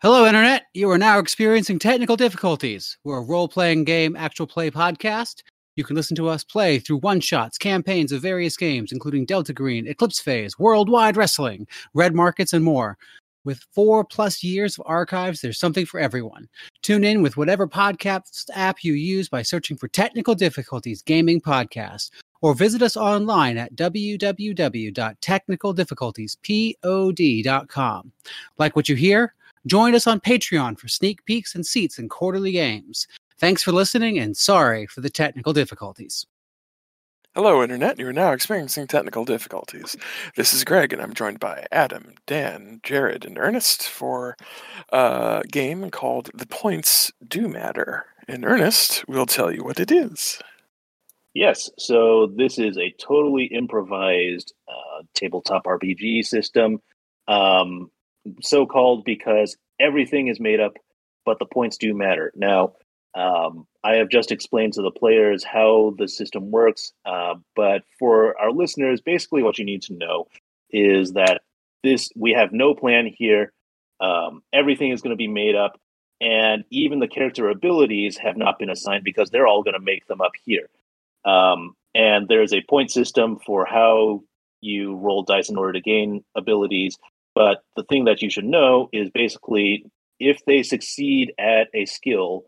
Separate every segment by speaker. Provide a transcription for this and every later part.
Speaker 1: Hello, Internet. You are now experiencing technical difficulties. We're a role playing game, actual play podcast. You can listen to us play through one shots, campaigns of various games, including Delta Green, Eclipse Phase, Worldwide Wrestling, Red Markets, and more. With four plus years of archives, there's something for everyone. Tune in with whatever podcast app you use by searching for Technical Difficulties Gaming Podcast or visit us online at www.technicaldifficultiespod.com. Like what you hear? Join us on Patreon for sneak peeks and seats in quarterly games. Thanks for listening and sorry for the technical difficulties.
Speaker 2: Hello, Internet. You are now experiencing technical difficulties. This is Greg, and I'm joined by Adam, Dan, Jared, and Ernest for a game called The Points Do Matter. And Ernest will tell you what it is.
Speaker 3: Yes, so this is a totally improvised uh, tabletop RPG system, um, so called because everything is made up, but the points do matter. Now, um, I have just explained to the players how the system works, uh, but for our listeners, basically what you need to know is that this we have no plan here. Um, everything is going to be made up, and even the character abilities have not been assigned because they're all going to make them up here. Um, and there's a point system for how you roll dice in order to gain abilities. But the thing that you should know is basically if they succeed at a skill,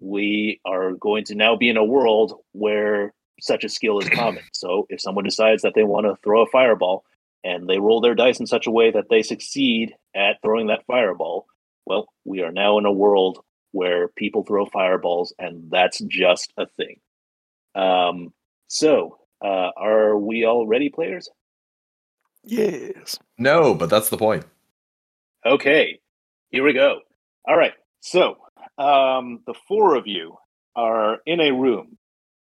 Speaker 3: we are going to now be in a world where such a skill is common. So if someone decides that they want to throw a fireball and they roll their dice in such a way that they succeed at throwing that fireball, well, we are now in a world where people throw fireballs and that's just a thing. Um, so, uh, are we all ready, players?
Speaker 2: Yes.
Speaker 4: No, but that's the point.
Speaker 3: Okay, here we go. All right, so um, the four of you are in a room,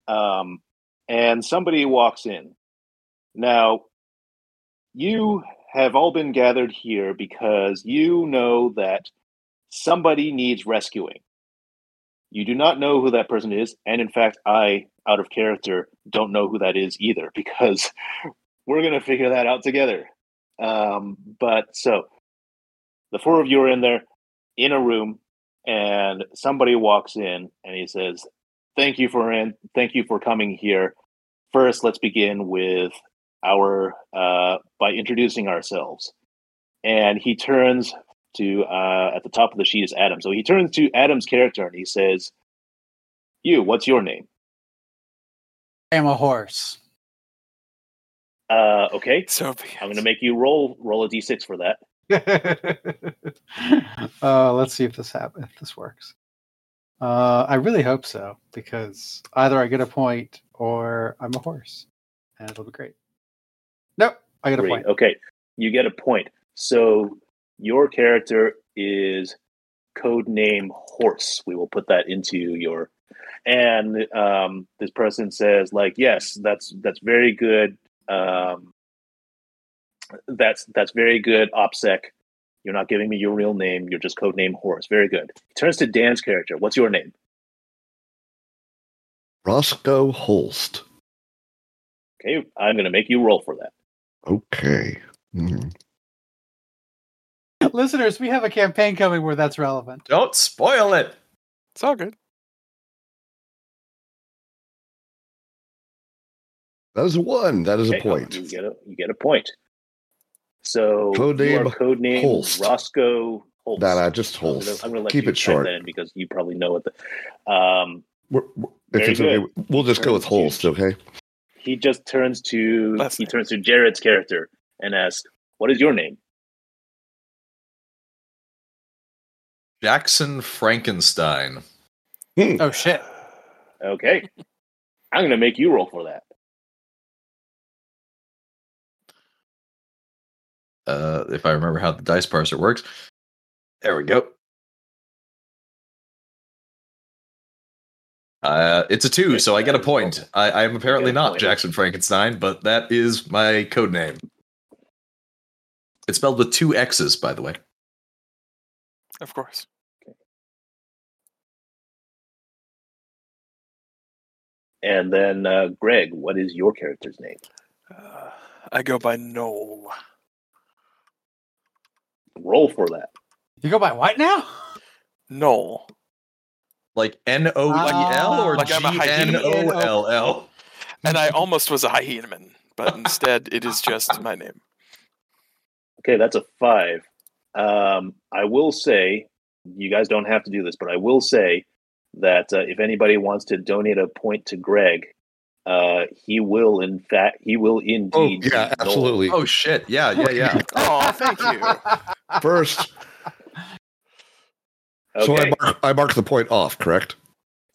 Speaker 3: um, and somebody walks in. Now, you have all been gathered here because you know that somebody needs rescuing. You do not know who that person is, and in fact, I, out of character, don't know who that is either because we're going to figure that out together. Um, but so the four of you are in there in a room, and somebody walks in and he says, "Thank you for in, thank you for coming here. First, let's begin with our uh, by introducing ourselves." And he turns to uh, at the top of the sheet is Adam. So he turns to Adam's character and he says, "You, what's your name?"
Speaker 1: I am a horse.
Speaker 3: Uh, okay,
Speaker 2: So
Speaker 3: I'm going to make you roll roll a d6 for that.
Speaker 5: uh, let's see if this happens. If this works, uh, I really hope so because either I get a point or I'm a horse, and it'll be great. Nope, I get a
Speaker 3: Three.
Speaker 5: point.
Speaker 3: Okay, you get a point. So your character is codename Horse. We will put that into your. And um, this person says, like, yes, that's that's very good. Um, that's that's very good. OPSEC, you're not giving me your real name. You're just codename Horse. Very good. turns to Dan's character. What's your name?
Speaker 6: Roscoe Holst.
Speaker 3: Okay, I'm going to make you roll for that.
Speaker 6: Okay. Hmm.
Speaker 5: Listeners, we have a campaign coming where that's relevant.
Speaker 4: Don't spoil it.
Speaker 2: It's all good.
Speaker 6: That is one. That is a
Speaker 3: Okay,
Speaker 6: point.
Speaker 3: You get a, you get a point. So
Speaker 6: Codename
Speaker 3: you are codename
Speaker 6: Holst.
Speaker 3: Roscoe Holst.
Speaker 6: Nah, nah, just
Speaker 3: I'm gonna-
Speaker 6: Holst.
Speaker 3: I'm gonna let
Speaker 6: Keep
Speaker 3: you
Speaker 6: it
Speaker 3: type
Speaker 6: short.
Speaker 3: that in because you probably know what the. Um,
Speaker 6: We're- we're- if
Speaker 3: Very
Speaker 6: it's okay, we'll just go with
Speaker 3: Very good.
Speaker 6: Holst, okay?
Speaker 3: he just turns to
Speaker 2: Last
Speaker 3: he
Speaker 2: name.
Speaker 3: turns to Jared's character and asks, "What is your name?"
Speaker 4: Jackson Frankenstein.
Speaker 1: Oh, shit.
Speaker 3: Okay, I'm gonna make you roll for that.
Speaker 4: Uh, if I remember how the dice parser works. There we go. Uh, it's a two, so I get a point. I, I am apparently
Speaker 3: You get a
Speaker 4: not
Speaker 3: point.
Speaker 4: Jackson Frankenstein, but that is my code name. It's spelled with two X's, by the way.
Speaker 2: Of course.
Speaker 3: And then uh, Greg, what is your character's name?
Speaker 2: Uh, I go by Noel.
Speaker 3: Roll for that.
Speaker 5: You go by what now?
Speaker 2: Knoll.
Speaker 4: Like N O E L or
Speaker 2: Like
Speaker 4: G
Speaker 2: I'm a high-
Speaker 4: N O L L?
Speaker 2: And I almost was a Hyenaman, but instead it is just my name.
Speaker 3: Okay, that's a five. Um, I will say, you guys don't have to do this, but I will say that uh, if anybody wants to donate a point to Greg, uh, he will, in fact, he will
Speaker 6: Oh,
Speaker 3: indeed.
Speaker 6: yeah,
Speaker 3: be
Speaker 6: absolutely.
Speaker 4: Oh shit! Yeah, yeah, yeah.
Speaker 2: Oh, thank you.
Speaker 6: First,
Speaker 3: Noel.
Speaker 6: so I
Speaker 3: Okay,
Speaker 6: mark, I mark the point off, correct?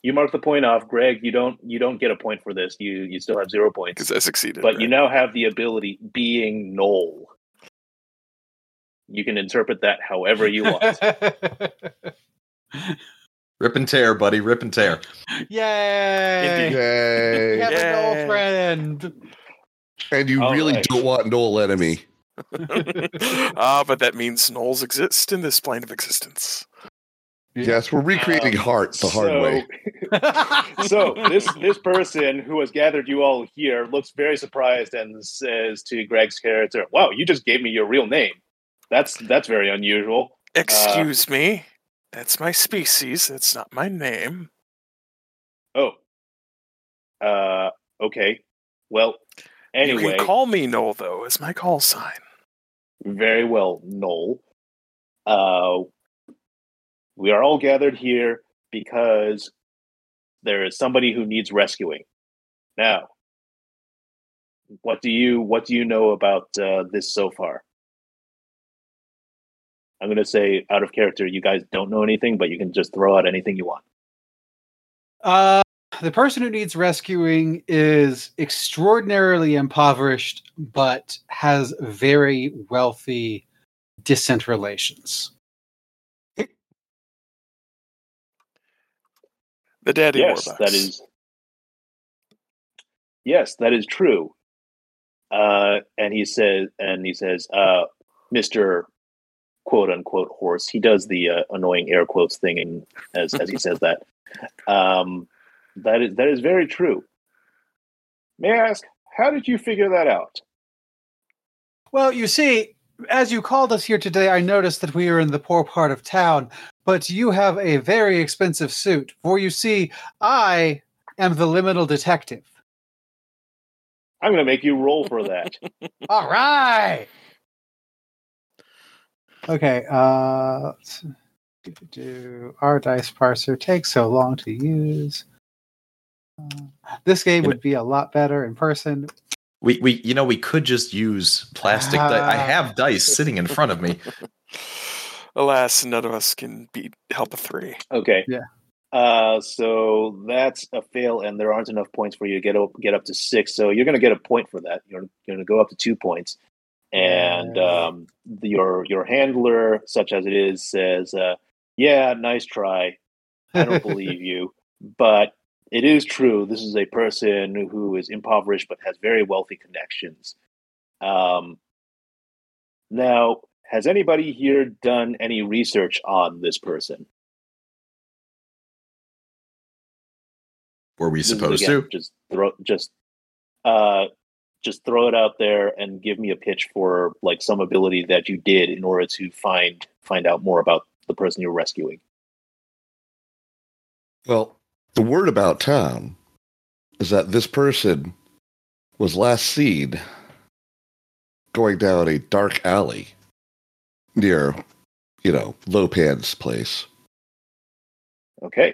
Speaker 3: you mark the point off, Greg. You don't, you don't get a point for this. You, you still have zero points,
Speaker 2: Because I succeeded.
Speaker 3: but you
Speaker 2: right?
Speaker 3: now have the ability being Noel. You can interpret that however you want.
Speaker 4: Rip and tear, buddy. Rip and tear.
Speaker 5: Yay!
Speaker 2: Indeed.
Speaker 5: You
Speaker 6: Yay.
Speaker 5: have an
Speaker 2: Yay.
Speaker 5: old friend.
Speaker 6: And you
Speaker 3: All
Speaker 6: really
Speaker 3: right.
Speaker 6: don't want Noel enemy.
Speaker 2: ah, but that means Knolls exist in this plane of existence.
Speaker 6: Yes, we're recreating
Speaker 3: Um,
Speaker 6: heart the hard
Speaker 3: so-
Speaker 6: way.
Speaker 3: so this this person who has gathered you all here looks very surprised and says to Greg's character, "Wow, you just gave me your real name. That's that's very unusual."
Speaker 2: Excuse me. That's my species. That's not my name.
Speaker 3: Oh, uh, okay. Well,
Speaker 2: you
Speaker 3: anyway,
Speaker 2: can call me Knoll, though, as my call sign.
Speaker 3: very well, Noel. Uh, we are all gathered here because there is somebody who needs rescuing. Now, what do you what do you know about uh, this so far? I'm going to say out of character, you guys don't know anything, but you can just throw out anything you want.
Speaker 5: Uh, the person who needs rescuing is extraordinarily impoverished, but has very wealthy, distant relations.
Speaker 2: The Daddy
Speaker 3: yes,
Speaker 2: Warbucks.
Speaker 3: that is. Yes, that is true. Uh, and he says, and he says, uh, Mister, quote unquote horse. He does the uh, annoying air quotes thing in, as as he says that. Um, that is that is very true. May I ask, how did you figure that out?
Speaker 5: Well, you see, as you called us here today, I noticed that we are in the poor part of town, but you have a very expensive suit. For you see, I am the liminal detective.
Speaker 3: I'm going to make you roll for that.
Speaker 5: All right. Okay. Uh, let's do our dice parser takes so long to use. Uh, this game would be a lot better in person.
Speaker 4: We we you know we could just use plastic. di- I
Speaker 5: Ah.
Speaker 4: have dice sitting in front of me.
Speaker 2: Alas, none of us can beat help a three.
Speaker 3: Okay.
Speaker 5: Yeah.
Speaker 3: Uh, so that's a fail, and there aren't enough points for you to get up get up to six. So you're going to get a point for that. You're going to go up to two points, and
Speaker 5: Yeah.
Speaker 3: um, the, your your handler, such as it is, says, uh, "Yeah, nice try. I don't believe you, but it is true. This is a person who is impoverished but has very wealthy connections. Um, now, has anybody here done any research on this person?"
Speaker 4: Were we
Speaker 3: This is,
Speaker 4: supposed
Speaker 3: again,
Speaker 4: to?
Speaker 3: just throw just uh just throw it out there and give me a pitch for like some ability that you did in order to find find out more about the person you're rescuing
Speaker 6: Well, the word about town is that this person was last seen going down a dark alley near, you know, Lopan's place.
Speaker 3: okay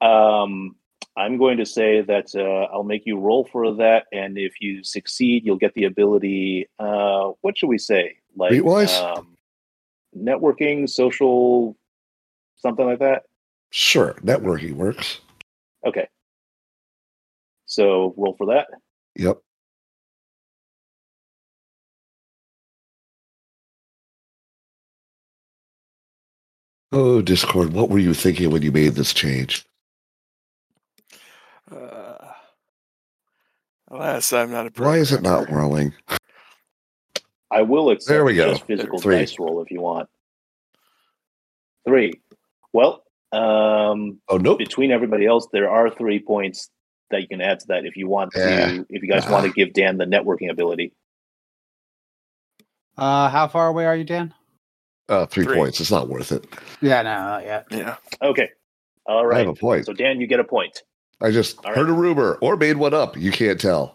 Speaker 3: um i'm going to say that uh, i'll make you roll for that and if you succeed you'll get the ability uh what should we say like
Speaker 6: Streetwise?
Speaker 3: um, networking social something like that
Speaker 6: Sure, networking works.
Speaker 3: okay so roll for that
Speaker 6: Yep. Oh, Discord, what were you thinking when you made this change?
Speaker 2: Uh, alas, I'm not a.
Speaker 6: Why is it not
Speaker 2: programmer.
Speaker 6: rolling?
Speaker 3: I will accept
Speaker 6: There we go.
Speaker 3: just physical
Speaker 6: Three.
Speaker 3: dice roll if you want. Three. Well, um,
Speaker 6: Oh, nope.
Speaker 3: between everybody else, there are three points that you can add to that if you want
Speaker 6: Yeah.
Speaker 3: to. If you guys want to give Dan the networking ability,
Speaker 5: Uh, how far away are you, Dan?
Speaker 6: Uh, three,
Speaker 2: Three.
Speaker 6: points. It's not worth it.
Speaker 5: Yeah, no, not yet.
Speaker 2: Yeah.
Speaker 3: Okay. All
Speaker 6: I
Speaker 3: right.
Speaker 6: have a point.
Speaker 3: So Dan, you get a point.
Speaker 6: I just
Speaker 3: All right.
Speaker 6: heard a rumor or made one up. You can't tell.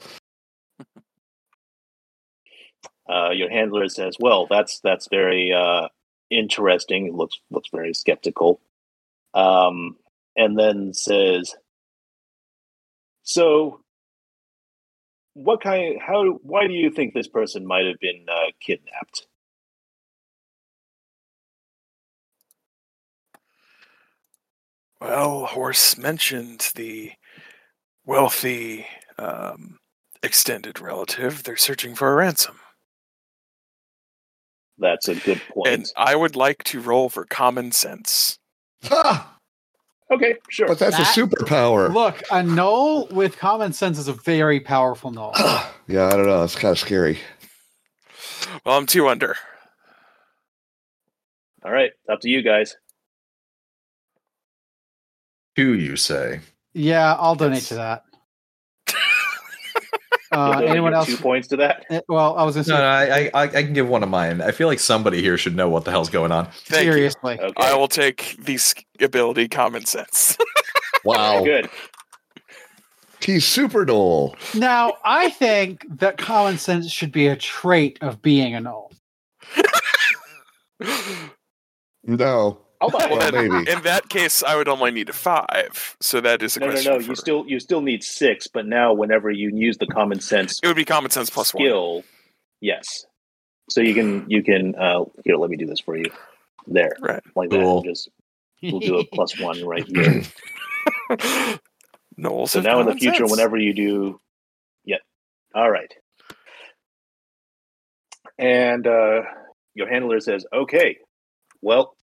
Speaker 3: Uh, your handler says, "Well, that's that's very uh, interesting. It looks looks very skeptical." Um, and then says, "So, what kind? How? Why do you think this person might have been uh, kidnapped?"
Speaker 2: Well, Horse mentioned the wealthy um, extended relative. They're searching for a ransom.
Speaker 3: That's a good point.
Speaker 2: And I would like to roll for common sense.
Speaker 6: Ah,
Speaker 3: okay, sure.
Speaker 6: but that's
Speaker 5: That-
Speaker 6: a superpower.
Speaker 5: Look, a knoll with common sense is a very powerful knoll.
Speaker 6: Ah, yeah, I don't know. It's kind of scary.
Speaker 2: Well, I'm two under.
Speaker 3: All right, up to you guys.
Speaker 4: Two, you say.
Speaker 5: Yeah, I'll donate to that. Uh,
Speaker 3: You'll
Speaker 5: anyone
Speaker 3: give
Speaker 5: else?
Speaker 3: Two points to that.
Speaker 5: Eh, Well, I was going to
Speaker 4: No, no
Speaker 5: say
Speaker 4: I, I, I can give one of mine. I feel like somebody here should know what the hell's going on.
Speaker 2: Thank you.
Speaker 5: seriously.
Speaker 3: Okay,
Speaker 2: I will take the sk- ability common sense.
Speaker 6: Wow.
Speaker 3: good.
Speaker 6: He's super dull.
Speaker 5: Now, I think that common sense should be a trait of being a knoll.
Speaker 6: No.
Speaker 3: I'll buy
Speaker 6: Well,
Speaker 3: it.
Speaker 2: then-
Speaker 6: maybe.
Speaker 2: In that case, I would only need a five. So that is a
Speaker 3: No, no,
Speaker 2: question.
Speaker 3: no.
Speaker 2: for-
Speaker 3: You still you still need six, but now whenever you use the common sense
Speaker 2: It would be common sense plus one.
Speaker 3: skill, yes. So you can you can uh here. Let me do this for you. There,
Speaker 2: Right.
Speaker 3: like that.
Speaker 4: Cool.
Speaker 3: Just we'll do a plus one right here.
Speaker 2: Noel
Speaker 3: so now in the future, whenever you do, yeah. All right. And uh, your handler says, "Okay, well,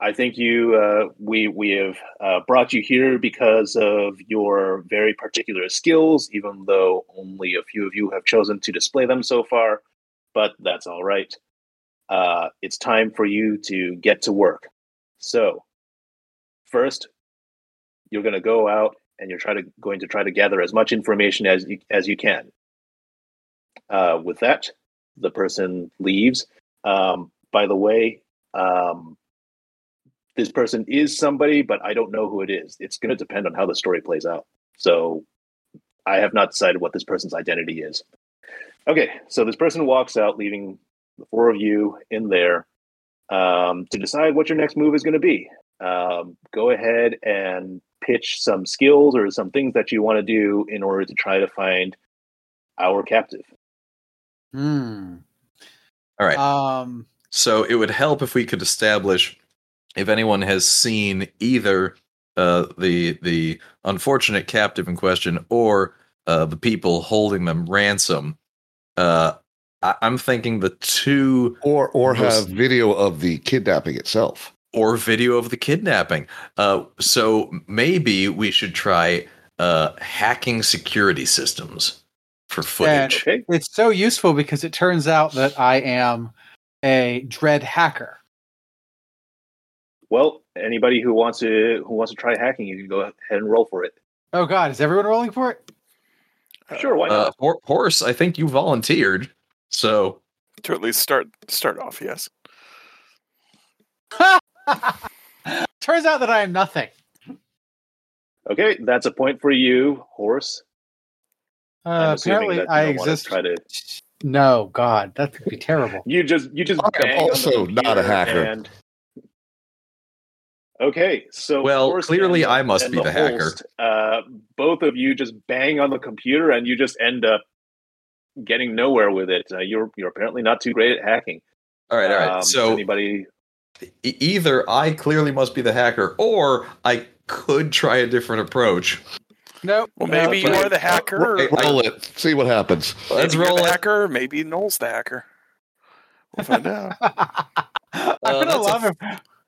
Speaker 3: I think you uh, we we have uh, brought you here because of your very particular skills, even though only a few of you have chosen to display them so far. But that's all right. Uh, it's time for you to get to work. So, first, you're going to go out and you're try to, going to try to gather as much information as you, as you can. Uh, with that, the person leaves. Um, by the way, um, this person is somebody, but I don't know who it is. It's going to depend on how the story plays out. So I have not decided what this person's identity is. Okay, so this person walks out, leaving the four of you in there um, to decide what your next move is going to be um, go ahead and pitch some skills or some things that you want to do in order to try to find our captive.
Speaker 5: Hmm.
Speaker 4: All right.
Speaker 5: Um,
Speaker 4: So it would help if we could establish if anyone has seen either uh, the the unfortunate captive in question or uh, the people holding them ransom. Uh, I, I'm thinking the two
Speaker 6: Or or
Speaker 4: Those-
Speaker 6: have video of the kidnapping itself.
Speaker 4: or video of the kidnapping. Uh, so maybe we should try uh, hacking security systems for footage.
Speaker 3: Okay.
Speaker 5: it's so useful because it turns out that I am a dread hacker.
Speaker 3: Well, anybody who wants to who wants to try hacking, you can go ahead and roll for it.
Speaker 5: Oh, God, is everyone rolling for it?
Speaker 3: Sure, why
Speaker 4: Uh,
Speaker 3: not?
Speaker 4: Hor- Horace, I think you volunteered, so
Speaker 2: to at least start start off, yes.
Speaker 5: Turns out that I am nothing.
Speaker 3: Okay, that's a point for you, horse.
Speaker 5: Uh, apparently, I
Speaker 3: don't wanna
Speaker 5: exist.
Speaker 3: Try to
Speaker 5: No, God, that could be terrible.
Speaker 3: you just you just.
Speaker 6: I am
Speaker 3: bang on the
Speaker 6: also not a
Speaker 3: computer
Speaker 6: hacker.
Speaker 3: and- Okay, so
Speaker 4: Well,
Speaker 3: Horst
Speaker 4: clearly
Speaker 3: and-
Speaker 4: I must
Speaker 3: and
Speaker 4: be the hacker.
Speaker 3: host, uh, both of you just bang on the computer, and you just end up getting nowhere with it. Uh, you're you're apparently not too great at hacking.
Speaker 4: All right, all right.
Speaker 3: Um,
Speaker 4: so
Speaker 3: anybody?
Speaker 4: e- either I clearly must be the hacker, or I could try a different approach.
Speaker 5: Nope.
Speaker 2: Well,
Speaker 3: Uh,
Speaker 2: maybe you
Speaker 3: but-
Speaker 2: are the hacker.
Speaker 4: Wait,
Speaker 2: or-
Speaker 6: Roll it. See what happens.
Speaker 4: Let's
Speaker 2: maybe you're
Speaker 4: roll
Speaker 2: the
Speaker 4: it.
Speaker 2: hacker. Maybe Noel's the hacker. We'll find out.
Speaker 5: I'm
Speaker 4: Uh,
Speaker 5: gonna
Speaker 4: that's a
Speaker 5: love him.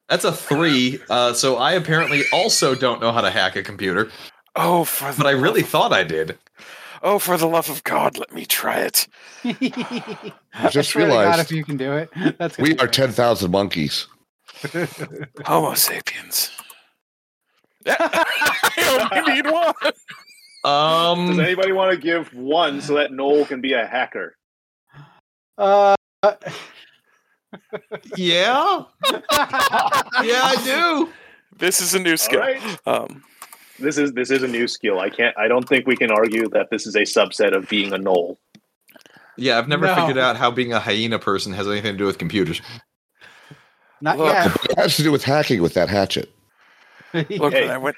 Speaker 4: That's a three. Uh, so I apparently also don't know how to hack a computer,
Speaker 2: Oh, for the
Speaker 4: but I
Speaker 2: love
Speaker 4: really
Speaker 2: of-
Speaker 4: thought I did.
Speaker 2: Oh, for the love of God, let me try it.
Speaker 5: I
Speaker 6: just
Speaker 5: swear to God,
Speaker 6: realized-
Speaker 5: if you can do it, that's gonna
Speaker 6: We
Speaker 5: be
Speaker 6: are
Speaker 5: great.
Speaker 6: 10,000 monkeys.
Speaker 2: Homo sapiens. Yeah, I only need one.
Speaker 3: Does
Speaker 4: Um,
Speaker 3: anybody want to give one so that Noel can be a hacker?
Speaker 5: Uh,
Speaker 4: yeah, yeah, I
Speaker 2: This is a new
Speaker 3: All
Speaker 2: skill.
Speaker 3: right.
Speaker 2: Um,
Speaker 3: This is this is a new skill. I can't. I don't think we can argue that this is a subset of being a knoll.
Speaker 4: do. Yeah, I've never
Speaker 5: No.
Speaker 4: figured out how being a hyena person has anything to do with computers.
Speaker 5: Not
Speaker 2: Look.
Speaker 5: yet.
Speaker 6: It has to do with hacking with that hatchet.
Speaker 2: look,
Speaker 3: Hey.
Speaker 2: I went.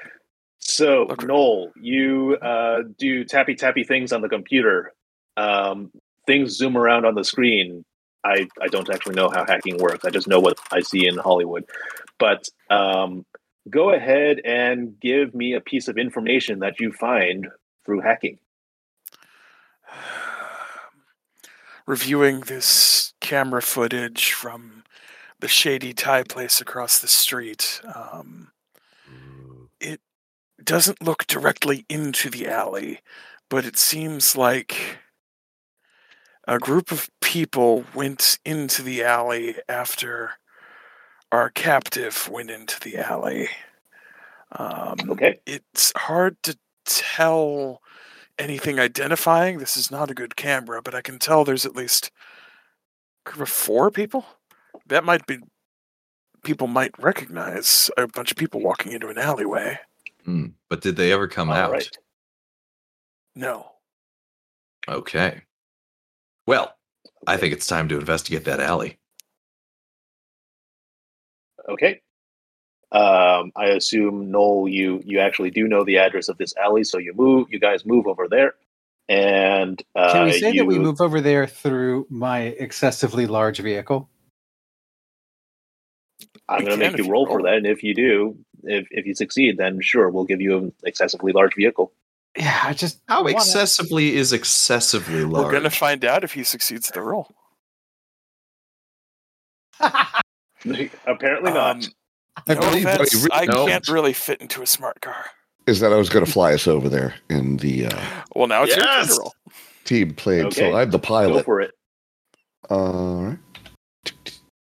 Speaker 3: So,
Speaker 2: Okay.
Speaker 3: Noel, you uh, do tappy tappy things on the computer. Um, things zoom around on the screen. I, I don't actually know how hacking works. I just know what I see in Hollywood. But um, go ahead and give me a piece of information that you find through hacking.
Speaker 2: reviewing this camera footage from the shady Thai place across the street. Um, it doesn't look directly into the alley, but it seems like a group of people went into the alley after our captive went into the alley. Um,
Speaker 3: Okay.
Speaker 2: it's hard to tell anything identifying. This is not a good camera, but I can tell there's at least group of four people. That might be people might recognize a bunch of people walking into an alleyway.
Speaker 4: Hmm. But did they ever come
Speaker 3: All
Speaker 4: out?
Speaker 3: right.
Speaker 2: No.
Speaker 4: Okay. Well, I think it's time to investigate that alley.
Speaker 3: Okay. Um, I assume Noel, you you actually do know the address of this alley, so you move. You guys move over there, and uh,
Speaker 5: Can we say that we
Speaker 3: you-
Speaker 5: move over there through my excessively large vehicle?
Speaker 3: I'm
Speaker 2: You
Speaker 3: going to
Speaker 2: can
Speaker 3: make
Speaker 2: if
Speaker 3: you
Speaker 2: you
Speaker 3: roll for
Speaker 2: roll.
Speaker 3: that, and if you do, if if you succeed, then sure, we'll give you an excessively large vehicle.
Speaker 5: Yeah, I just
Speaker 4: How
Speaker 5: wanna-
Speaker 4: excessively is excessively large?
Speaker 2: We're gonna find out if he succeeds the role.
Speaker 3: Apparently
Speaker 2: Um,
Speaker 3: not.
Speaker 6: I
Speaker 2: no
Speaker 6: believe what
Speaker 2: offense,
Speaker 6: you really
Speaker 2: I
Speaker 4: know.
Speaker 2: can't really fit into a smart car.
Speaker 6: is that I was going to fly us over there in the uh,
Speaker 2: Well, now it's your turn
Speaker 4: Yes!
Speaker 2: to roll.
Speaker 6: team plane.
Speaker 3: Okay.
Speaker 6: So I'm the
Speaker 3: Go
Speaker 6: pilot.
Speaker 3: for it.
Speaker 6: All right.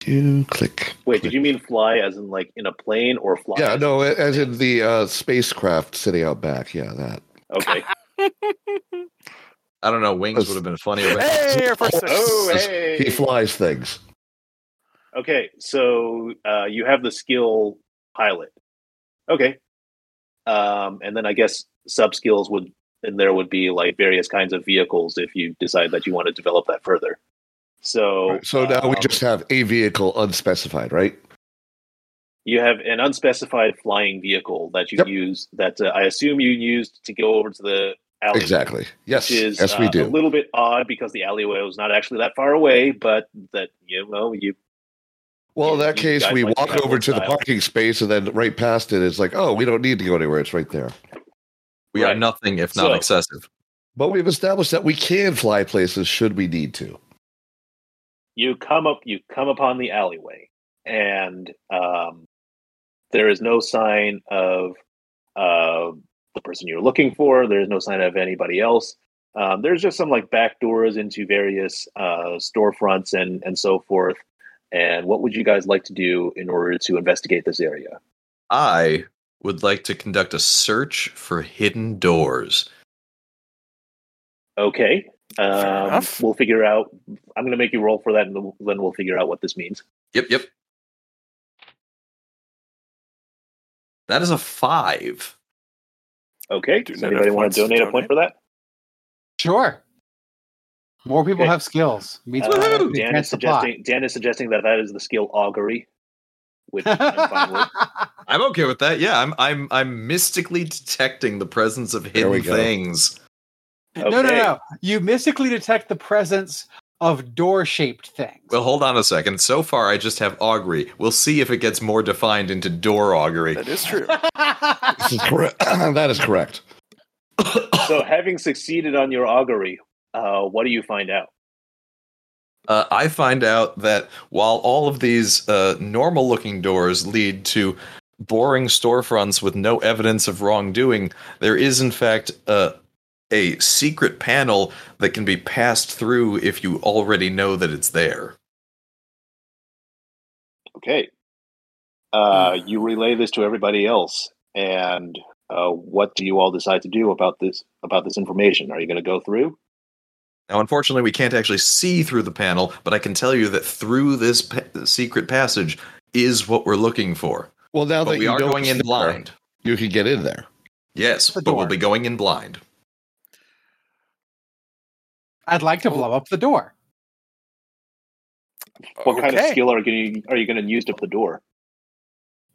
Speaker 6: Do click.
Speaker 3: Wait, did you mean fly as in like in a plane or fly?
Speaker 6: Yeah,
Speaker 3: as-
Speaker 6: no, a- as in the uh, spacecraft sitting out back. Yeah, that.
Speaker 3: Okay.
Speaker 4: I don't know. Wings would have been funnier. but-
Speaker 2: Hey, our first
Speaker 3: oh,
Speaker 6: He
Speaker 3: hey.
Speaker 6: He flies things.
Speaker 3: Okay, so uh, you have the skill pilot. Okay. Um, and then I guess sub skills would, and there would be like various kinds of vehicles if you decide that you want to develop that further. So,
Speaker 6: So now we
Speaker 3: um,
Speaker 6: just have a vehicle unspecified, right?
Speaker 3: you have an unspecified flying vehicle that you
Speaker 6: Yep.
Speaker 3: use that uh, I assume you used to go over to the alley.
Speaker 6: Exactly. Yes.
Speaker 3: Which is
Speaker 6: Yes, we
Speaker 3: uh, a
Speaker 6: do.
Speaker 3: little bit odd because the alleyway was not actually that far away, but that you know you
Speaker 6: Well, in that
Speaker 3: you
Speaker 6: case,
Speaker 3: guys
Speaker 6: we
Speaker 3: like to
Speaker 6: walk
Speaker 3: have
Speaker 6: over
Speaker 3: one
Speaker 6: to the
Speaker 3: style.
Speaker 6: parking space and then right past it. It's like, oh, we don't need to go anywhere. It's right there.
Speaker 4: we are
Speaker 3: Right.
Speaker 4: nothing if not
Speaker 3: So-
Speaker 4: excessive.
Speaker 6: But we've established that we can fly places should we need to.
Speaker 3: you come up you come upon the alleyway and um, there is no sign of uh, the person you're looking for there's no sign of anybody else um, there's just some like back doors into various uh, storefronts and and so forth and what would you guys like to do in order to investigate this area
Speaker 4: I would like to conduct a search for hidden doors.
Speaker 3: okay um,
Speaker 2: enough.
Speaker 3: we'll figure out i'm going to make you roll for that and then- then we'll figure out what this means
Speaker 4: Yep, yep. That is a five.
Speaker 3: okay
Speaker 2: Do
Speaker 3: does
Speaker 2: not have
Speaker 3: anybody want
Speaker 2: points
Speaker 3: to
Speaker 2: to
Speaker 3: donate a
Speaker 2: donate.
Speaker 3: point for that
Speaker 5: Sure. More people
Speaker 3: Okay.
Speaker 5: have skills. Means more
Speaker 3: Uh,
Speaker 5: people
Speaker 3: Dan
Speaker 5: can
Speaker 3: is suggesting Dan is suggesting that that is the skill augury, which I'm fine with.
Speaker 5: supply.
Speaker 4: I'm okay with that. Yeah, I'm I'm I'm mystically detecting the presence of
Speaker 6: we
Speaker 4: hidden
Speaker 6: go.
Speaker 4: things.
Speaker 5: No, no,
Speaker 3: Okay.
Speaker 5: no. You mystically detect the presence of door shaped things.
Speaker 4: Well, hold on a second. So far, I just have augury. We'll see if it gets more defined into door augury.
Speaker 2: That is true.
Speaker 6: This is correct. that is correct.
Speaker 3: So, having succeeded on your augury, uh, what do you find out?
Speaker 4: uh, I find out that while all of these uh, normal looking doors lead to boring storefronts with no evidence of wrongdoing, there is in fact uh, a secret panel that can be passed through if you already know that it's there.
Speaker 3: Okay, uh, you relay this to everybody else, and uh, what do you all decide to do about this about this information? Are you going to go through?
Speaker 4: Now, unfortunately, we can't actually see through the panel, but I can tell you that through this pa- secret passage is what we're looking for.
Speaker 6: Well, now
Speaker 4: But
Speaker 6: Oh, that
Speaker 4: we
Speaker 6: you
Speaker 4: are
Speaker 6: know
Speaker 4: going
Speaker 6: it's
Speaker 4: in
Speaker 6: there,
Speaker 4: blind.
Speaker 6: you can get in there.
Speaker 4: Yes,
Speaker 5: The
Speaker 4: but we'll
Speaker 5: door.
Speaker 4: be going in blind.
Speaker 5: I'd like to blow up the door.
Speaker 3: What kind of
Speaker 2: Okay.
Speaker 3: skill are you are you going to use to put the door?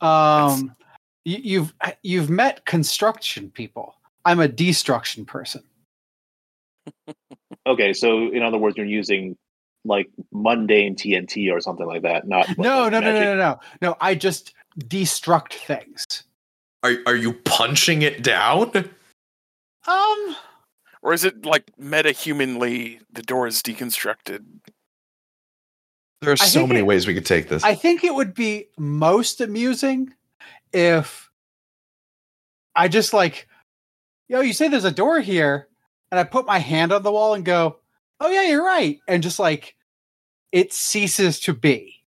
Speaker 5: Um, you, you've you've met construction people. I'm a destruction person.
Speaker 3: Okay, so in other words, you're using like mundane TNT or something like that. Not like,
Speaker 5: No,
Speaker 3: like
Speaker 5: no, no, no,
Speaker 3: magic.
Speaker 5: no, no, no. I just destruct things.
Speaker 4: Are, are you punching it down?
Speaker 5: Um,
Speaker 2: Or is it like metahumanly the door is deconstructed?
Speaker 4: There are
Speaker 5: I
Speaker 4: so
Speaker 5: think
Speaker 4: many
Speaker 5: it-
Speaker 4: ways we could take this.
Speaker 5: I think it would be most amusing if I just like, yo, you say there's a door here, and I put my hand on the wall and go, oh yeah, you're right, and just like it ceases to be.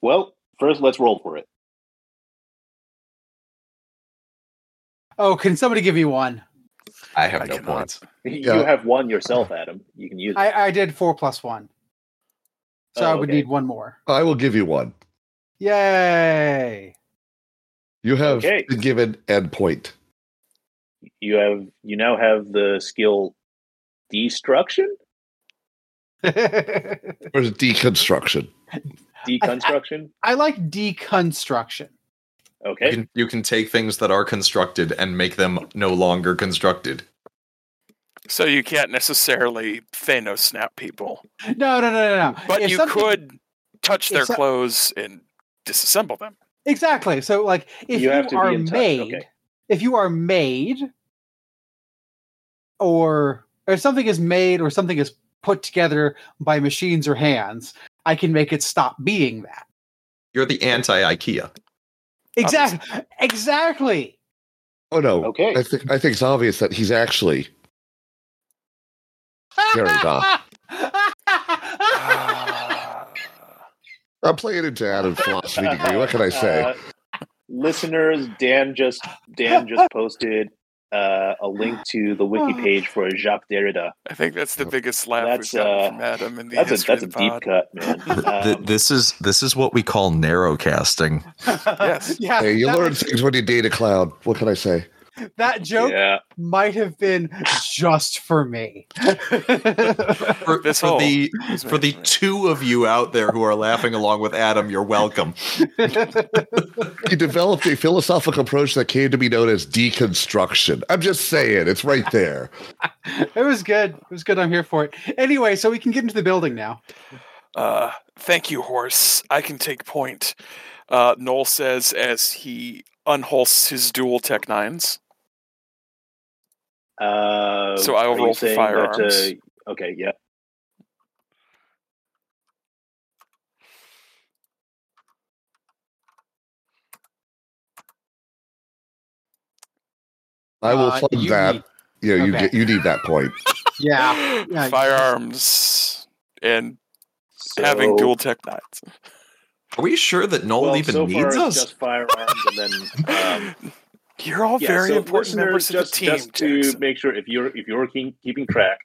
Speaker 3: Well, first let's roll for it.
Speaker 5: Oh, can somebody give me one?
Speaker 4: I have
Speaker 2: I
Speaker 4: no
Speaker 2: cannot.
Speaker 4: points.
Speaker 3: You
Speaker 6: Yeah.
Speaker 3: have one yourself, Adam. You can use it.
Speaker 5: I, I did four plus one. So
Speaker 3: Oh,
Speaker 5: I would
Speaker 3: okay.
Speaker 5: need one more.
Speaker 6: I will give you one.
Speaker 5: Yay.
Speaker 6: You have
Speaker 3: Okay.
Speaker 6: been given endpoint.
Speaker 3: You have you now have the skill destruction,
Speaker 5: I
Speaker 6: Or is it deconstruction?
Speaker 3: deconstruction.
Speaker 5: like deconstruction.
Speaker 4: You
Speaker 3: Okay,
Speaker 4: can, you can take things that are constructed and make them no longer constructed.
Speaker 2: So you can't necessarily Thanos snap people,
Speaker 5: No, no, no, no, no.
Speaker 2: but
Speaker 5: If
Speaker 2: you
Speaker 5: something-
Speaker 2: could touch
Speaker 5: if
Speaker 2: their
Speaker 5: some-
Speaker 2: clothes and disassemble them.
Speaker 5: Exactly. So like if
Speaker 3: You
Speaker 5: you,
Speaker 3: have to be
Speaker 5: are
Speaker 3: in touch,
Speaker 5: made,
Speaker 3: okay.
Speaker 5: if you are made or or something is made or something is put together by machines or hands, I can make it stop being that.
Speaker 4: You're the anti IKEA.
Speaker 5: Exactly. Exactly.
Speaker 6: Oh no.
Speaker 3: Okay.
Speaker 6: I think I think it's obvious that he's actually There we go. I'm playing into Adam's philosophy degree. What can I say?
Speaker 3: Uh, listeners, Dan just Dan just posted uh, a link to the wiki
Speaker 5: Oh.
Speaker 3: page for Jacques Derrida.
Speaker 2: I think that's the biggest laugh
Speaker 3: That's,
Speaker 2: we've gotten
Speaker 3: uh,
Speaker 2: from Adam in the
Speaker 3: That's a
Speaker 2: history
Speaker 3: that's a
Speaker 2: of the
Speaker 3: deep
Speaker 2: pod.
Speaker 3: cut, man.
Speaker 4: Th-
Speaker 3: Um,
Speaker 4: this is this is what we call narrowcasting.
Speaker 2: Yes.
Speaker 5: Yeah,
Speaker 6: hey, you
Speaker 5: that,
Speaker 6: learn things when you date a cloud. What can I say?
Speaker 5: that joke
Speaker 3: yeah,
Speaker 5: might have been just for me.
Speaker 4: For,
Speaker 2: This
Speaker 4: for
Speaker 2: whole-
Speaker 4: the
Speaker 2: That's
Speaker 4: for the
Speaker 2: amazing.
Speaker 4: two of you out there who are laughing along with Adam, you're welcome.
Speaker 6: He developed a philosophical approach that came to be known as deconstruction. I'm just saying, it's right there.
Speaker 5: it was good. It was good. I'm here for it. Anyway, so we can get into the building now.
Speaker 2: Uh, thank you, horse. I can take point. Uh, Noel says as he unholsts his dual tech nines.
Speaker 3: uh,
Speaker 2: So I will
Speaker 3: are you
Speaker 2: roll for
Speaker 3: saying that,
Speaker 2: firearms.
Speaker 3: uh, okay, yeah.
Speaker 6: I will
Speaker 5: Uh,
Speaker 6: fund
Speaker 5: you
Speaker 6: that.
Speaker 5: need-
Speaker 6: yeah, you
Speaker 5: okay.
Speaker 6: get you need that point.
Speaker 5: yeah. yeah.
Speaker 2: Firearms and having
Speaker 3: So-
Speaker 2: dual tech nines.
Speaker 4: Are we sure that Noel
Speaker 3: well,
Speaker 4: even
Speaker 3: so far
Speaker 4: needs
Speaker 3: it's
Speaker 4: us?
Speaker 3: just firearms, and then um,
Speaker 2: You're all
Speaker 3: Yeah,
Speaker 2: very
Speaker 3: so
Speaker 2: important members
Speaker 3: listeners,
Speaker 2: of
Speaker 3: just,
Speaker 2: the team.
Speaker 3: Just to
Speaker 2: Jackson.
Speaker 3: make sure, if you're if you're keep, keeping track,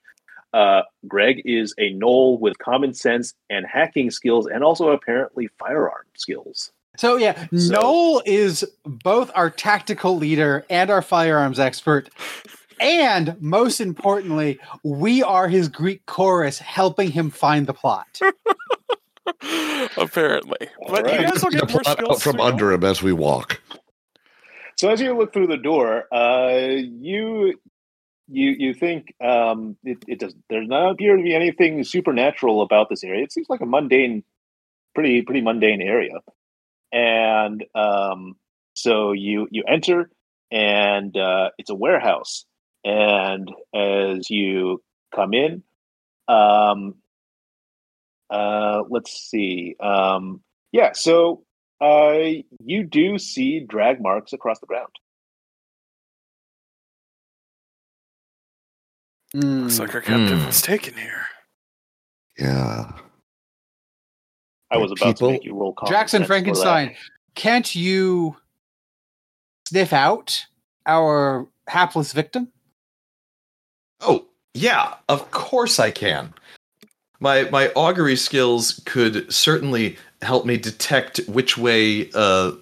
Speaker 3: uh, Greg is a knoll with common sense and hacking skills, and also apparently firearm skills.
Speaker 5: So yeah,
Speaker 3: So-
Speaker 5: Noel is both our tactical leader and our firearms expert. And most importantly, we are his Greek chorus helping him find the plot.
Speaker 2: Apparently,
Speaker 3: All
Speaker 2: but you
Speaker 3: right.
Speaker 2: guys will
Speaker 6: The
Speaker 2: get more
Speaker 6: plot out
Speaker 2: skills
Speaker 6: from
Speaker 2: soon.
Speaker 6: under him as we walk.
Speaker 3: So as you look through the door, uh, you you you think um, it, it does. There's not appear to be anything supernatural about this area. It seems like a mundane, pretty pretty mundane area. And um, so you you enter, and uh, it's a warehouse. And as you come in, um, uh, let's see. Um, yeah, so uh, you do see drag marks across the ground.
Speaker 5: Mm.
Speaker 2: Looks like our captive
Speaker 4: Hmm.
Speaker 2: was taken here.
Speaker 6: Yeah.
Speaker 3: I was about
Speaker 6: People-
Speaker 3: to make you roll. common
Speaker 5: Jackson
Speaker 3: sense for that.
Speaker 5: Frankenstein, can't you sniff out our hapless victim?
Speaker 4: Oh, Yeah, of course I can. My my augury skills could certainly help me detect which way uh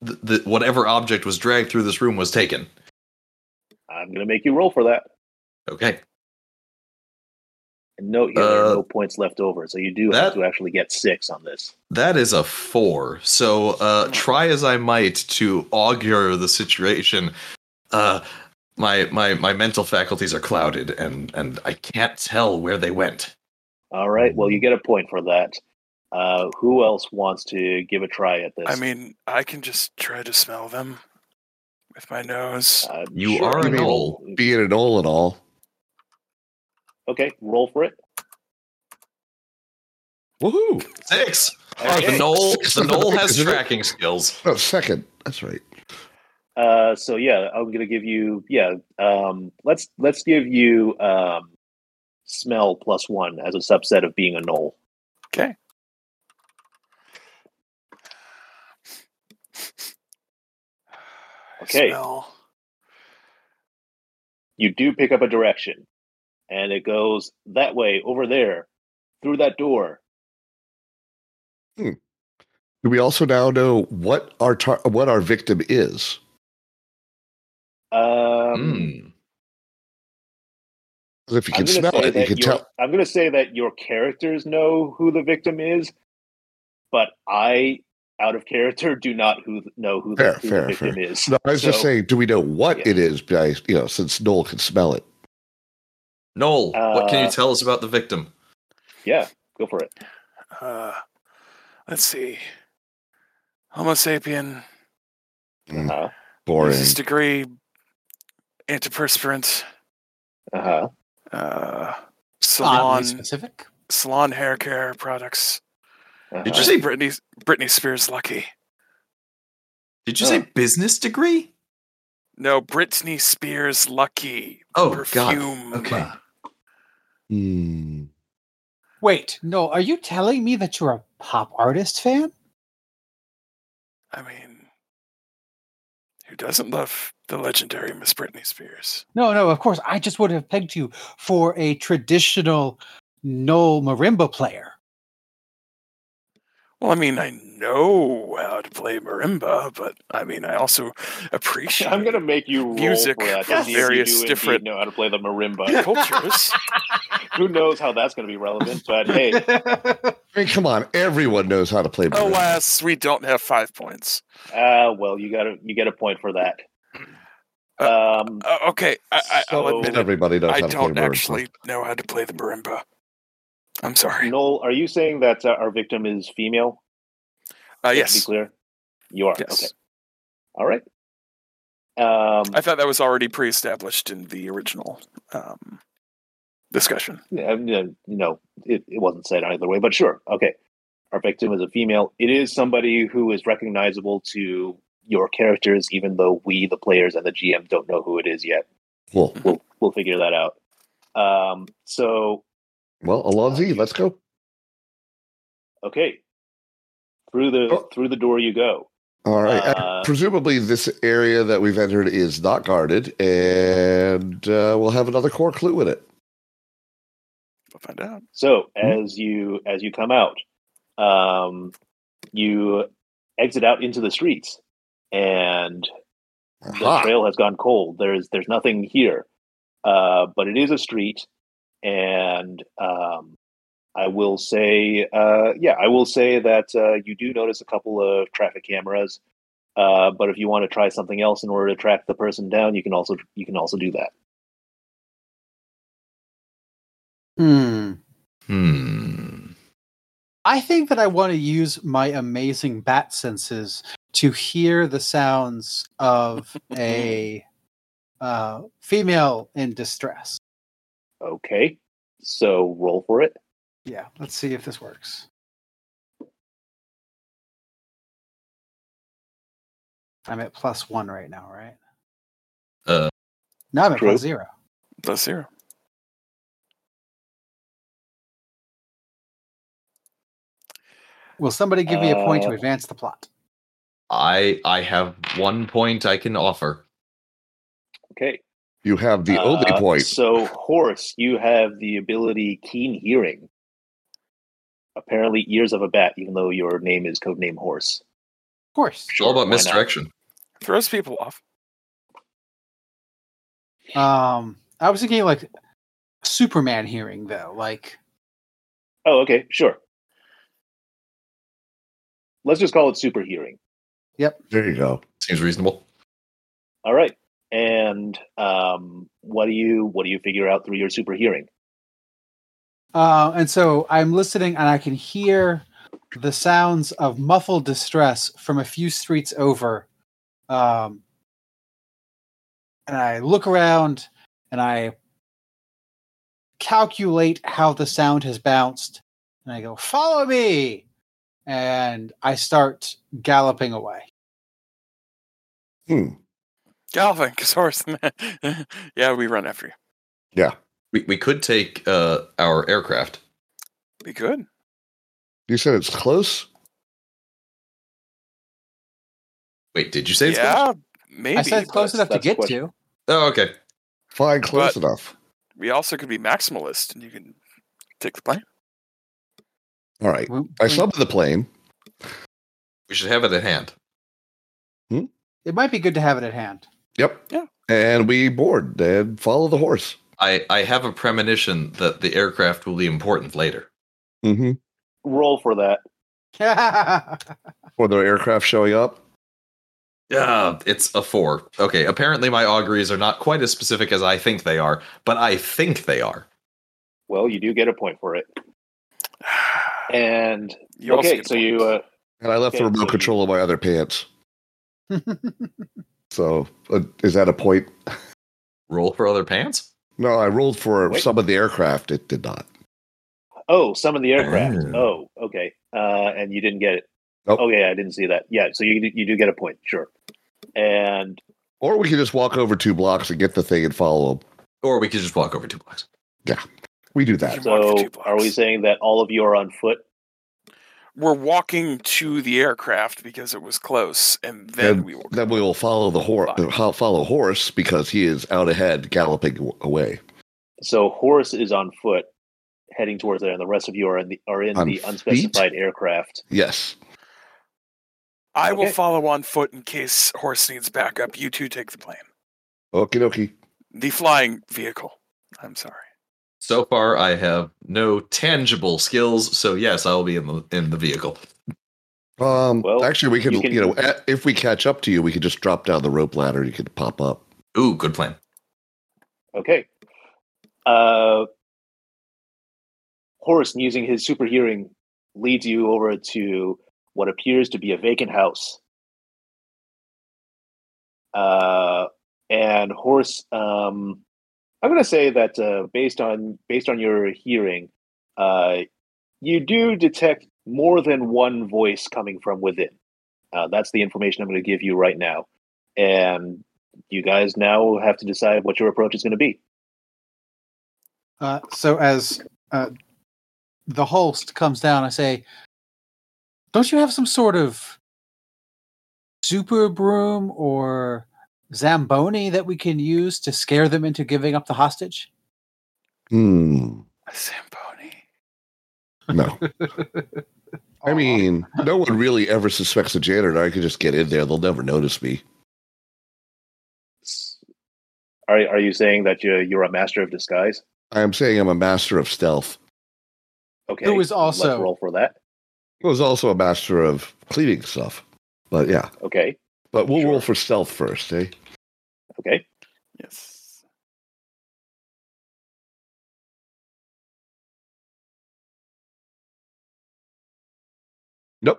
Speaker 4: the, the whatever object was dragged through this room was taken.
Speaker 3: I'm going to make you roll for that.
Speaker 4: Okay.
Speaker 3: And note here, there
Speaker 4: Uh,
Speaker 3: are no points left over, so you do have
Speaker 4: that-
Speaker 3: to actually get six on this.
Speaker 4: That is a 4. So, uh try as I might to augur the situation, uh my my my mental faculties are clouded and and I can't tell where they went.
Speaker 3: All right. Well, you get a point for that. Uh, who else wants to give a try at this?
Speaker 2: I mean, I can just try to smell them with my nose.
Speaker 3: Uh,
Speaker 4: You are
Speaker 6: an
Speaker 3: you can-
Speaker 4: owl.
Speaker 6: Being an all and all.
Speaker 3: Okay, roll for it.
Speaker 6: Woohoo!
Speaker 4: 6.
Speaker 3: All
Speaker 4: Oh, The
Speaker 3: right.
Speaker 4: knoll
Speaker 6: Six
Speaker 4: the
Speaker 6: is the
Speaker 4: knoll
Speaker 6: big-
Speaker 4: has
Speaker 6: isn't it?
Speaker 4: tracking skills.
Speaker 6: No, Oh, second. That's right.
Speaker 3: Uh, so yeah, I'm gonna give you yeah. Um, let's let's give you um, smell plus one as a subset of being a null.
Speaker 2: I
Speaker 3: Uh, okay.
Speaker 2: Smell.
Speaker 3: You do pick up a direction, and it goes that way over there, through that door.
Speaker 6: Do we also now know what our tar- what our victim is?
Speaker 3: Um,
Speaker 4: Hmm.
Speaker 6: 'Cause If you
Speaker 3: I'm gonna
Speaker 6: can smell
Speaker 3: say
Speaker 6: it, you
Speaker 3: that
Speaker 6: can
Speaker 3: your-
Speaker 6: tell.
Speaker 3: I'm going to say that your characters know who the victim is, but I, out of character, do not who know who,
Speaker 6: Fair,
Speaker 3: the, who
Speaker 6: fair,
Speaker 3: the victim
Speaker 6: fair.
Speaker 3: is.
Speaker 6: No, I was just
Speaker 3: So,
Speaker 6: saying. Do we know what
Speaker 3: Yeah.
Speaker 6: it is? By you know, since Noel can smell it.
Speaker 4: Noel, what can you
Speaker 3: Uh,
Speaker 4: tell us about the victim?
Speaker 3: Yeah, go for it.
Speaker 2: Uh, let's see. Homo sapien.
Speaker 6: Mm,
Speaker 3: Uh-huh.
Speaker 6: boring.
Speaker 2: His degree. Antiperspirant.
Speaker 3: Uh-huh.
Speaker 2: Uh,
Speaker 6: Ah,
Speaker 5: Oddly
Speaker 2: salon.
Speaker 5: specific.
Speaker 2: salon hair care products.
Speaker 3: uh-huh.
Speaker 2: Did
Speaker 4: Did
Speaker 2: you
Speaker 4: you
Speaker 2: say Britney? Britney Spears lucky?
Speaker 4: Did you
Speaker 3: uh,
Speaker 4: say business degree?
Speaker 2: No, Britney Spears lucky.
Speaker 4: Oh
Speaker 2: perfume.
Speaker 4: God. Okay.
Speaker 6: Hmm.
Speaker 5: Wait, no, are you telling me that you're a pop artist fan?
Speaker 2: I mean, who doesn't love the legendary Miss Britney Spears?
Speaker 5: No, no, of course. I just would have pegged you for a traditional Noel marimba player.
Speaker 2: Well, I mean, I know how to play marimba, but I mean, I also appreciate
Speaker 3: I'm going to make you roll
Speaker 2: Music
Speaker 3: for that.
Speaker 2: from
Speaker 3: to see if you
Speaker 2: various
Speaker 3: do indeed
Speaker 2: different-
Speaker 3: know how to play the marimba.
Speaker 2: cultures.
Speaker 3: who knows how that's going to be relevant? But hey,
Speaker 6: I mean, come on. Everyone knows how to play.
Speaker 2: Oh,
Speaker 6: Marimba.
Speaker 2: Alas, we don't have five points.
Speaker 3: uh, well, you got to you get a point for that. Um,
Speaker 2: Uh, okay, I, I, I'll
Speaker 3: So-
Speaker 2: admit it.
Speaker 6: Everybody knows
Speaker 2: I
Speaker 6: how to play
Speaker 2: don't
Speaker 6: marimba.
Speaker 2: actually know how to play the marimba. I'm sorry.
Speaker 3: Noel, are you saying that uh, our victim is female?
Speaker 2: Uh,
Speaker 3: Just To be
Speaker 2: yes,
Speaker 3: clear, you are.
Speaker 2: yes.
Speaker 3: Okay. All right. Um,
Speaker 2: I thought that was already pre-established in the original um, discussion.
Speaker 3: Yeah, I mean, no, uh, it, it wasn't said either way, but sure. Okay. Our victim is a female. It is somebody who is recognizable to your characters, even though we, the players, and the GM don't know who it is yet.
Speaker 6: Cool.
Speaker 3: We'll, we'll figure that out. Um, so,
Speaker 6: Well, Alonzi, let's go.
Speaker 3: okay. Through the
Speaker 6: Oh.
Speaker 3: through the door you go.
Speaker 6: All right. And
Speaker 3: Uh,
Speaker 6: Presumably, this area that we've entered is not guarded, and uh, we'll have another core clue in it.
Speaker 2: We'll find out.
Speaker 3: So as you as you come out, um, you exit out into the streets, and the
Speaker 6: Aha.
Speaker 3: trail has gone cold. There's there's nothing here, uh, but it is a street, and um, I will say, uh, yeah, I will say that uh, you do notice a couple of traffic cameras. Uh, but if you want to try something else in order to track the person down, you can also you can also do that.
Speaker 5: Hmm.
Speaker 4: Hmm.
Speaker 5: I think that I want to use my amazing bat senses to hear the sounds of a uh, female in distress.
Speaker 3: Okay, so roll for it.
Speaker 5: Yeah, let's see if this works. I'm at plus one right now, right?
Speaker 4: Uh,
Speaker 5: No, I'm at
Speaker 3: True.
Speaker 5: plus zero.
Speaker 2: Plus zero.
Speaker 5: Will somebody give me a point to
Speaker 3: Uh,
Speaker 5: advance the plot?
Speaker 4: I I have one point I can offer.
Speaker 3: Okay.
Speaker 6: You have the
Speaker 3: Uh,
Speaker 6: only point.
Speaker 3: So, horse, you have the ability keen hearing. Apparently, ears of a bat, even though your name is codename horse.
Speaker 5: Of course.
Speaker 4: All about
Speaker 3: why not?
Speaker 4: misdirection.
Speaker 2: Throws people off.
Speaker 5: Um, I was thinking like Superman hearing though, like
Speaker 3: Oh, okay, sure. Let's just call it super hearing.
Speaker 6: There you go.
Speaker 4: Seems reasonable.
Speaker 3: All right. And um, what do you what do you figure out through your super hearing?
Speaker 5: Uh, and so I'm listening and I can hear the sounds of muffled distress from a few streets over. Um, and I look around and I calculate how the sound has bounced. And I go, follow me. And I start galloping away.
Speaker 6: Hmm.
Speaker 2: Galvin, because horse. yeah, we run after you.
Speaker 4: We, we could take uh, our aircraft.
Speaker 2: We could.
Speaker 6: You said it's close?
Speaker 4: Wait, did you say it's
Speaker 2: yeah, maybe.
Speaker 5: I said close
Speaker 3: that's-
Speaker 5: enough to
Speaker 3: that's
Speaker 5: get
Speaker 3: question.
Speaker 5: to.
Speaker 4: Oh, okay.
Speaker 6: Fine, close
Speaker 2: But-
Speaker 6: enough.
Speaker 2: We also could be maximalist, and you can take the plane.
Speaker 6: All right.
Speaker 5: We-
Speaker 6: I
Speaker 5: we-
Speaker 6: summoned the plane.
Speaker 4: We should have it at hand.
Speaker 5: It might be good to have it at hand.
Speaker 6: Yep.
Speaker 2: Yeah.
Speaker 6: And we board and follow the horse.
Speaker 4: I, I have a premonition that the aircraft will be important later.
Speaker 6: Mm-hmm.
Speaker 3: Roll for that.
Speaker 6: For the aircraft showing up.
Speaker 4: Yeah, Uh, it's a four. Okay, apparently my auguries are not quite as specific as I think they are, but I think they are.
Speaker 3: Well, you do get a point for it. And
Speaker 2: You also
Speaker 3: okay,
Speaker 2: get a
Speaker 3: so
Speaker 2: point.
Speaker 3: you uh,
Speaker 6: And I left
Speaker 3: Okay,
Speaker 6: the remote
Speaker 3: so you-
Speaker 6: control in my other pants. So uh, is that a point?
Speaker 4: Roll for other pants?
Speaker 6: No, I rolled for
Speaker 3: Wait.
Speaker 6: some of the aircraft. It did not.
Speaker 3: Oh, summon the aircraft.
Speaker 4: Ah.
Speaker 3: Oh, okay. Uh, and you didn't get it.
Speaker 6: Nope.
Speaker 3: Oh, yeah, I didn't see that. Yeah, so you do- you do get a point, sure. And
Speaker 6: Or we could just walk over two blocks and get the thing and follow them.
Speaker 4: Or we could just walk over two blocks.
Speaker 6: We do that.
Speaker 2: Can walk for
Speaker 3: so,
Speaker 2: two blocks.
Speaker 3: are we saying that all of you are on foot?
Speaker 2: We're walking to the aircraft because it was close, and then
Speaker 6: And
Speaker 2: we will.
Speaker 6: Then we will follow the horse. Follow horse because he is out ahead, galloping away.
Speaker 3: So, Horace is on foot, heading towards there, and the rest of you are in the are in
Speaker 6: On
Speaker 3: the
Speaker 6: feet?
Speaker 3: unspecified aircraft.
Speaker 6: Yes.
Speaker 2: I will
Speaker 3: Okay.
Speaker 2: follow on foot in case horse needs backup. You two take the plane,
Speaker 6: Okie dokie.
Speaker 2: the flying vehicle. I'm sorry.
Speaker 4: So far I have no tangible skills, so yes, I will be in the in the vehicle.
Speaker 6: Um,
Speaker 3: Well,
Speaker 6: actually, we could,
Speaker 3: you
Speaker 6: you,
Speaker 3: can-
Speaker 6: know, a- if we catch up to you, we could just drop down the rope ladder. You could pop up.
Speaker 4: Ooh, good plan.
Speaker 3: Okay. Uh, Horace, using his super hearing, leads you over to what appears to be a vacant house. Uh, and Horace, um, I'm going to say that uh, based on based on your hearing, uh, you do detect more than one voice coming from within. Uh, that's the information I'm going to give you right now, and you guys now have to decide what your approach is going to be.
Speaker 5: Uh, so as uh, the host comes down, I say, "Don't you have some sort of super broom or zamboni that we can use to scare them into giving up the hostage?"
Speaker 6: Hmm.
Speaker 2: A Zamboni.
Speaker 6: No. I mean, no one really ever suspects a janitor. I could just get in there. They'll never notice me.
Speaker 3: Are are you saying that you you're a master of disguise?
Speaker 6: I am saying I'm a master of stealth.
Speaker 3: Okay.
Speaker 5: Who is also-
Speaker 3: let's roll for that.
Speaker 6: I was also a master of cleaning stuff. But yeah,
Speaker 3: Okay.
Speaker 6: but we'll
Speaker 3: Sure.
Speaker 6: roll for stealth first, eh?
Speaker 3: Okay.
Speaker 2: Yes.
Speaker 6: Nope.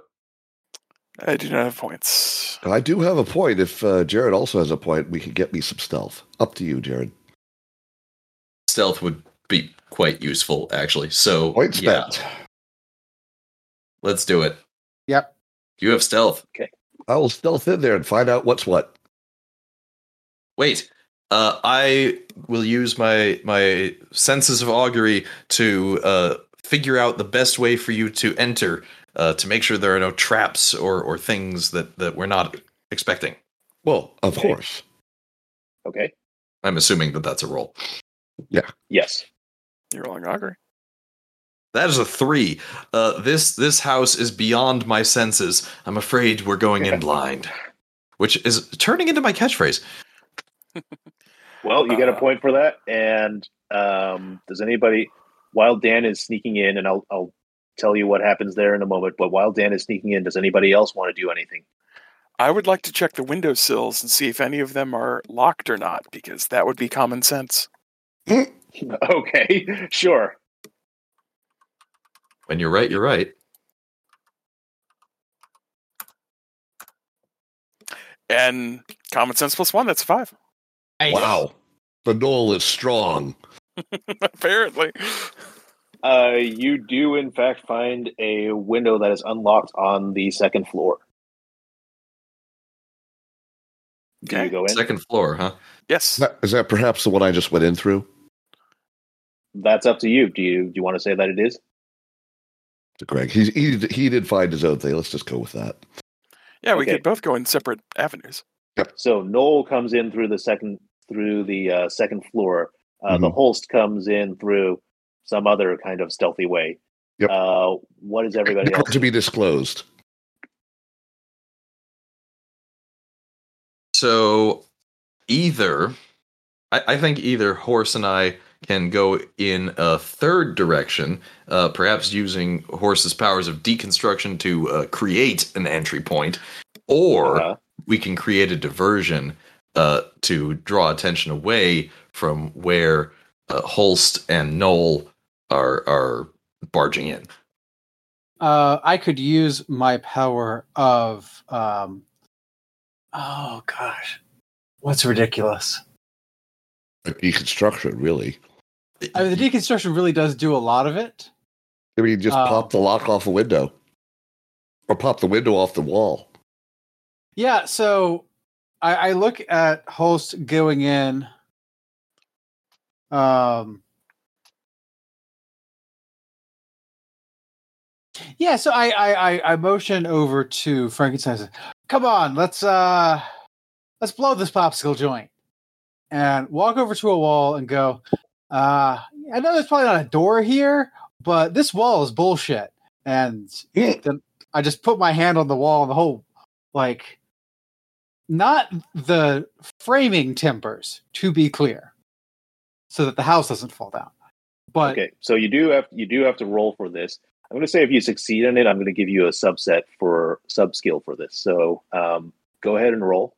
Speaker 2: I do not have points.
Speaker 6: I do have a point. If uh, Jared also has a point, we could get me some stealth. Up to you, Jared.
Speaker 4: Stealth would be quite useful, actually. So
Speaker 6: Point
Speaker 4: yeah,
Speaker 6: spent.
Speaker 4: let's do it.
Speaker 5: Yep.
Speaker 4: You have stealth.
Speaker 6: I will stealth in there and find out what's what.
Speaker 4: Wait, uh, I will use my my senses of augury to uh, figure out the best way for you to enter uh, to make sure there are no traps or or things that that we're not expecting.
Speaker 6: Well, of
Speaker 3: Okay.
Speaker 6: course.
Speaker 3: Okay.
Speaker 4: I'm assuming that that's a roll.
Speaker 3: Yes.
Speaker 2: You're rolling augury.
Speaker 4: That is a three. Uh, this this house is beyond my senses. I'm afraid we're going in blind, which is turning into my catchphrase.
Speaker 3: Well, you get a
Speaker 2: Uh,
Speaker 3: point for that. And um, does anybody? While Dan is sneaking in, and I'll, I'll tell you what happens there in a moment. But while Dan is sneaking in, does anybody else want to do anything?
Speaker 2: I would like to check the window sills and see if any of them are locked or not, because that would be common sense.
Speaker 3: okay, sure.
Speaker 4: When you're right, you're right.
Speaker 2: And common sense plus one, that's a five.
Speaker 6: Wow. The knoll is strong.
Speaker 2: Apparently.
Speaker 3: Uh, you do, in fact, find a window that is unlocked on the second floor. Do you
Speaker 2: Okay.
Speaker 3: go in?
Speaker 4: Second floor, huh?
Speaker 6: Is
Speaker 2: Yes.
Speaker 6: that- is that perhaps the one I just went in through?
Speaker 3: That's up to you. Do you do you want to say that it is?
Speaker 6: To Greg, he, he did- he did find his own thing. Let's just go with that.
Speaker 2: Yeah, we
Speaker 3: Okay.
Speaker 2: could both go in separate avenues.
Speaker 3: So Noel comes in through the second through the uh, second floor. Uh,
Speaker 4: Mm-hmm.
Speaker 3: The Holst comes in through some other kind of stealthy way.
Speaker 6: Yep.
Speaker 3: Uh, what is everybody
Speaker 6: Not
Speaker 3: else?
Speaker 6: to be disclosed.
Speaker 4: So either I, I think either horse and I can go in a third direction, uh, perhaps using horse's powers of deconstruction to uh, create an entry point, or
Speaker 3: Uh,
Speaker 4: we can create a diversion uh, to draw attention away from where uh, Holst and Knoll are are barging in.
Speaker 5: Uh, I could use my power of. Um, oh gosh, what's ridiculous?
Speaker 6: A deconstruction, really.
Speaker 5: I mean, the deconstruction really does do a lot of it.
Speaker 6: I mean, just
Speaker 5: Uh,
Speaker 6: pop the lock off a window, or pop the window off the wall.
Speaker 5: Yeah, so I, I look at Holst going in. Um, yeah, so I, I I I motion over to Frankenstein. and says, Come on, let's uh let's blow this popsicle joint, and walk over to a wall and go. Uh, I know there's probably not a door here, but this wall is bullshit. And then I just put my hand on the wall, and the whole like not the framing timbers to be clear so that the house doesn't fall down but
Speaker 3: okay, so you do have you do have to roll for this. I'm going to say if you succeed in it, I'm going to give you a subset for sub skill for this. So um, go ahead and roll.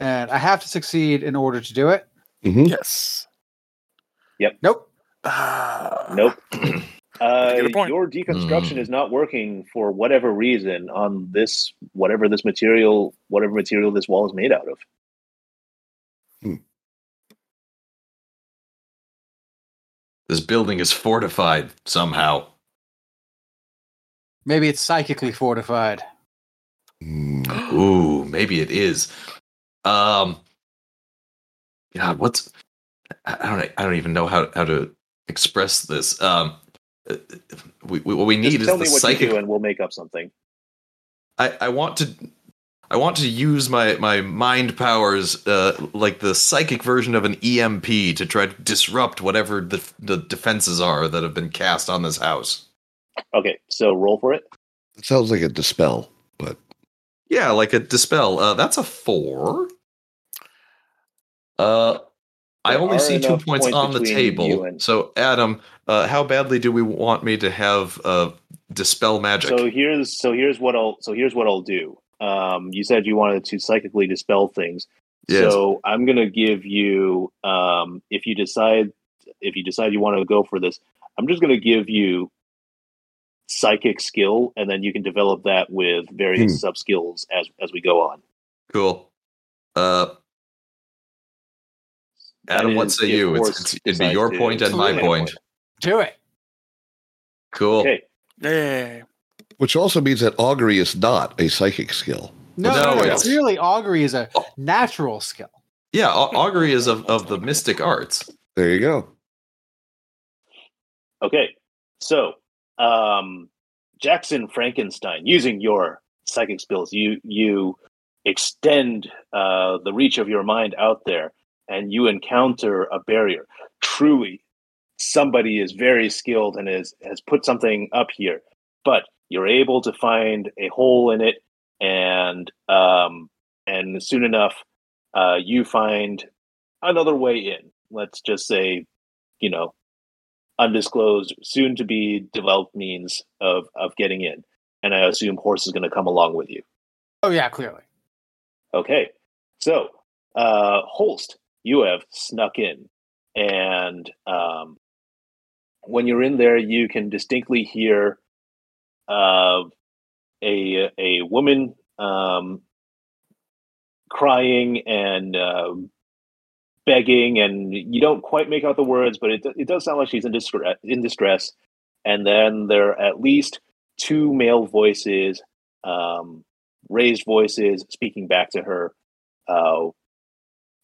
Speaker 5: and i have to succeed in order to do it
Speaker 6: Mm-hmm.
Speaker 2: Yes.
Speaker 5: nope
Speaker 2: Ah.
Speaker 3: Nope. Uh,
Speaker 2: Get a point.
Speaker 3: your deconstruction
Speaker 4: Hmm.
Speaker 3: is not working for whatever reason on this whatever this material whatever material this wall is made out of.
Speaker 4: This building is fortified somehow.
Speaker 5: maybe it's psychically fortified
Speaker 6: Hmm.
Speaker 4: Ooh, maybe it is. Um, God, what's I I don't I don't even know how how to express this. Um, uh, we, we, what we need
Speaker 3: Just
Speaker 4: is
Speaker 3: tell
Speaker 4: the
Speaker 3: me what you
Speaker 4: psychic.
Speaker 3: do and we'll make up something.
Speaker 4: I, I want to I want to use my my mind powers uh, like the psychic version of an EMP to try to disrupt whatever the the defenses are that have been cast on this house.
Speaker 3: Okay, so roll for it.
Speaker 6: It sounds like a dispel.
Speaker 4: Yeah, like a dispel. Uh, that's a four. Uh, I
Speaker 3: There
Speaker 4: only
Speaker 3: are
Speaker 4: see two
Speaker 3: enough
Speaker 4: points
Speaker 3: points
Speaker 4: on the
Speaker 3: between
Speaker 4: table.
Speaker 3: you and-
Speaker 4: So, Adam, uh, how badly do we want me to have uh, dispel magic?
Speaker 3: So here's so here's what I'll so here's what I'll do. Um, you said you wanted to psychically dispel things.
Speaker 4: Yes.
Speaker 3: So I'm gonna give you um, if you decide if you decide you want to go for this, I'm just gonna give you psychic skill, and then you can develop that with
Speaker 4: Hmm.
Speaker 3: various sub skills as as we go on.
Speaker 4: cool. Uh, Adam,
Speaker 3: That
Speaker 4: what
Speaker 3: is
Speaker 4: say
Speaker 3: if
Speaker 4: you? It's-
Speaker 3: Horst
Speaker 4: it's- it'd be
Speaker 3: decides
Speaker 4: your
Speaker 3: to
Speaker 4: point and
Speaker 3: take
Speaker 5: my
Speaker 3: that
Speaker 4: point.
Speaker 5: do it
Speaker 4: cool.
Speaker 3: Okay,
Speaker 2: Yeah.
Speaker 6: Which also means that augury is not a psychic skill.
Speaker 5: no
Speaker 4: No,
Speaker 5: no, no,
Speaker 4: yes.
Speaker 5: clearly augury is a
Speaker 4: Oh.
Speaker 5: natural skill
Speaker 4: Yeah, au- augury is of, of the mystic arts.
Speaker 6: There you go.
Speaker 3: okay. So um, Jackson Frankenstein, using your psychic skills, you you extend uh, the reach of your mind out there and you encounter a barrier truly somebody is very skilled and is, has put something up here but you're able to find a hole in it and um, and soon enough uh, you find another way in let's just say you know undisclosed soon to be developed means of of getting in and i assume horse is going to come along with you
Speaker 5: Oh yeah, clearly.
Speaker 3: Okay. So, uh, Holst, you have snuck in. And um, when you're in there, you can distinctly hear uh, a, a woman um, crying and uh, begging. And you don't quite make out the words, but it, it does sound like she's in, distre- in distress. And then there are at least two male voices um, raised voices speaking back to her. Uh,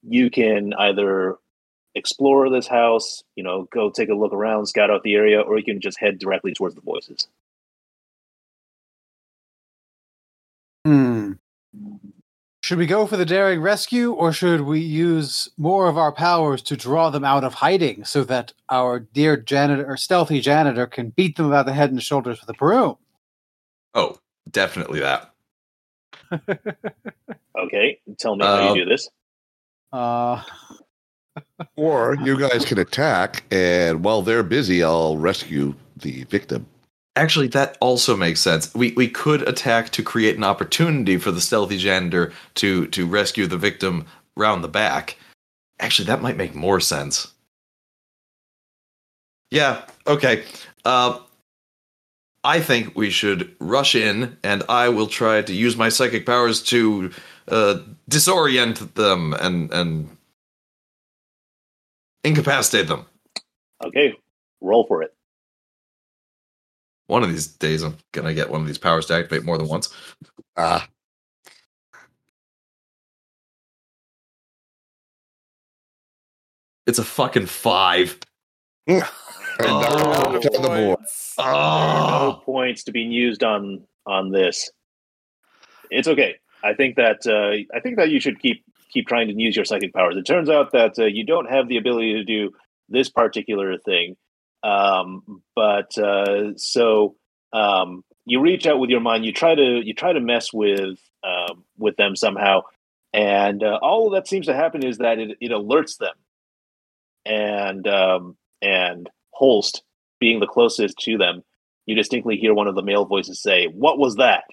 Speaker 3: you can either explore this house, you know, go take a look around, scout out the area, or you can just head directly towards the voices.
Speaker 5: Hmm. Should we go for the daring rescue, or should we use more of our powers to draw them out of hiding so that our dear janitor, or stealthy janitor, can beat them about the head and shoulders with a broom?
Speaker 4: Oh, definitely that.
Speaker 3: Okay, tell me how
Speaker 4: Uh,
Speaker 3: you do this.
Speaker 5: Uh,
Speaker 6: Or you guys can attack, and while they're busy, I'll rescue the victim.
Speaker 4: Actually, that also makes sense. We we could attack to create an opportunity for the stealthy janitor to to rescue the victim round the back. Actually, that might make more sense. Yeah. Okay. Uh, I think we should rush in, and I will try to use my psychic powers to uh, disorient them and and incapacitate them.
Speaker 3: Okay, roll for it.
Speaker 4: One of these days, I'm gonna get one of these powers to activate more than once.
Speaker 6: Ah,
Speaker 4: It's a fucking five.
Speaker 6: and
Speaker 4: Oh,
Speaker 6: knock it on the board.
Speaker 3: no
Speaker 4: Oh,
Speaker 3: points to be used on on this. It's okay. I think that uh, I think that you should keep keep trying to use your psychic powers. It turns out that uh, you don't have the ability to do this particular thing, um, but uh, so um, you reach out with your mind. You try to you try to mess with um, with them somehow, and uh, all that seems to happen is that it, it alerts them, and um, and Holst being the closest to them you distinctly hear one of the male voices say, "What was that?"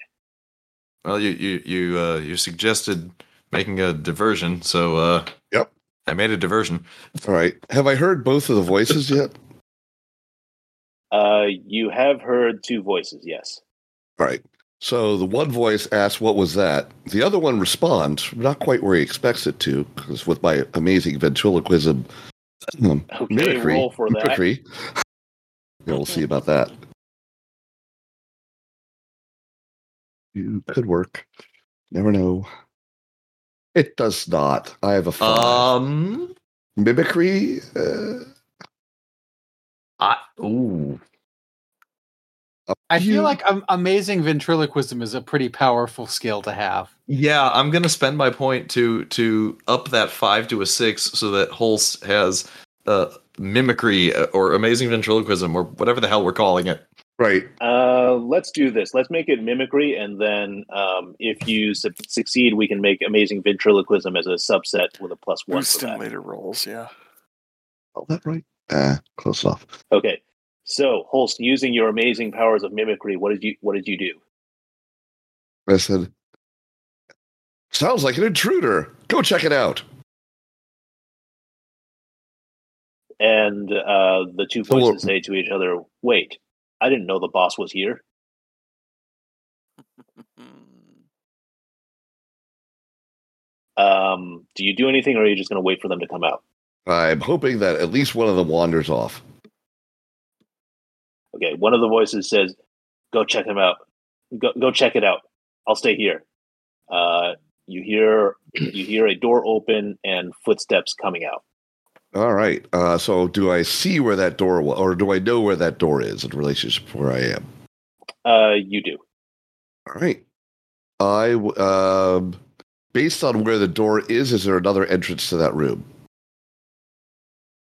Speaker 4: Well, you you you uh, you suggested making a diversion, so uh,
Speaker 6: Yep.
Speaker 4: I made a diversion.
Speaker 6: All right. Have I heard both of the voices yet?
Speaker 3: Uh, you have heard two voices. Yes.
Speaker 6: All right. So the one voice asks, What was that? The other one responds, not quite where he expects it to, because with my amazing ventriloquism um,
Speaker 3: Okay,
Speaker 6: mimicry,
Speaker 3: roll for that.
Speaker 6: mimicry. Yeah, we'll see about that. You could work. Never know. It does not. I have a five.
Speaker 4: Um,
Speaker 6: mimicry. Uh,
Speaker 4: I ooh,
Speaker 5: I feel
Speaker 6: you-
Speaker 5: like um, amazing ventriloquism is a pretty powerful skill to have.
Speaker 4: yeah, I'm gonna spend my point to to up that five to a six, so that Holst has uh mimicry uh, or amazing ventriloquism or whatever the hell we're calling it.
Speaker 6: right.
Speaker 3: Uh, let's do this. Let's make it mimicry, and then um, if you su- succeed, we can make amazing ventriloquism as a subset with a plus one.
Speaker 2: Boost
Speaker 3: For
Speaker 2: and
Speaker 3: that.
Speaker 2: later rolls, yeah.
Speaker 6: All that right? Ah, close enough.
Speaker 3: Okay. So Holst, using your amazing powers of mimicry, what did you what did you do?
Speaker 6: I said, "Sounds like an intruder. Go check it out."
Speaker 3: And uh, the two
Speaker 6: So
Speaker 3: voices
Speaker 6: what-
Speaker 3: say to each other, "Wait, I didn't know the boss was here."
Speaker 2: Mm,
Speaker 3: Um, do you do anything, or are you just going to wait for them to come out?
Speaker 6: I'm hoping that at least one of them wanders off.
Speaker 3: Okay, one of the voices says, "Go check him out. Go go check it out. I'll stay here." Uh, you hear you hear a door open and footsteps coming out.
Speaker 6: All right. Uh, so, do I see where that door was, or do I know where that door is in relationship to where I am?
Speaker 3: Uh, you do.
Speaker 6: All right. I w- um, Based on where the door is, is there another entrance to that room?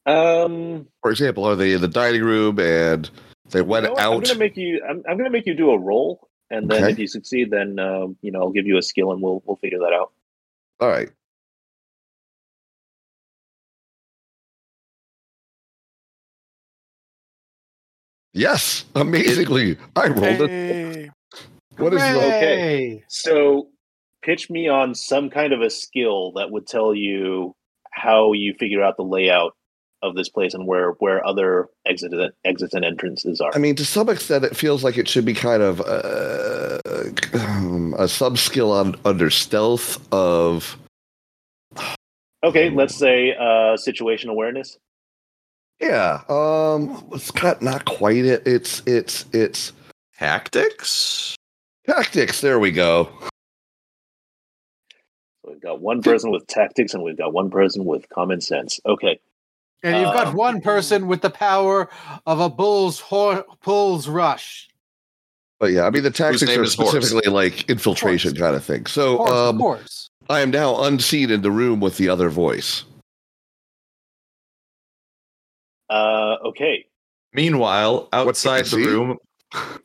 Speaker 3: Um,
Speaker 6: For example, are they in the dining room and they went
Speaker 3: you know what? I'm
Speaker 6: out?
Speaker 3: gonna make you. I'm, I'm gonna make you do a roll, and then
Speaker 6: Okay.
Speaker 3: if you succeed, then um, you know I'll give you a skill, and we'll we'll figure that out.
Speaker 6: All right. Yes, amazingly, I rolled it.
Speaker 2: Hey.
Speaker 6: What is the
Speaker 5: Hooray!
Speaker 3: So, pitch me on some kind of a skill that would tell you how you figure out the layout of this place and where where other exit exits and entrances are.
Speaker 6: I mean, to some extent, it feels like it should be kind of uh, um, a sub skill on under stealth of
Speaker 3: okay, let's say uh, situation awareness.
Speaker 6: yeah. Um, it's not not quite it. It's it's it's
Speaker 4: Tactics?
Speaker 6: tactics. There we go.
Speaker 3: So we've got one person with tactics, and we've got one person with common sense. Okay,
Speaker 5: And you've got
Speaker 3: Um,
Speaker 5: one person with the power of a bull's hor- bull's rush.
Speaker 6: But yeah, I mean, the tactics
Speaker 4: name
Speaker 6: are
Speaker 4: is Horse.
Speaker 6: specifically like infiltration
Speaker 5: Horse.
Speaker 6: kind of thing. So
Speaker 5: Horse,
Speaker 6: um,
Speaker 5: of course.
Speaker 6: I am now unseen in the room with the other voice.
Speaker 3: uh, okay.
Speaker 4: Meanwhile, outside the
Speaker 6: see?
Speaker 4: room.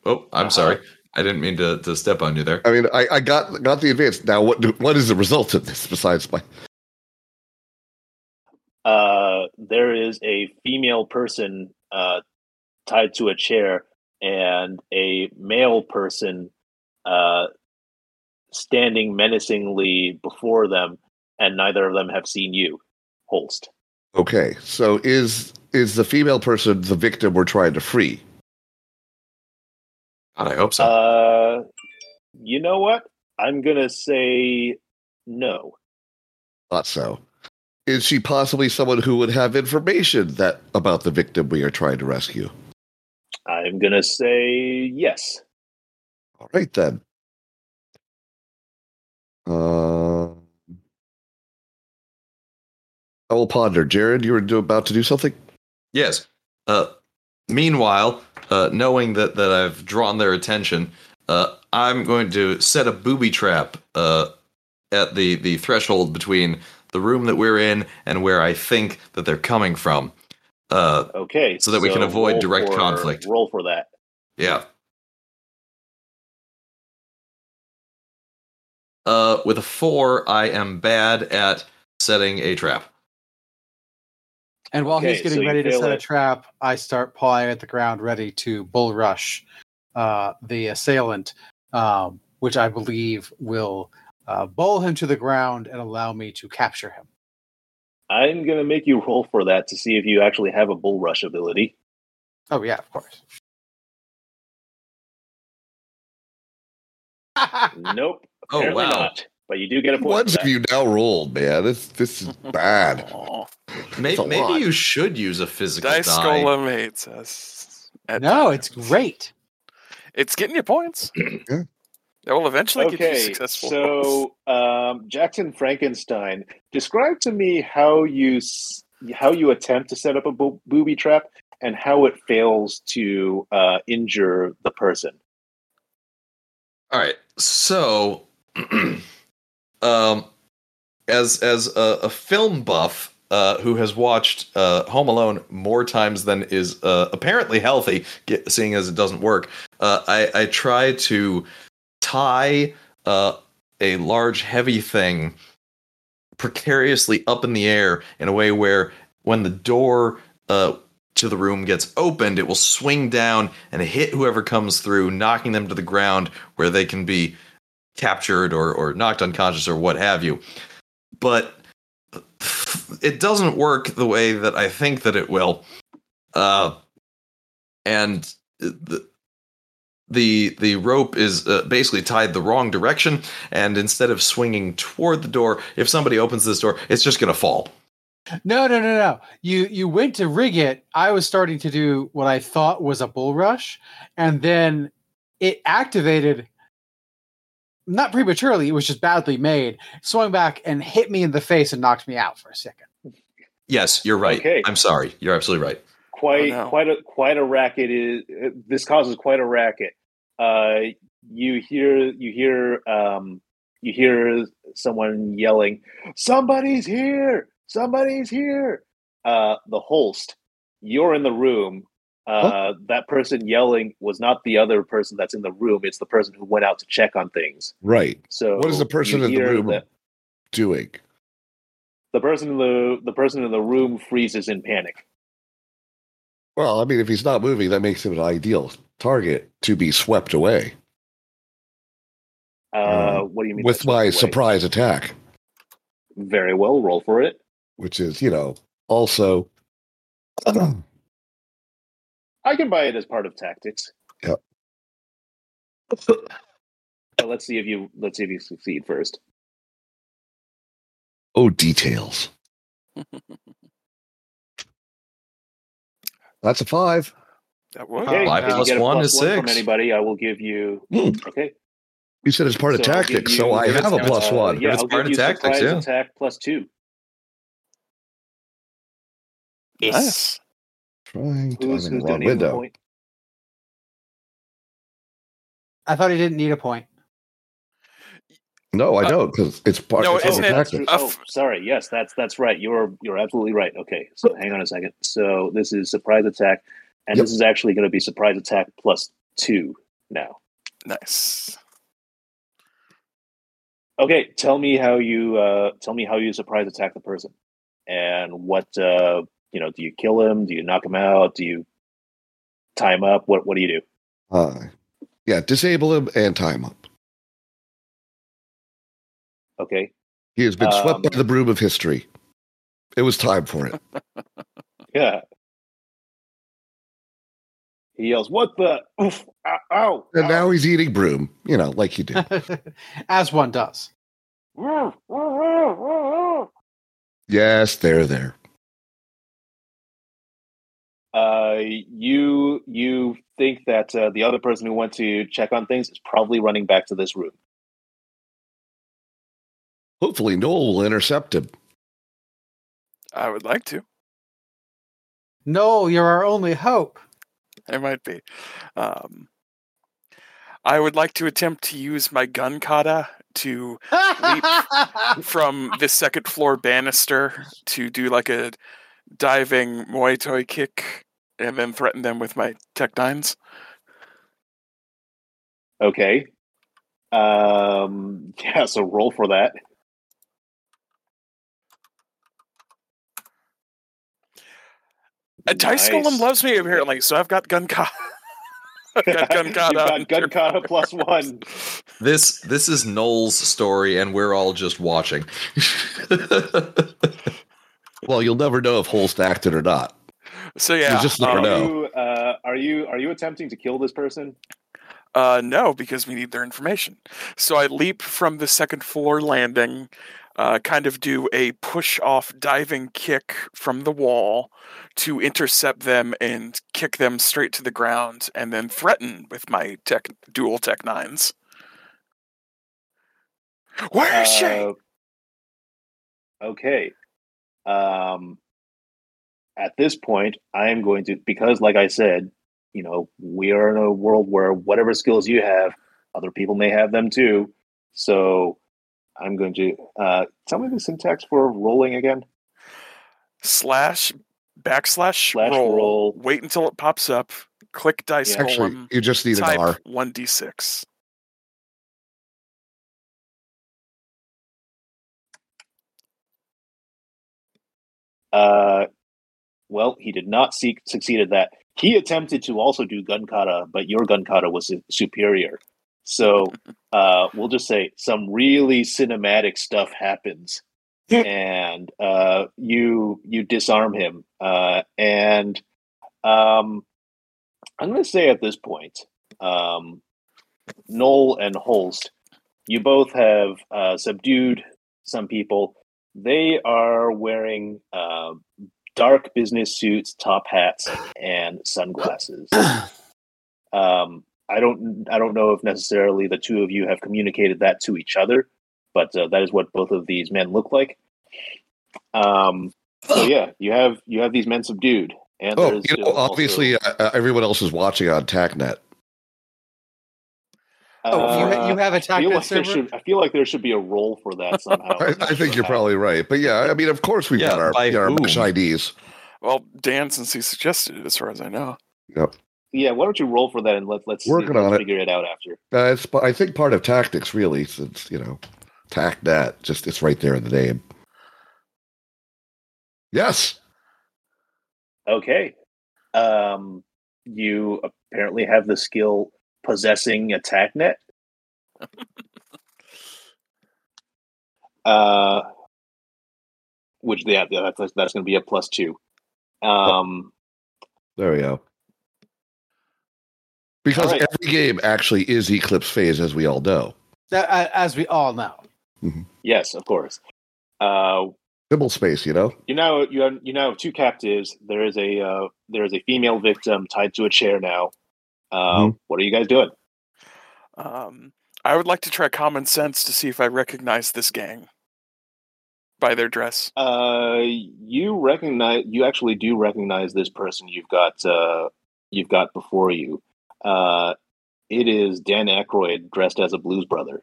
Speaker 4: Oh, I'm
Speaker 3: Uh-huh.
Speaker 4: sorry. I didn't mean to, to step on you there.
Speaker 6: I mean, I, I got got the advance. Now, what do, what is the result of this besides my?
Speaker 3: Uh, there is a female person uh, tied to a chair, and a male person uh, standing menacingly before them, and neither of them have seen you, Holst.
Speaker 6: Okay, so is is the female person the victim we're trying to free?
Speaker 4: God, I hope so.
Speaker 3: Uh, you know what? I'm gonna say no.
Speaker 6: Thought so. Is she possibly someone who would have information that about the victim we are trying to rescue?
Speaker 3: I'm gonna say yes.
Speaker 6: All right then. Uh, I will ponder. Jared, you were do, about to do something.
Speaker 4: Yes. Uh, meanwhile, uh, knowing that, that I've drawn their attention, uh, I'm going to set a booby trap uh, at the, the threshold between the room that we're in and where I think that they're coming from. Uh,
Speaker 3: Okay,
Speaker 4: So that we can avoid
Speaker 3: roll
Speaker 4: direct
Speaker 3: for-
Speaker 4: conflict.
Speaker 3: Roll for that.
Speaker 4: yeah. Uh, with a four, I am bad at setting a trap.
Speaker 5: And while
Speaker 3: Okay,
Speaker 5: he's getting
Speaker 3: so you
Speaker 5: ready to
Speaker 3: fail
Speaker 5: set a
Speaker 3: it.
Speaker 5: trap, I start pawing at the ground, ready to bull rush uh, the assailant, um, which I believe will uh, bowl him to the ground and allow me to capture him.
Speaker 3: I'm gonna make you roll for that to see if you actually have a bull rush ability.
Speaker 5: Oh yeah, of course.
Speaker 3: Nope.
Speaker 4: Oh,
Speaker 3: apparently
Speaker 4: wow.
Speaker 3: Not. But you do get a point.
Speaker 6: Ones
Speaker 3: for
Speaker 6: of
Speaker 3: that.
Speaker 6: you now rolled, man. This this is bad.
Speaker 2: Aw.
Speaker 4: May-
Speaker 6: That's a
Speaker 4: Maybe,
Speaker 6: lot.
Speaker 4: you should use a physical
Speaker 2: Dice
Speaker 4: die.
Speaker 2: Golem hates us. at
Speaker 5: no, it's
Speaker 2: times.
Speaker 5: great.
Speaker 2: It's getting you points.
Speaker 6: Yeah.
Speaker 2: That will eventually get you
Speaker 3: okay,
Speaker 2: successful. rolls.
Speaker 3: so um, Jackson Frankenstein, describe to me how you s- how you attempt to set up a bo- booby trap and how it fails to uh, injure the person.
Speaker 4: All right. So, um, as as a, a film buff uh, who has watched uh, Home Alone more times than is uh, apparently healthy, ge- seeing as it doesn't work, uh, I, I try to tie uh, a large, heavy thing precariously up in the air in a way where when the door uh, to the room gets opened, it will swing down and hit whoever comes through, knocking them to the ground where they can be captured or, or knocked unconscious or what have you. But it doesn't work the way that I think that it will. Uh, and the, the the rope is uh, basically tied the wrong direction, and instead of swinging toward the door, if somebody opens this door, it's just going to fall.
Speaker 5: No, no, no, no. You you went to rig it. I was starting to do what I thought was a bull rush, and then it activated not prematurely, it was just badly made, swung back and hit me in the face and knocked me out for a second.
Speaker 4: Yes, you're right.
Speaker 3: Okay.
Speaker 4: I'm sorry. You're absolutely right.
Speaker 3: quite
Speaker 2: Oh, no.
Speaker 3: quite a quite a racket is this causes quite a racket uh you hear you hear um you hear someone yelling, "Somebody's here! Somebody's here!" Uh, the host, you're in the room. Uh, That person yelling was not the other person that's in the room. It's the person who went out to check on things.
Speaker 6: Right.
Speaker 3: So,
Speaker 6: What is the person
Speaker 3: you
Speaker 6: in the
Speaker 3: hear
Speaker 6: room
Speaker 3: that-
Speaker 6: doing?
Speaker 3: the person in the the person in the room freezes in panic.
Speaker 6: Well, I mean, if he's not moving, that makes him an ideal target to be swept away
Speaker 3: Uh,
Speaker 6: Uh,
Speaker 3: what do you mean?
Speaker 6: with
Speaker 3: that's
Speaker 6: my
Speaker 3: right away?
Speaker 6: surprise attack,
Speaker 3: Very well, roll for it.
Speaker 6: which is, you know, also. oh,
Speaker 3: I can buy it as part of tactics.
Speaker 6: Yep.
Speaker 3: But let's see if you let's see if you succeed first.
Speaker 6: oh, details. That's a five.
Speaker 2: That was
Speaker 5: Okay.
Speaker 3: if
Speaker 5: Five
Speaker 3: you
Speaker 5: plus
Speaker 3: get a
Speaker 4: Oh, one is
Speaker 3: one From
Speaker 4: six.
Speaker 3: anybody, I will give you.
Speaker 6: Hmm.
Speaker 3: Okay,
Speaker 6: You said it's part
Speaker 3: So
Speaker 6: of
Speaker 3: I'll give
Speaker 6: tactics,
Speaker 3: you-
Speaker 6: so I
Speaker 4: If it's-
Speaker 6: have a
Speaker 4: if it's-
Speaker 6: plus
Speaker 3: uh,
Speaker 6: one.
Speaker 3: Yeah,
Speaker 4: It's
Speaker 3: I'll
Speaker 4: part
Speaker 3: give
Speaker 4: of
Speaker 3: you
Speaker 4: tactics,
Speaker 3: surprise
Speaker 4: yeah.
Speaker 3: attack plus two.
Speaker 2: nice.
Speaker 6: Trying to
Speaker 3: Who's who's
Speaker 6: I'm in the wrong
Speaker 3: donating the
Speaker 6: window.
Speaker 3: point?
Speaker 5: I thought he didn't need a point.
Speaker 6: No, I
Speaker 2: Uh,
Speaker 6: don't, because it's part
Speaker 2: no,
Speaker 6: it's part
Speaker 2: isn't
Speaker 6: of
Speaker 2: it-
Speaker 6: tactics.
Speaker 2: a
Speaker 3: Oh,
Speaker 2: f-
Speaker 3: sorry. Yes, that's that's right. You're you're absolutely right. Okay, so hang on a second. So this is surprise attack, and
Speaker 6: Yep.
Speaker 3: this is actually going to be surprise attack plus two now.
Speaker 2: Nice.
Speaker 3: Okay, tell me how you uh, tell me how you surprise attack the person, and what uh, you know. Do you kill him? Do you knock him out? Do you tie him up? What what do you do?
Speaker 6: Uh, yeah, disable him and tie him up.
Speaker 3: Okay,
Speaker 6: He has been swept by
Speaker 3: Um,
Speaker 6: the broom of history. It was time for it.
Speaker 3: yeah. He yells, "What the? Oof, ow, ow,
Speaker 6: And now he's eating broom, you know, like you do.
Speaker 5: As one does.
Speaker 3: now."
Speaker 6: yes, there, there.
Speaker 3: Uh, you you think that uh, the other person who went to check on things is probably running back to this room?
Speaker 6: Hopefully, Noel will intercept him.
Speaker 2: I would like to.
Speaker 5: No, you're our only hope.
Speaker 2: It might be. Um, I would like to attempt to use my gun kata to from the second floor banister to do like a diving Muay Thai kick and then threaten them with my tech nines.
Speaker 3: Okay. Um, yeah, so roll for that.
Speaker 2: Uh, Dice Golem
Speaker 3: Nice.
Speaker 2: loves me apparently, so I've got gun kata. I've got gun
Speaker 3: You've
Speaker 2: kata.
Speaker 3: got
Speaker 2: under
Speaker 3: gun kata
Speaker 2: my
Speaker 3: plus
Speaker 2: arms.
Speaker 3: one.
Speaker 4: This this is Noel's story, and we're all just watching.
Speaker 6: Well, you'll never know if Holst acted or not.
Speaker 2: So yeah,
Speaker 6: just never
Speaker 2: um,
Speaker 6: know.
Speaker 3: Are you, uh, are you are you attempting to kill this person?
Speaker 2: Uh, no, because we need their information. So I leap from the second floor landing, uh, kind of do a push off diving kick from the wall to intercept them and kick them straight to the ground, and then threaten with my tech dual tech nines. Where is she?
Speaker 3: Uh, okay. Um, at this point, I am going to because, like I said, you know, we are in a world where whatever skills you have, other people may have them too. So, I'm going to uh, tell me the syntax for rolling again.
Speaker 2: Slash backslash
Speaker 3: Slash
Speaker 2: roll.
Speaker 3: roll.
Speaker 2: Wait until it pops up. Click dice
Speaker 3: Yeah.
Speaker 6: Actually,
Speaker 2: column.
Speaker 6: you just need an R.
Speaker 2: Type one d six.
Speaker 3: Uh, well, he did not seek, succeed at that. He attempted to also do gun kata, but your gun kata was su- superior. So uh, we'll just say some really cinematic stuff happens, and uh, you you disarm him. Uh, and um, I'm going to say at this point, um, Knoll and Holst, you both have uh, subdued some people. They are wearing uh, dark business suits, top hats, and sunglasses. um, I don't, I don't know if necessarily the two of you have communicated that to each other, but uh, that is what both of these men look like. Um, so yeah, you have you have these men subdued, and
Speaker 6: Oh,
Speaker 3: there's
Speaker 6: you know,
Speaker 3: also-
Speaker 6: obviously, uh, uh, everyone else is watching on TacNet.
Speaker 5: Oh, you, ha- you have
Speaker 3: I
Speaker 5: attacked
Speaker 3: feel,
Speaker 5: that
Speaker 3: like there
Speaker 5: server.
Speaker 3: should, I feel like there should be a role for that
Speaker 4: Oh,
Speaker 3: somehow.
Speaker 6: I, I think you're probably right. But yeah, I mean, of course we've
Speaker 4: Yeah,
Speaker 6: got our,
Speaker 4: by
Speaker 6: got our
Speaker 4: whom?
Speaker 6: mesh IDs.
Speaker 2: Well, Dan, since he suggested it, as far as I know.
Speaker 3: Yeah, why don't you roll for that and let, let's see-
Speaker 6: Working
Speaker 3: let's
Speaker 6: on it.
Speaker 3: figure it out after.
Speaker 6: Uh, it's, but I think part of tactics, really, since, you know, tact that, just it's right there in the name. Yes.
Speaker 3: Okay. Um, you apparently have the skill possessing attack net. uh, which yeah, yeah, that's that's going to be a plus two. Um,
Speaker 6: There we go. Because
Speaker 3: All right.
Speaker 6: every game actually is Eclipse Phase, as we all know.
Speaker 5: That- a- as we all know.
Speaker 3: yes, of course. Uh,
Speaker 6: Symbol space, you know?
Speaker 3: you now you have, you now have two captives. There is a uh, there is a female victim tied to a chair now. Uh,
Speaker 4: Mm-hmm.
Speaker 3: What are you guys doing?
Speaker 2: Um, I would like to try common sense to see if I recognize this gang by their dress.
Speaker 3: Uh, you recognize you actually do recognize this person you've got uh you've got before you. Uh it is Dan Aykroyd dressed as a blues brother.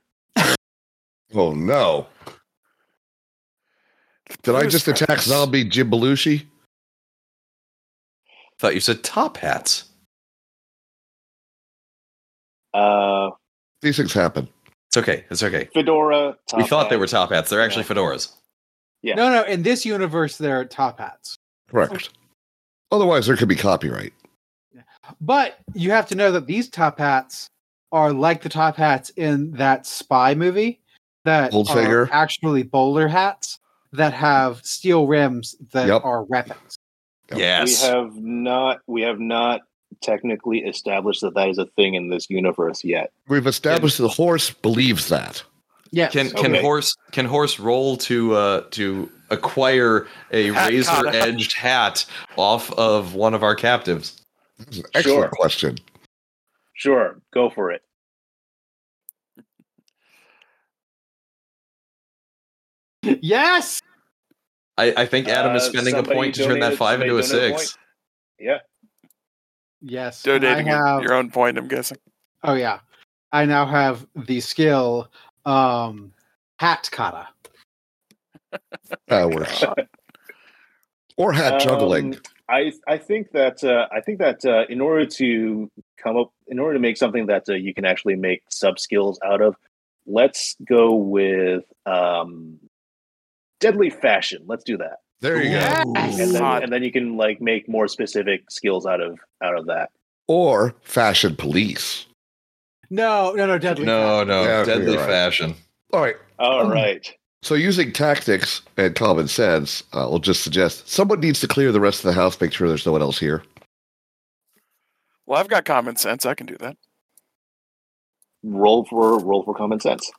Speaker 6: Oh, no. Did I just attack zombie Jim Belushi?
Speaker 4: Thought you said top hats.
Speaker 3: Uh
Speaker 6: These things happen.
Speaker 4: It's okay. It's okay.
Speaker 3: fedora.
Speaker 4: we
Speaker 3: top
Speaker 4: thought they
Speaker 3: hat.
Speaker 4: were top hats. They're actually fedoras.
Speaker 3: Yeah.
Speaker 5: No, no. In this universe, there are top hats.
Speaker 6: Correct. Otherwise, there could be copyright.
Speaker 5: But you have to know that these top hats are like the top hats in that spy movie that
Speaker 6: Old
Speaker 5: are
Speaker 6: Finger.
Speaker 5: actually bowler hats that have steel rims that
Speaker 6: Yep.
Speaker 5: are weapons.
Speaker 6: Yep.
Speaker 4: Yes.
Speaker 3: We have not we have not technically established that that is a thing in this universe yet.
Speaker 6: We've established the horse believes that.
Speaker 5: Yes.
Speaker 4: can can
Speaker 3: Okay.
Speaker 4: horse can horse roll to uh to acquire a
Speaker 2: Hat
Speaker 4: razor
Speaker 2: cotta.
Speaker 4: edged hat off of one of our captives?
Speaker 6: That's an excellent
Speaker 3: Sure.
Speaker 6: question.
Speaker 3: Sure, go for it.
Speaker 5: yes.
Speaker 4: I, I think Adam is
Speaker 3: Uh,
Speaker 4: spending a
Speaker 3: somebody
Speaker 4: point to turn that
Speaker 3: donated-
Speaker 4: five into a
Speaker 3: somebody donated
Speaker 4: six.
Speaker 3: point. Yeah.
Speaker 5: Yes. and I
Speaker 2: Donating it-
Speaker 5: have-
Speaker 2: your own point, I'm guessing.
Speaker 5: Oh yeah. I now have the skill um hat kata.
Speaker 6: That works. Or hat
Speaker 3: Um,
Speaker 6: juggling.
Speaker 3: I I think that uh, I think that uh, in order to come up, in order to make something that uh, you can actually make sub skills out of, let's go with um, deadly fashion. Let's do that,
Speaker 6: There you go.
Speaker 5: Yeah.
Speaker 3: and then,
Speaker 2: Hot.
Speaker 3: and then you can like make more specific skills out of out of that.
Speaker 6: Or fashion police.
Speaker 5: No, no, no, deadly.
Speaker 4: No, no,
Speaker 6: Yeah, okay,
Speaker 4: deadly
Speaker 6: you're right.
Speaker 4: fashion.
Speaker 6: All right.
Speaker 3: All
Speaker 6: Um,
Speaker 3: right.
Speaker 6: So, using tactics and common sense, uh, I'll just suggest someone needs to clear the rest of the house, make sure there's no one else here.
Speaker 2: Well, I've got common sense. I can do that.
Speaker 3: roll for roll for common sense,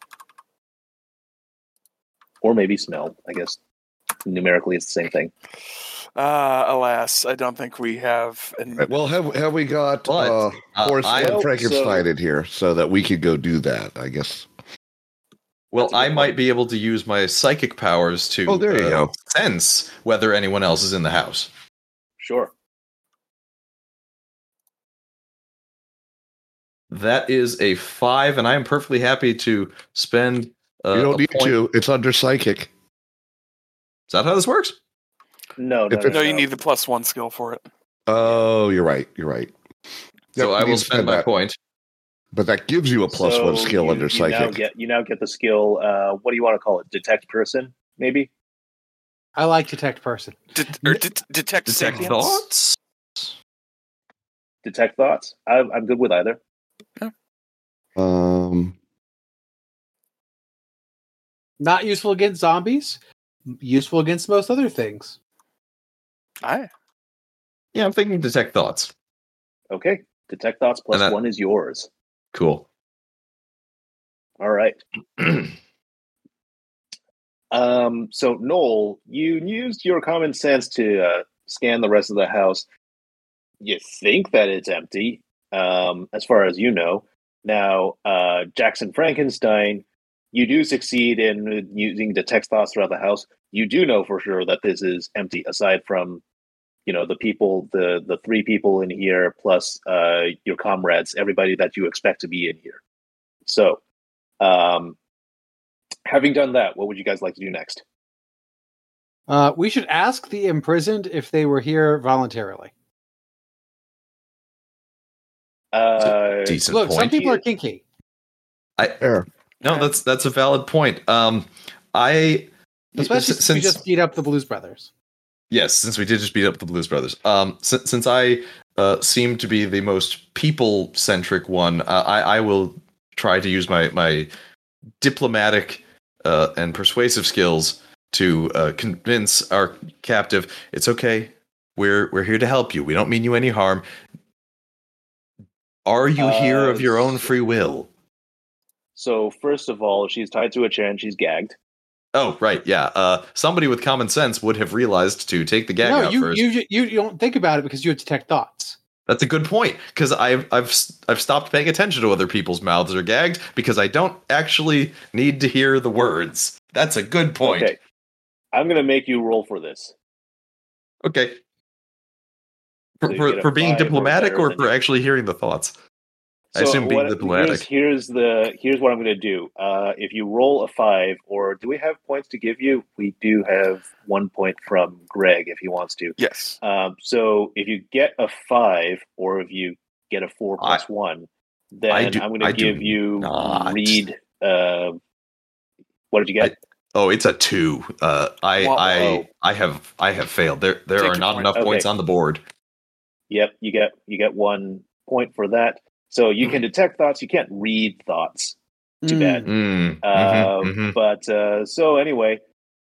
Speaker 3: or maybe smell. I guess numerically it's the same thing.
Speaker 2: Uh, alas, I don't think we have. An,
Speaker 6: Right, Well, have have we got
Speaker 4: But,
Speaker 6: uh,
Speaker 4: uh,
Speaker 6: horse
Speaker 4: I-
Speaker 6: and
Speaker 3: Well,
Speaker 6: Frankenstein
Speaker 3: so-
Speaker 6: in here so that we could go do that? I guess.
Speaker 4: Well,
Speaker 3: That's a good
Speaker 4: I might
Speaker 3: point.
Speaker 4: be able to use my psychic powers to uh,
Speaker 6: Oh, there you go.
Speaker 4: sense whether anyone else is in the house.
Speaker 3: Sure.
Speaker 4: That is a five, and I am perfectly happy to spend. Uh,
Speaker 6: you
Speaker 4: a
Speaker 6: don't need
Speaker 4: point-
Speaker 6: to. It's under psychic.
Speaker 4: Is that how this works?
Speaker 3: No, no,
Speaker 6: If
Speaker 3: no,
Speaker 2: no, you
Speaker 3: no.
Speaker 2: need the plus one skill for it.
Speaker 6: Oh, you're right. You're right.
Speaker 4: so
Speaker 6: Yep,
Speaker 4: I
Speaker 6: you
Speaker 4: will
Speaker 6: spend
Speaker 4: spend my
Speaker 6: that.
Speaker 4: point.
Speaker 6: But that gives you a plus
Speaker 3: So
Speaker 6: one skill
Speaker 3: you-
Speaker 6: under
Speaker 3: you
Speaker 6: psychic.
Speaker 3: Now get, you now get the skill. Uh, what do you want to call it? Detect person, maybe.
Speaker 5: I like detect person.
Speaker 2: Det- or det- detect
Speaker 4: Detect
Speaker 2: sapiens?
Speaker 4: thoughts.
Speaker 3: Detect thoughts. I, I'm good with either.
Speaker 6: Um,
Speaker 5: Not useful against zombies, useful against most other things.
Speaker 2: Aye.
Speaker 4: Yeah, I'm thinking detect thoughts.
Speaker 3: Okay. Detect thoughts plus
Speaker 4: And that-
Speaker 3: one is yours.
Speaker 4: Cool.
Speaker 3: All right. Um, so Noel, you used your common sense to uh, scan the rest of the house. You think that it's empty, um, as far as you know. Now, uh, Jackson Frankenstein, you do succeed in using detect thoughts throughout the house. You do know for sure that this is empty, aside from, you know, the people, the the three people in here, plus uh, your comrades, everybody that you expect to be in here. So, um, having done that, what would you guys like to do next?
Speaker 5: Uh, we should ask the imprisoned if they were here voluntarily.
Speaker 3: Uh,
Speaker 4: Decent
Speaker 5: Look,
Speaker 4: point.
Speaker 5: some people are kinky.
Speaker 4: no, that's that's a valid point. Um, I
Speaker 5: Especially since we just beat up the Blues Brothers.
Speaker 4: Yes, since we did just beat up the Blues Brothers. Um, since, since I uh, seem to be the most people-centric one, uh, I, I will try to use my my diplomatic uh, and persuasive skills to uh, convince our captive it's okay. We're we're here to help you. We don't mean you any harm. Are you here
Speaker 3: Uh,
Speaker 4: of your own free will?
Speaker 3: so, first of all, she's tied to a chair and she's gagged.
Speaker 4: Oh, right, yeah. Uh, somebody with common sense would have realized to take the gag
Speaker 5: no,
Speaker 4: out
Speaker 5: you,
Speaker 4: first.
Speaker 5: you you you don't think about it because you detect thoughts.
Speaker 4: That's a good point because I've I've I've stopped paying attention to other people's mouths or gagged because I don't actually need to hear the words. That's a good point.
Speaker 3: Okay.
Speaker 4: Okay.
Speaker 3: I'm going to make you roll for this.
Speaker 4: For,
Speaker 3: So you get
Speaker 4: for,
Speaker 3: a
Speaker 4: for being
Speaker 3: five or
Speaker 4: diplomatic
Speaker 3: better
Speaker 4: or
Speaker 3: than
Speaker 4: for
Speaker 3: you-
Speaker 4: actually hearing the thoughts. I assume being diplomatic.
Speaker 3: Here's, here's the here's what I'm going to do. Uh, if you roll a five, or do we have points to give you? We do have one point from Greg if he wants to.
Speaker 2: Yes.
Speaker 3: Um, so if you get a five, or if you get a four plus one, then
Speaker 4: do-
Speaker 3: I'm going
Speaker 4: I
Speaker 3: to
Speaker 4: do
Speaker 3: give you
Speaker 4: not.
Speaker 3: read. Uh, what did you get?
Speaker 4: Oh, it's a two. Uh, I
Speaker 2: Whoa.
Speaker 4: I I have I have failed. There there
Speaker 2: Take
Speaker 4: are
Speaker 2: your
Speaker 4: not
Speaker 2: point.
Speaker 4: enough points
Speaker 3: Okay.
Speaker 4: on the board.
Speaker 3: Yep, you get you get one point for that. So you
Speaker 4: Mm-hmm.
Speaker 3: can detect thoughts. You can't read thoughts. Too bad.
Speaker 4: Mm,
Speaker 3: Uh,
Speaker 4: mhm, mhm.
Speaker 3: But uh, so anyway,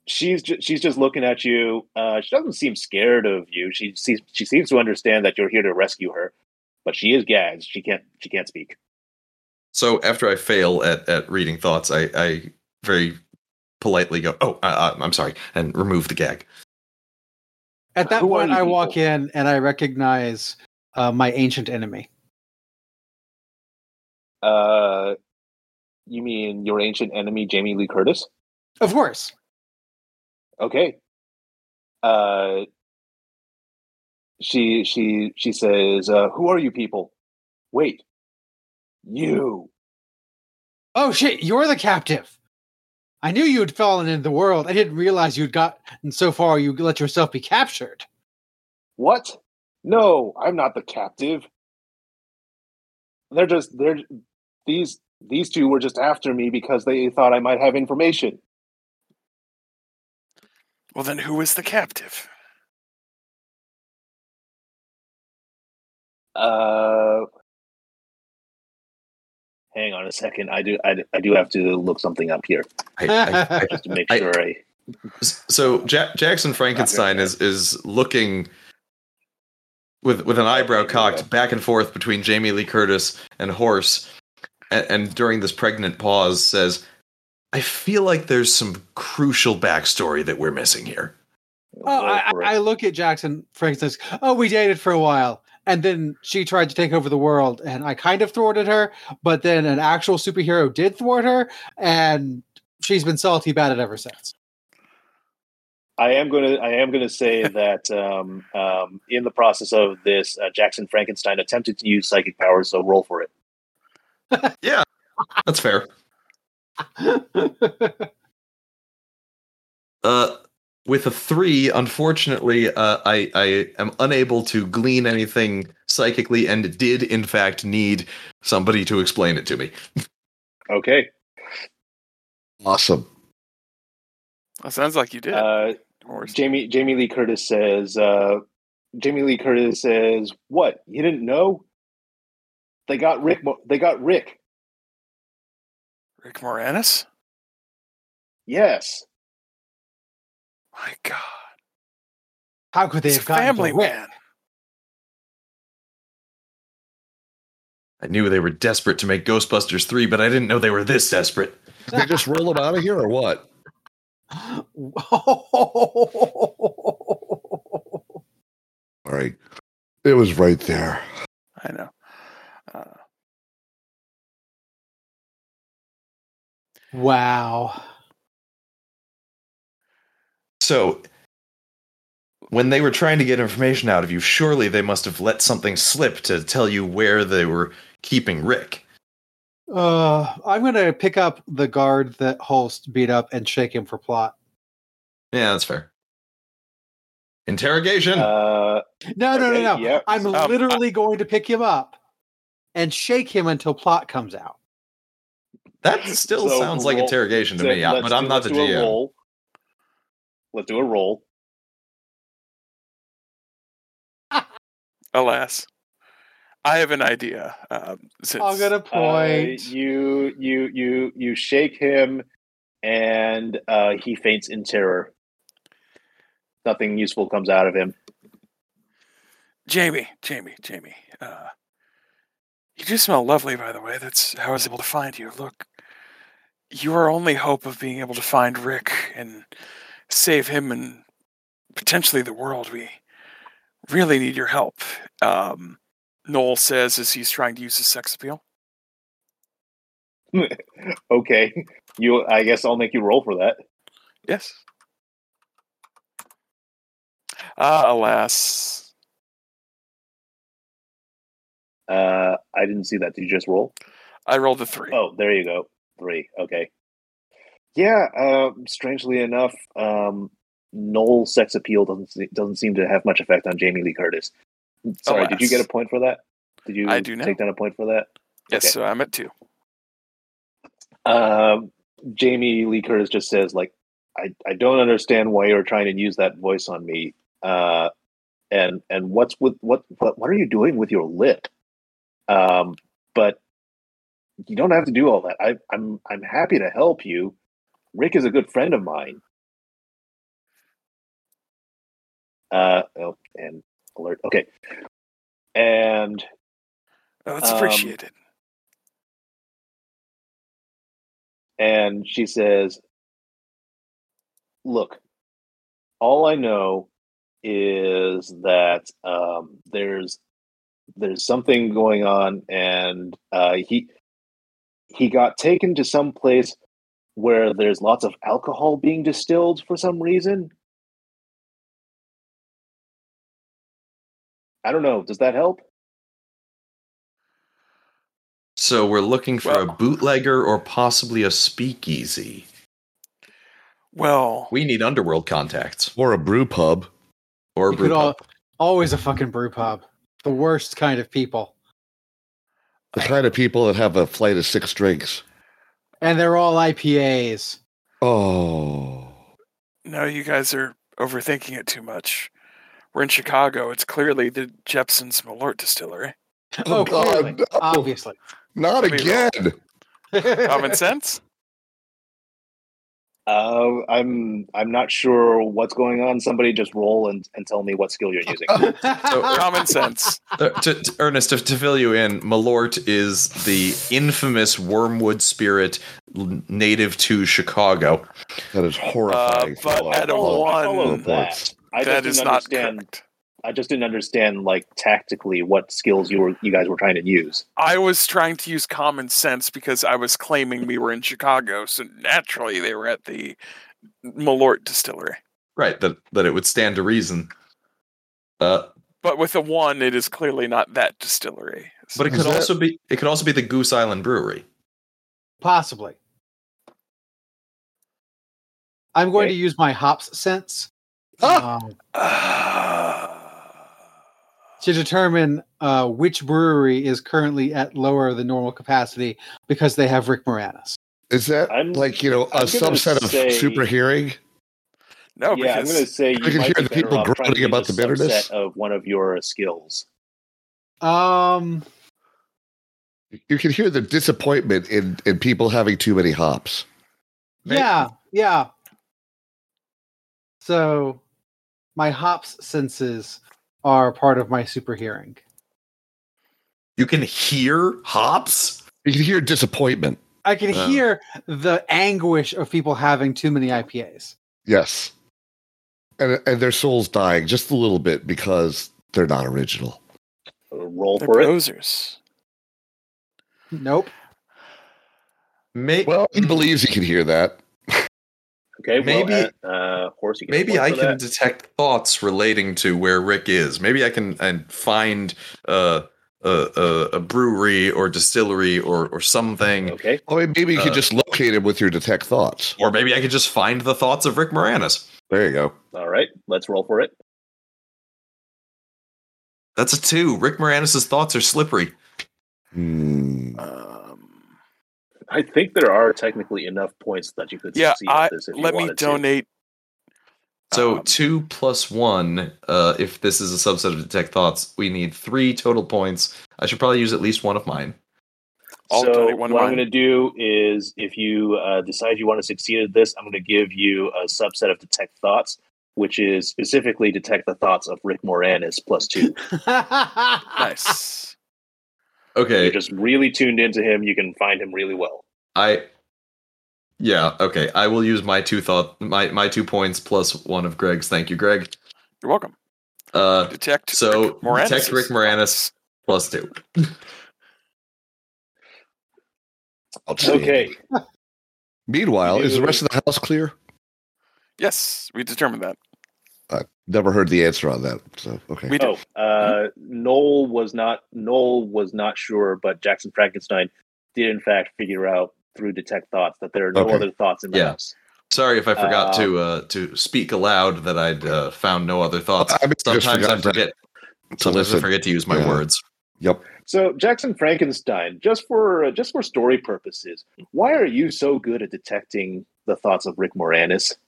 Speaker 3: she's ju- she's just looking at you. Uh, she doesn't seem scared of you. She seems she seems to understand that you're here to rescue her, but she is gagged. She can't she can't speak.
Speaker 4: So after I fail at, at reading thoughts, I, I very politely go, "Oh, uh, uh, I'm sorry," and remove the gag.
Speaker 5: At that
Speaker 3: Who are
Speaker 5: point,
Speaker 3: you
Speaker 5: I walk
Speaker 3: people?
Speaker 5: in and I recognize uh, my ancient enemy.
Speaker 3: Uh, you mean your ancient enemy, Jamie Lee Curtis?
Speaker 5: Of course,
Speaker 3: Okay. Uh, she she she says, uh, "Who are you people? Wait, you."
Speaker 5: Oh shit, you're the captive. I knew you'd fallen into the world. I didn't realize you'd gotten so far you let yourself be captured.
Speaker 3: What? No, I'm not the captive. They're just they're these these two were just after me because they thought I might have information.
Speaker 2: Well, then who is the captive?
Speaker 3: Uh Hang on a second. I do I, do- I do have to look something up here
Speaker 4: I, I, I
Speaker 3: just to make
Speaker 4: I-
Speaker 3: sure I
Speaker 4: So ja- Jackson Frankenstein is is looking with with an eyebrow cocked back and forth between Jamie Lee Curtis and Horse, and, and during this pregnant pause says, "I feel like there's some crucial backstory that we're missing here."
Speaker 5: Oh, I,
Speaker 3: for it.
Speaker 5: I I look at Jackson Frank says, "Oh, we dated for a while, and then she tried to take over the world, and I kind of thwarted her. But then an actual superhero did thwart her, and she's been salty about it ever since."
Speaker 3: I am going to I am going to say that um, um, in the process of this uh, Jackson Frankenstein attempted to use psychic powers so roll for it.
Speaker 4: That's fair. Uh, with a three, unfortunately, uh, I I am unable to glean anything psychically, and did in fact need somebody to explain it to me.
Speaker 3: Okay.
Speaker 6: Awesome.
Speaker 2: That sounds like you did.
Speaker 3: Uh
Speaker 2: Horse.
Speaker 3: Jamie Jamie Lee Curtis says, uh, Jamie Lee Curtis says, "What? You didn't know? They got Rick. Mo- They got Rick.
Speaker 2: Rick Moranis.
Speaker 3: Yes.
Speaker 2: My God,
Speaker 5: How could they
Speaker 2: he's a
Speaker 5: have gotten
Speaker 2: family
Speaker 5: to Rick?
Speaker 2: man.
Speaker 4: I knew they were desperate to make Ghostbusters 3, but I didn't know they were this desperate.
Speaker 6: Did they just roll them out of here or what? All right. It was right there.
Speaker 2: I know. Uh,
Speaker 5: wow.
Speaker 4: So, when they were trying to get information out of you, surely they must have let something slip to tell you where they were keeping Rick.
Speaker 5: Uh, I'm going to pick up the guard that Holst beat up and shake him for plot.
Speaker 4: Yeah, that's fair. Interrogation.
Speaker 3: Uh,
Speaker 5: No, no,
Speaker 3: okay, Um, uh,
Speaker 5: no, no.
Speaker 3: Yeah.
Speaker 5: I'm
Speaker 2: I-
Speaker 5: literally going to pick him up and shake him until plot comes out.
Speaker 4: that still
Speaker 3: so
Speaker 4: sounds like
Speaker 3: roll-
Speaker 4: interrogation to
Speaker 3: so
Speaker 4: me, I-
Speaker 3: let's
Speaker 4: but
Speaker 3: do-
Speaker 4: I'm not
Speaker 3: let's
Speaker 4: the
Speaker 3: do a
Speaker 4: GM.
Speaker 3: roll. Let's do a roll.
Speaker 2: Alas, I have an idea. Um, since
Speaker 5: I'm going to point.
Speaker 3: Uh, you you you you shake him, and uh, he faints in terror. Nothing useful comes out of him.
Speaker 2: Jamie, Jamie, Jamie. Uh, you do smell lovely, by the way. That's how I was able to find you. Look, you are our only hope of being able to find Rick and save him and potentially the world. We really need your help. Um, Noel says as he's trying to use his sex appeal.
Speaker 3: Okay, you. I guess I'll make you roll for that.
Speaker 2: Yes. Ah, alas.
Speaker 3: Uh, I didn't see that. Did you just roll?
Speaker 2: I rolled a three.
Speaker 3: Oh, there you go. Three. Okay. Yeah. Um, strangely enough, um, Noel's sex appeal doesn't se- doesn't seem to have much effect on Jamie Lee Curtis. Sorry, did you
Speaker 2: Alas.
Speaker 3: get a point for that? Did you
Speaker 2: Oh, I do now.
Speaker 3: take down a point for that?
Speaker 2: yes,
Speaker 3: okay.
Speaker 2: so I'm at two.
Speaker 3: Um, Jamie Lee Curtis just says, like, I, I don't understand why you're trying to use that voice on me. Uh, and and what's with what what what are you doing with your lip? Um, but you don't have to do all that. I, I'm I'm happy to help you. Rick is a good friend of mine. Uh, oh, and alert. Okay, and
Speaker 2: Oh, that's
Speaker 3: Um,
Speaker 2: appreciated.
Speaker 3: and she says, "Look, all I know is that um, there's there's something going on, and uh, he he got taken to some place where there's lots of alcohol being distilled for some reason. I don't know. Does that help?
Speaker 4: So we're looking for a
Speaker 2: Well-
Speaker 4: bootlegger or possibly a speakeasy.
Speaker 2: Well,
Speaker 4: We need underworld contacts
Speaker 6: Or a brew pub.
Speaker 4: or
Speaker 5: You could
Speaker 4: brew
Speaker 5: al-
Speaker 4: pub.
Speaker 5: always a fucking brew pub. The worst kind of people.
Speaker 6: The kind of people that have a flight of six drinks.
Speaker 5: And they're all IPAs.
Speaker 6: Oh.
Speaker 2: No, you guys are overthinking it too much. We're in Chicago. It's clearly the Jepson's Malort Distillery.
Speaker 5: Oh,
Speaker 6: Oh, God.
Speaker 5: clearly.
Speaker 6: no.
Speaker 5: Obviously.
Speaker 6: Not
Speaker 2: Let me roll.
Speaker 6: again.
Speaker 2: Common sense?
Speaker 3: Uh, I'm I'm not sure what's going on. Somebody just roll and, and tell me what skill you're using."
Speaker 2: Common sense.
Speaker 4: Uh, to, to- Ernest, to, to fill you in, Malort is the infamous wormwood spirit l- native to Chicago.
Speaker 6: That is horrifying.
Speaker 2: Uh,
Speaker 6: for
Speaker 2: but
Speaker 6: a lot
Speaker 2: at
Speaker 6: of
Speaker 2: a
Speaker 6: people.
Speaker 2: one-
Speaker 3: Oh, follow that.
Speaker 6: Reports.
Speaker 3: I
Speaker 2: that
Speaker 3: just didn't
Speaker 2: is not
Speaker 3: understand.
Speaker 2: correct.
Speaker 3: I just didn't understand like tactically what skills you were you guys were trying to use.
Speaker 2: I was trying to use common sense because I was claiming we were in Chicago, so naturally they were at the Malort Distillery.
Speaker 4: Right, that, that it would stand to reason. Uh,
Speaker 2: But with a one, it is clearly not that distillery.
Speaker 4: but it could
Speaker 6: Is that-
Speaker 4: also be it could also be the Goose Island Brewery.
Speaker 5: Possibly. I'm going
Speaker 3: Okay.
Speaker 5: to use my hops sense
Speaker 4: Ah!
Speaker 5: um,
Speaker 2: Ah.
Speaker 5: to determine uh, which brewery is currently at lower than normal capacity because they have Rick Moranis.
Speaker 6: Is that
Speaker 3: I'm-
Speaker 6: like, you know, a
Speaker 3: I'm gonna
Speaker 6: subset of
Speaker 3: say-
Speaker 6: super hearing?
Speaker 2: no,
Speaker 3: yeah, I'm
Speaker 2: because
Speaker 3: going to say you
Speaker 6: can
Speaker 3: might
Speaker 6: hear
Speaker 3: be
Speaker 6: the
Speaker 3: better
Speaker 6: people
Speaker 3: off trying to
Speaker 6: groaning
Speaker 3: use
Speaker 6: about
Speaker 3: a
Speaker 6: the bitterness.
Speaker 3: subset of one of your skills.
Speaker 5: Um,
Speaker 6: You can hear the disappointment in, in people having too many hops.
Speaker 4: Right.
Speaker 5: yeah, yeah. So, my hops senses are part of my super hearing.
Speaker 4: You can hear hops.
Speaker 6: You can hear disappointment.
Speaker 5: I can
Speaker 4: Oh.
Speaker 5: hear the anguish of people having too many IPAs.
Speaker 6: Yes. And, and their souls dying just a little bit because they're not original.
Speaker 3: Uh, Roll
Speaker 2: they're
Speaker 3: for it.
Speaker 2: posers.
Speaker 5: Nope.
Speaker 4: May,
Speaker 6: Well, he believes he can hear that.
Speaker 3: Okay,
Speaker 4: Maybe-
Speaker 3: well, uh, uh, horse. You get a
Speaker 4: Maybe
Speaker 3: point
Speaker 4: I
Speaker 3: for
Speaker 4: can
Speaker 3: that.
Speaker 4: detect thoughts relating to where Rick is. Maybe I can and find uh, a, a, a brewery or distillery or or something,
Speaker 3: Okay.
Speaker 6: Oh, and maybe you
Speaker 4: Uh,
Speaker 6: could just locate him with your detect thoughts.
Speaker 4: or maybe I could just find the thoughts of Rick Moranis.
Speaker 6: There you go.
Speaker 3: All right. Let's roll for it.
Speaker 4: That's a two. Rick Moranis's thoughts are slippery.
Speaker 6: Hmm.
Speaker 2: Um,
Speaker 3: I think there are technically enough points that you could
Speaker 2: yeah,
Speaker 3: succeed
Speaker 2: I,
Speaker 3: at this if you
Speaker 2: let me
Speaker 3: wanted to.
Speaker 2: donate.
Speaker 4: So
Speaker 3: Uh-huh.
Speaker 2: um,
Speaker 4: two plus one. Uh, if this is a subset of detect thoughts, we need three total points. I should probably use at least one of mine.
Speaker 2: I'll
Speaker 3: so
Speaker 2: donate one of
Speaker 3: what I'm
Speaker 2: mine.
Speaker 3: going to do is, if you uh, decide you want to succeed at this, I'm going to give you a subset of detect thoughts, which is specifically detect the thoughts of Rick Moranis plus two.
Speaker 5: Oh,
Speaker 2: nice.
Speaker 4: Okay,
Speaker 3: You're just really tuned into him. You can find him really well.
Speaker 4: I yeah, okay. I will use my two thought my my two points plus one of Greg's. Thank you, Greg.
Speaker 2: You're welcome.
Speaker 4: Uh
Speaker 2: Detect
Speaker 4: so
Speaker 2: Rick Moranis.
Speaker 4: text Rick Moranis plus two.
Speaker 6: I'll see.
Speaker 3: Okay.
Speaker 6: Meanwhile, is the
Speaker 3: You-
Speaker 6: rest of the house clear?
Speaker 2: Yes, we determined that.
Speaker 6: Never heard the answer on that. So okay.
Speaker 2: We
Speaker 3: Oh,
Speaker 2: did.
Speaker 3: uh, Noel was not Noel was not sure, but Jackson Frankenstein did in fact figure out through detect thoughts that there are no
Speaker 6: Okay.
Speaker 3: other thoughts in the
Speaker 4: Yeah.
Speaker 3: house.
Speaker 4: Sorry if I forgot
Speaker 3: Uh,
Speaker 4: to uh to speak aloud that I'd uh, found no other thoughts.
Speaker 6: I mean, I just
Speaker 4: Sometimes I
Speaker 6: forgot to-
Speaker 4: forget
Speaker 6: to
Speaker 4: sometimes I
Speaker 6: listen.
Speaker 4: forget to use my
Speaker 6: Yeah.
Speaker 4: words.
Speaker 6: Yep.
Speaker 3: So Jackson Frankenstein, just for just for story purposes, why are you so good at detecting the thoughts of Rick Moranis?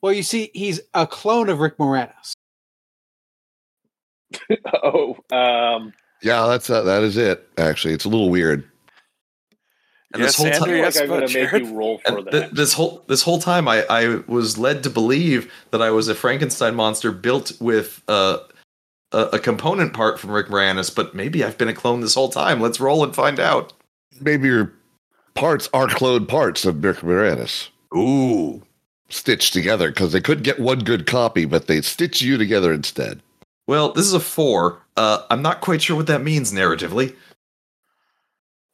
Speaker 5: Well, you see, he's a clone of Rick Moranis.
Speaker 3: oh, um,
Speaker 6: Yeah, that's uh, that is it. Actually, it's a little weird.
Speaker 4: And
Speaker 2: Yes,
Speaker 4: this whole
Speaker 3: I
Speaker 4: time
Speaker 2: Andrew.
Speaker 3: feel like
Speaker 2: yes,
Speaker 3: I'm going
Speaker 2: but
Speaker 3: to make
Speaker 2: Jared-
Speaker 3: you roll for
Speaker 4: and th-
Speaker 3: that.
Speaker 4: this whole this whole time I, I was led to believe that I was a Frankenstein monster built with uh, a a component part from Rick Moranis, but maybe I've been a clone this whole time. Let's roll and find out.
Speaker 6: Maybe your parts are cloned parts of Rick Moranis
Speaker 4: Ooh.
Speaker 6: stitched together because they couldn't get one good copy, but they stitch you together instead.
Speaker 4: Well, this is a four. Uh, I'm not quite sure what that means narratively.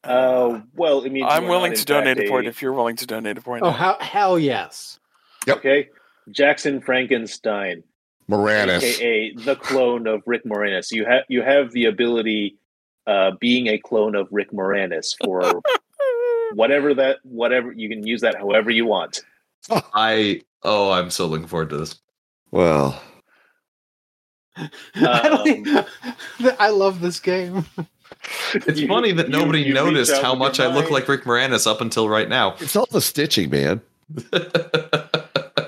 Speaker 3: Uh, well, I mean, you
Speaker 2: I'm
Speaker 3: are
Speaker 2: willing
Speaker 3: not, in
Speaker 2: to donate
Speaker 3: fact,
Speaker 2: a point if you're willing to donate a point.
Speaker 5: Oh, how, hell yes.
Speaker 3: Okay, Jackson Frankenstein.
Speaker 6: Moranis.
Speaker 3: aka the clone of Rick Moranis. You have you have the ability, uh, being a clone of Rick Moranis for whatever that whatever you can use that however you want.
Speaker 4: I oh, I'm so looking forward to this.
Speaker 6: Well,
Speaker 5: I,
Speaker 4: Um,
Speaker 5: don't think- I love this game.
Speaker 4: It's
Speaker 3: You-
Speaker 4: funny that
Speaker 3: you-
Speaker 4: nobody
Speaker 3: you reach
Speaker 4: noticed
Speaker 3: out
Speaker 4: how
Speaker 3: with your
Speaker 4: much I look
Speaker 3: mind.
Speaker 4: like Rick Moranis up until right now. Oh,
Speaker 6: it's all the stitching, man.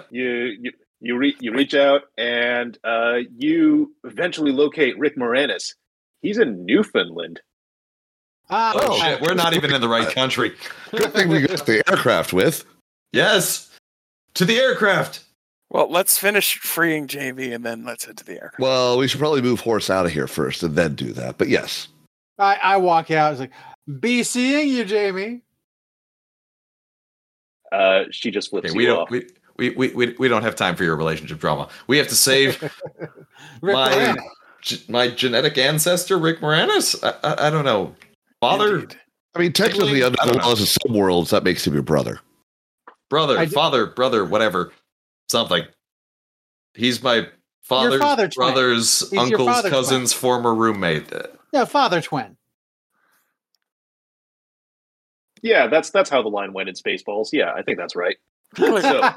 Speaker 3: You you you, re- you reach out and uh, you eventually locate Rick Moranis. He's in Newfoundland.
Speaker 5: Ah,
Speaker 4: oh
Speaker 5: I-
Speaker 4: shit, we're not even in the right country.
Speaker 6: Good thing we got the aircraft with.
Speaker 4: Yes. To the aircraft.
Speaker 2: Well, let's finish freeing JV and then let's head to the aircraft.
Speaker 6: Well, we should probably move horse out of here first and then do that. But yes,
Speaker 5: I, I walk out. It's like, be seeing you, Jamie.
Speaker 3: Uh, she just flips
Speaker 4: Okay,
Speaker 3: you
Speaker 4: we
Speaker 3: off.
Speaker 4: don't we we, we, we we don't have time for your relationship drama. We have to save
Speaker 5: Rick
Speaker 4: my
Speaker 5: Moranis.
Speaker 4: ge- my genetic ancestor, Rick Moranis. I, I, I don't know. Father,
Speaker 2: Indeed.
Speaker 6: I mean technically
Speaker 4: Really?
Speaker 6: under
Speaker 4: I
Speaker 6: the
Speaker 4: don't know.
Speaker 6: laws of some worlds that makes him your brother.
Speaker 4: brother,
Speaker 5: I d-
Speaker 4: father, brother, whatever, something. He's my father's
Speaker 5: father twin.
Speaker 4: brother's
Speaker 5: your
Speaker 4: uncle's
Speaker 5: father twin.
Speaker 4: cousin's former roommate.
Speaker 5: Yeah, father twin.
Speaker 3: Yeah, that's that's how the line went in Spaceballs. Yeah, I think that's right.
Speaker 2: Clearly.
Speaker 4: It's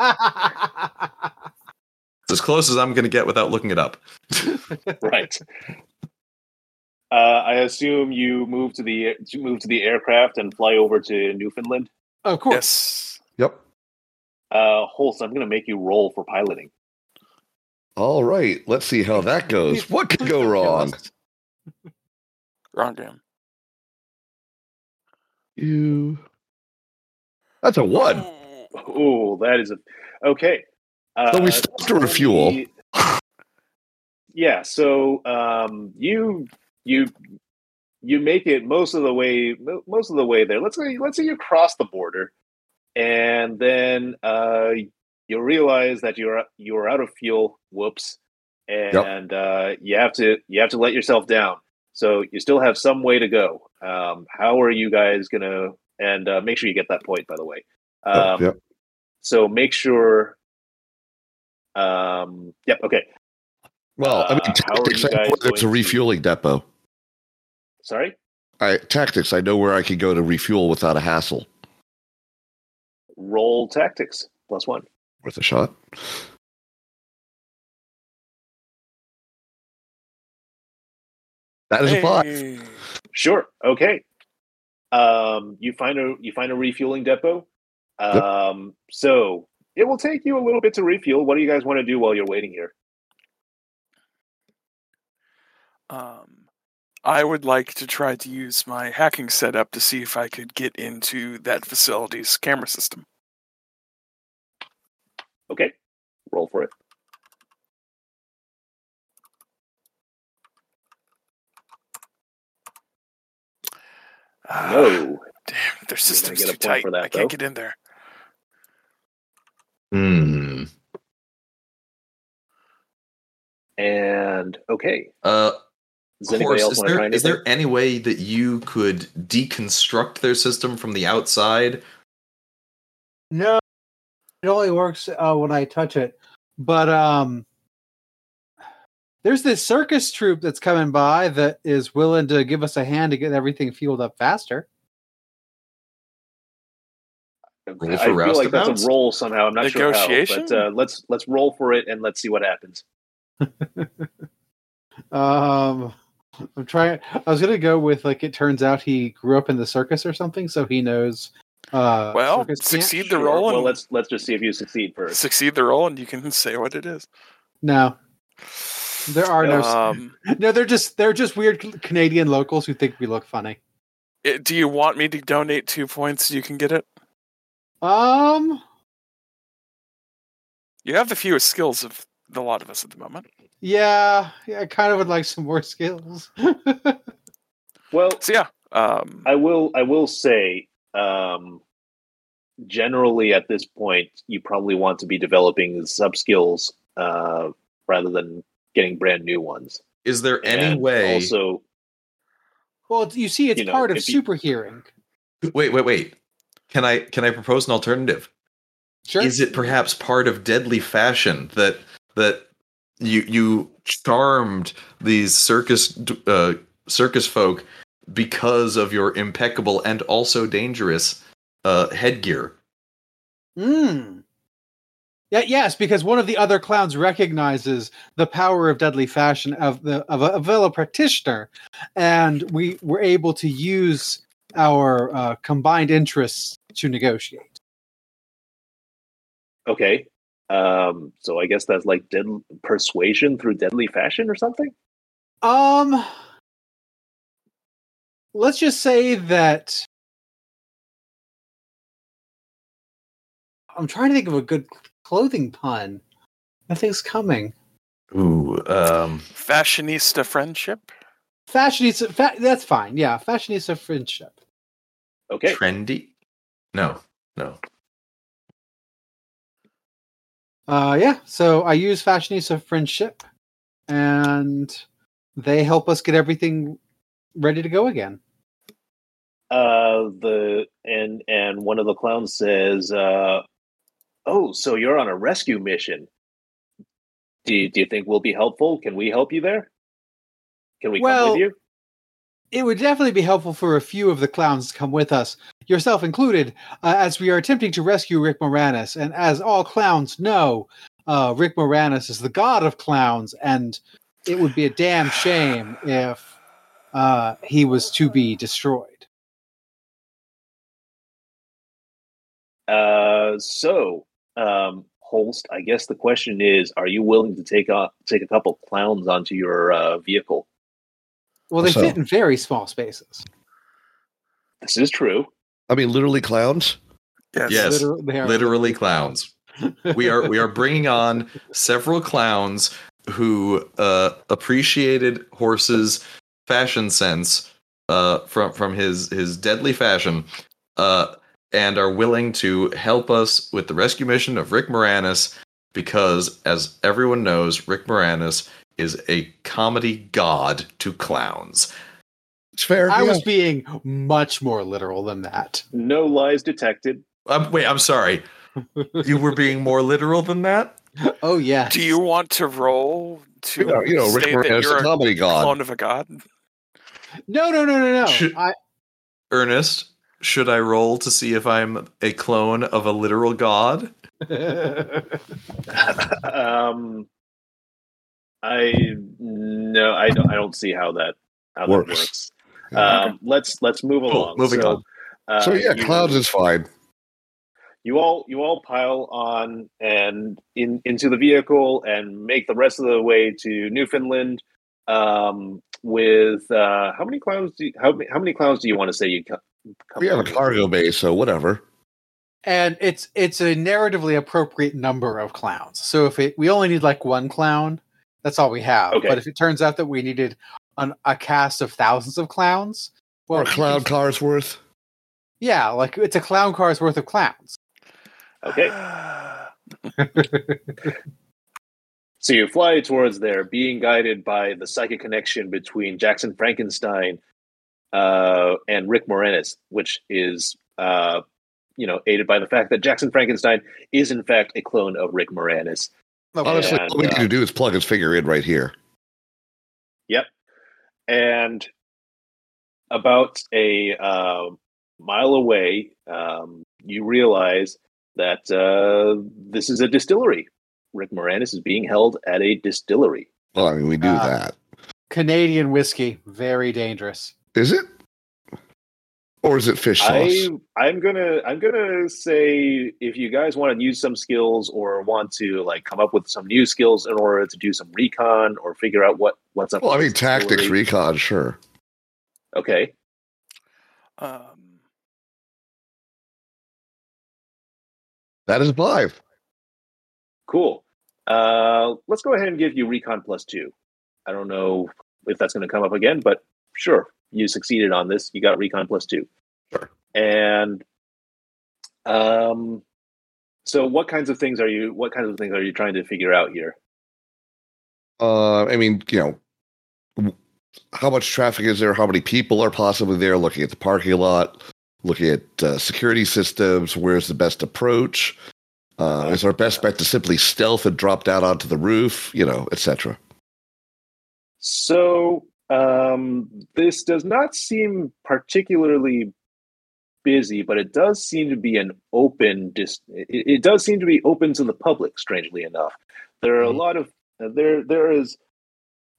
Speaker 4: as close as I'm going to get without looking it up.
Speaker 3: right. Uh, I assume you move to the you move to the aircraft and fly over to Newfoundland.
Speaker 5: of course.
Speaker 2: yes.
Speaker 6: Yep.
Speaker 3: Uh, Holst, I'm going to make you roll for piloting.
Speaker 6: All right, let's see how that goes. What could go wrong?
Speaker 2: Wrong game.
Speaker 6: You. That's a one.
Speaker 3: Oh, that is a okay. Uh,
Speaker 6: So we stopped to refuel.
Speaker 3: yeah, so um, you you you make it most of the way mo- most of the way there. Let's say let's say you cross the border, and then uh, you realize that you're you're out of fuel. Whoops! And uh, you have to you have to let yourself down. So you still have some way to go. Um, how are you guys gonna? And uh, make sure you get that point, by the way. Um,
Speaker 6: Oh, yep.
Speaker 3: So make sure. Um. Yep. Okay.
Speaker 6: Well, I
Speaker 3: uh,
Speaker 6: mean,
Speaker 3: how are you
Speaker 6: technically,
Speaker 3: guys
Speaker 6: it's a
Speaker 3: going to-
Speaker 6: refueling depot.
Speaker 3: Sorry.
Speaker 6: I tactics. I know where I can go to refuel without a hassle.
Speaker 3: Roll tactics plus one.
Speaker 6: Worth a shot. That is a bot.
Speaker 2: Hey.
Speaker 3: Sure. Okay. Um, you find a you find a refueling depot. Um, so it will take you a little bit to refuel. What do you guys want to do while you're waiting here?
Speaker 2: Um, I would like to try to use my hacking setup to see if I could get into that facility's camera system.
Speaker 3: Okay. Roll for it.
Speaker 2: Ah,
Speaker 3: No.
Speaker 2: Damn, their system's
Speaker 3: get a
Speaker 2: too
Speaker 3: point
Speaker 2: tight.
Speaker 3: for that,
Speaker 2: I can't
Speaker 3: though.
Speaker 2: get in there.
Speaker 4: Hmm.
Speaker 3: And okay.
Speaker 4: Uh,
Speaker 3: Does
Speaker 4: Of
Speaker 3: anybody
Speaker 4: course,
Speaker 3: else
Speaker 4: is
Speaker 3: want to try
Speaker 4: there,
Speaker 3: anything?
Speaker 4: is there any way that you could deconstruct their system from the outside?
Speaker 5: No, it only works uh, when I touch it. But um, there's this circus troupe that's coming by that is willing to give us a hand to get everything fueled up faster.
Speaker 4: Roll
Speaker 3: I
Speaker 4: for
Speaker 3: feel
Speaker 4: rouse
Speaker 3: like that's
Speaker 4: amounts?
Speaker 3: a roll somehow. I'm not
Speaker 2: Negotiation?
Speaker 3: sure how, but uh, let's let's roll for it and let's see what happens.
Speaker 5: Um, I'm trying. I was gonna go with like it turns out he grew up in the circus or something, so he knows. Uh,
Speaker 2: Well,
Speaker 5: circus camp.
Speaker 2: succeed the
Speaker 3: Sure.
Speaker 2: roll and
Speaker 3: Well, let's let's just see if you succeed first.
Speaker 2: succeed the roll, and you can say what it is.
Speaker 5: No, There are no s-
Speaker 3: Uh,
Speaker 2: Um,
Speaker 5: no, they're just they're just weird C- Canadian locals who think we look funny.
Speaker 2: it- eh, do you want me to donate two points so you can get it?
Speaker 5: Um,
Speaker 2: You have the fewest skills of the lot of us at the moment.
Speaker 5: yeah, yeah, I kind of would like some more skills.
Speaker 3: Well,
Speaker 2: So yeah, um,
Speaker 3: I will I will say um, generally at this point you probably want to be developing sub skills uh, rather than getting brand new ones.
Speaker 4: Is there any
Speaker 3: And
Speaker 4: way?
Speaker 3: also
Speaker 5: well, it's- you see, it's
Speaker 3: You know,
Speaker 5: part of
Speaker 3: if you-
Speaker 5: super hearing.
Speaker 4: Wait, wait, wait. Can I can I propose an alternative?
Speaker 5: Sure.
Speaker 4: Is it perhaps part of deadly fashion that that you you charmed these circus uh, circus folk because of your impeccable and also dangerous uh, headgear?
Speaker 5: Mm. Yeah, yes, because one of the other clowns recognizes the power of deadly fashion of the of a, of a practitioner, and we were able to use our uh, combined interests to negotiate.
Speaker 3: okay. Um, so I guess that's like dead persuasion through deadly fashion or something.
Speaker 5: Um, let's just say that I'm trying to think of a good clothing pun. Nothing's coming.
Speaker 4: Ooh, um,
Speaker 2: fashionista friendship.
Speaker 5: Fashionista, fa- that's fine. Yeah, fashionista friendship.
Speaker 3: Okay.
Speaker 4: trendy. No, no.
Speaker 5: Uh, yeah. So I use Fashionista Friendship, and they help us get everything ready to go again.
Speaker 3: uh the and and one of the clowns says uh oh so you're on a rescue mission do you, do you think we'll be helpful can we help you there can we come
Speaker 5: Well-
Speaker 3: with you
Speaker 5: It would definitely be helpful for a few of the clowns to come with us, yourself included, uh, as we are attempting to rescue Rick Moranis. And as all clowns know, uh, Rick Moranis is the god of clowns, and it would be a damn shame if uh, he was to be destroyed.
Speaker 3: uh so um holst i guess the question is are you willing to take on take a couple clowns onto your uh vehicle
Speaker 5: Well, they
Speaker 6: So-
Speaker 5: fit in very small spaces.
Speaker 3: this is true
Speaker 6: I mean, literally clowns.
Speaker 2: Yes.
Speaker 4: Yes.
Speaker 5: Literally, they are-
Speaker 4: literally clowns. We are we are bringing on several clowns who uh, appreciated horses' fashion sense uh, from from his his deadly fashion, uh, and are willing to help us with the rescue mission of Rick Moranis because, as everyone knows, Rick Moranis is a comedy god to clowns.
Speaker 6: It's fair.
Speaker 5: I
Speaker 6: yeah.
Speaker 5: was being much more literal than that.
Speaker 3: no lies detected
Speaker 4: Um, wait, I'm sorry. You were being more literal than that.
Speaker 5: Oh yes.
Speaker 2: Do you want to roll to
Speaker 6: you know, you know Rick
Speaker 2: state that
Speaker 6: Moranis,
Speaker 2: you're
Speaker 6: a
Speaker 2: a
Speaker 6: comedy god.
Speaker 2: clone of a god?
Speaker 5: No, no, no, no, no.
Speaker 4: Should-
Speaker 5: I,
Speaker 4: Ernest, should I roll to see if I'm a clone of a literal god?
Speaker 3: um, I no, I don't. I don't see how that how
Speaker 6: Works.
Speaker 3: that works. Um, let's let's move
Speaker 4: Cool,
Speaker 3: along.
Speaker 4: moving
Speaker 3: so,
Speaker 4: on.
Speaker 3: Uh,
Speaker 6: so yeah,
Speaker 3: you-
Speaker 6: clouds is fine.
Speaker 3: you all you all pile on and in into the vehicle and make the rest of the way to Newfoundland um with uh how many clowns do you, how, ma- how many clowns do you want to say you co- come
Speaker 6: We have a
Speaker 3: with?
Speaker 6: cargo bay, so whatever.
Speaker 5: and it's it's a narratively appropriate number of clowns. So if it, we only need like one clown, that's all we have.
Speaker 3: Okay.
Speaker 5: But if it turns out that we needed an, a cast of thousands of clowns, well,
Speaker 3: Oh,
Speaker 6: Or a cloud car's worth.
Speaker 5: yeah, like it's a clown car's worth of clowns.
Speaker 3: okay so you fly towards there being guided by the psychic connection between Jackson Frankenstein uh and Rick Moranis which is uh you know aided by the fact that Jackson Frankenstein is in fact a clone of Rick Moranis
Speaker 5: Okay.
Speaker 6: Honestly,
Speaker 3: Oh, Yeah,
Speaker 6: all we
Speaker 3: yeah.
Speaker 6: need to do is plug his finger in right here.
Speaker 3: and about a uh, mile away, um, you realize that uh, this is a distillery. Rick Moranis is being held at a distillery.
Speaker 6: Well, I mean, we do
Speaker 3: Uh,
Speaker 5: Ah.
Speaker 6: that.
Speaker 5: Canadian whiskey, very dangerous.
Speaker 6: Is it? Or is it fish sauce?
Speaker 3: I I'm gonna I'm gonna say if you guys want to use some skills or want to like come up with some new skills in order to do some recon or figure out what what's up.
Speaker 6: well, I
Speaker 3: with
Speaker 6: mean,
Speaker 3: this
Speaker 6: tactics,
Speaker 3: distillery.
Speaker 6: recon, sure.
Speaker 3: Okay,
Speaker 2: Um,
Speaker 6: That is live.
Speaker 3: cool. Uh, let's go ahead and give you recon plus two. I don't know if that's going to come up again, but sure, you succeeded on this. You got recon plus two.
Speaker 6: Sure.
Speaker 3: And um, so what kinds of things are you? What kinds of things are you trying to figure out here?
Speaker 6: Uh, I mean, you know, w- how much traffic is there? How many people are possibly there? Looking at the parking lot, looking at uh, security systems. Where's the best approach? Uh, is our best bet to simply stealth and drop down onto the roof? You know, etc.
Speaker 3: So um, this does not seem particularly busy, but it does seem to be an open. Dis- it, it does seem to be open to the public. Strangely enough, there are a lot of uh, there. There is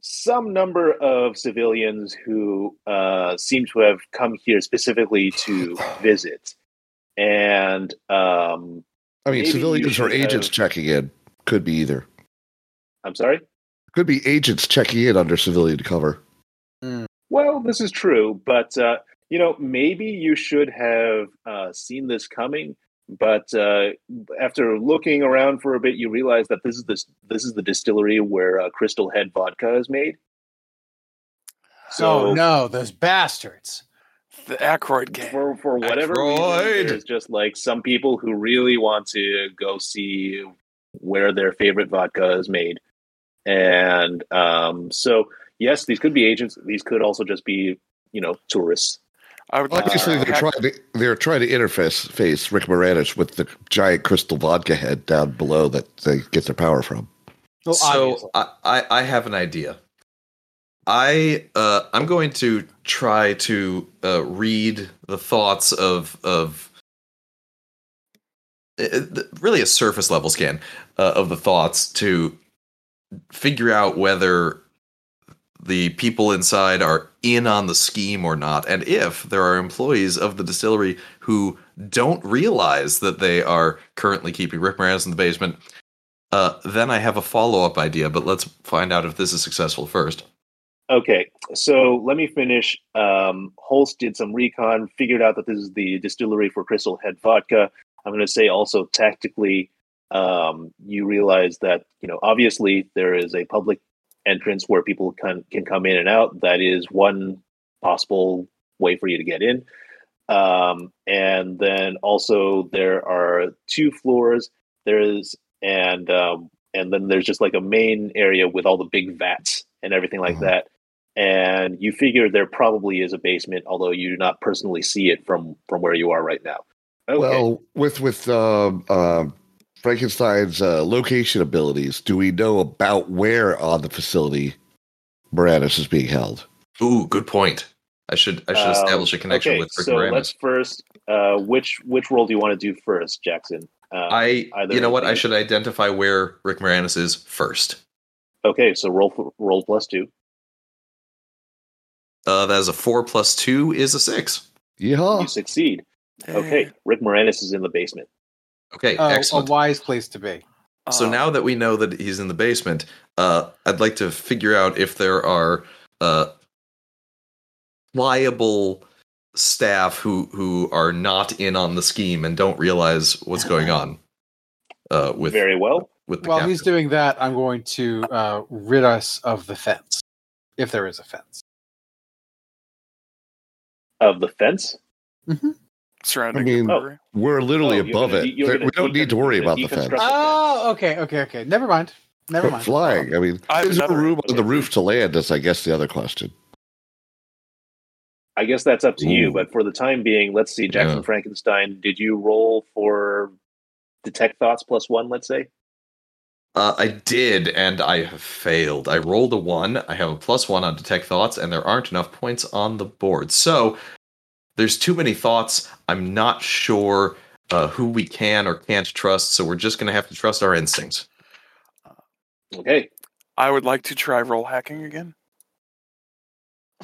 Speaker 3: some number of civilians who uh, seem to have come here specifically to visit, and um,
Speaker 6: I mean,
Speaker 3: Maybe you
Speaker 6: civilians or
Speaker 3: should uh, have-
Speaker 6: agents checking in could be either.
Speaker 3: I'm sorry.
Speaker 6: Could be agents checking in under civilian cover.
Speaker 3: Well, this is true, but uh, you know, maybe you should have uh, seen this coming. But uh, after looking around for a bit, you realize that this is this this is the distillery where uh, Crystal Head vodka is made. So
Speaker 5: oh no, those bastards!
Speaker 2: the Ackroyd game.
Speaker 3: for for whatever
Speaker 4: Ackroyd.
Speaker 3: reason, there's just like some people who really want to go see where their favorite vodka is made, and um, so yes, these could be agents. These could also just be you know tourists.
Speaker 2: I
Speaker 3: Uh,
Speaker 2: would like
Speaker 6: Obviously,
Speaker 2: to
Speaker 6: they're trying to they're trying to interface face Rick Moranis with the giant crystal vodka head down below that they get their power from.
Speaker 5: Well, obviously.
Speaker 4: so I, I, I have an idea. I uh, I'm going to try to uh, read the thoughts of of uh, uh, really a surface level scan uh, of the thoughts to figure out whether the people inside are in on the scheme or not, and if there are employees of the distillery who don't realize that they are currently keeping Rick Moranis in the basement uh, then I have a follow up idea, but let's find out if this is successful first.
Speaker 3: Okay, so let me finish. Um, Holst did some recon, figured out that this is the distillery for Crystal Head Vodka. I'm going to say also tactically, um, you realize that you know obviously there is a public entrance where people can can come in and out. That is one possible way for you to get in. Um, and then also there are two floors. There is and um, and then there's just like a main area with all the big vats and everything like
Speaker 6: Mhm.
Speaker 3: that. And you figure there probably is a basement, although you do not personally see it from from where you are right now. Okay.
Speaker 6: Well, with with um, um, Frankenstein's uh, location abilities, do we know about where on the facility Moranis is being held?
Speaker 4: Ooh, good point. I should I should establish a connection
Speaker 3: Um, okay,
Speaker 4: with Rick
Speaker 3: so
Speaker 4: Moranis.
Speaker 3: let's first. Uh, which which role do you want to do first, Jackson? Uh,
Speaker 4: I
Speaker 3: either
Speaker 4: you know what I
Speaker 3: thing.
Speaker 4: should identify where Rick Moranis is first.
Speaker 3: okay, so roll roll plus two.
Speaker 4: Uh, that is a four plus two is a six.
Speaker 3: You
Speaker 6: Yeehaw.
Speaker 3: succeed. Okay, Rick Moranis is in the basement.
Speaker 4: Okay,
Speaker 5: Oh,
Speaker 4: excellent.
Speaker 5: a wise place to be.
Speaker 4: So
Speaker 2: Um,
Speaker 4: now that we know that he's in the basement, uh, I'd like to figure out if there are uh, liable staff who who are not in on the scheme and don't realize what's going on uh, with
Speaker 3: Very well.
Speaker 4: with the
Speaker 5: While
Speaker 4: captain.
Speaker 5: he's doing that, I'm going to uh, rid us of the fence, if there is a fence.
Speaker 3: Of the fence.
Speaker 2: surrounding
Speaker 6: I mean-
Speaker 2: the brewery.
Speaker 6: We're literally
Speaker 3: Oh, you're
Speaker 6: above
Speaker 3: gonna
Speaker 6: it.
Speaker 3: de- you're
Speaker 6: There-
Speaker 3: gonna
Speaker 6: we don't
Speaker 3: decon-
Speaker 6: need to worry
Speaker 3: you're
Speaker 6: about
Speaker 3: gonna
Speaker 6: the fence.
Speaker 3: deconstruct-
Speaker 5: Oh, okay, okay, okay. Never mind. Never
Speaker 6: Quit
Speaker 5: mind.
Speaker 6: flying. I mean,
Speaker 2: I have
Speaker 6: is there
Speaker 2: another
Speaker 6: room on
Speaker 3: idea.
Speaker 6: the roof to land us? I guess the other question.
Speaker 3: I guess that's up to you,
Speaker 6: Ooh.
Speaker 3: but for the time being, let's see. Jackson
Speaker 4: Yeah.
Speaker 3: Frankenstein, did you roll for detect thoughts plus one? Let's say.
Speaker 4: Uh, I did, and I have failed. I rolled a one. I have a plus one on detect thoughts, and there aren't enough points on the board. So there's too many thoughts. I'm not sure uh, who we can or can't trust. So we're just going to have to trust our instincts.
Speaker 3: Okay,
Speaker 2: I would like to try roll hacking again.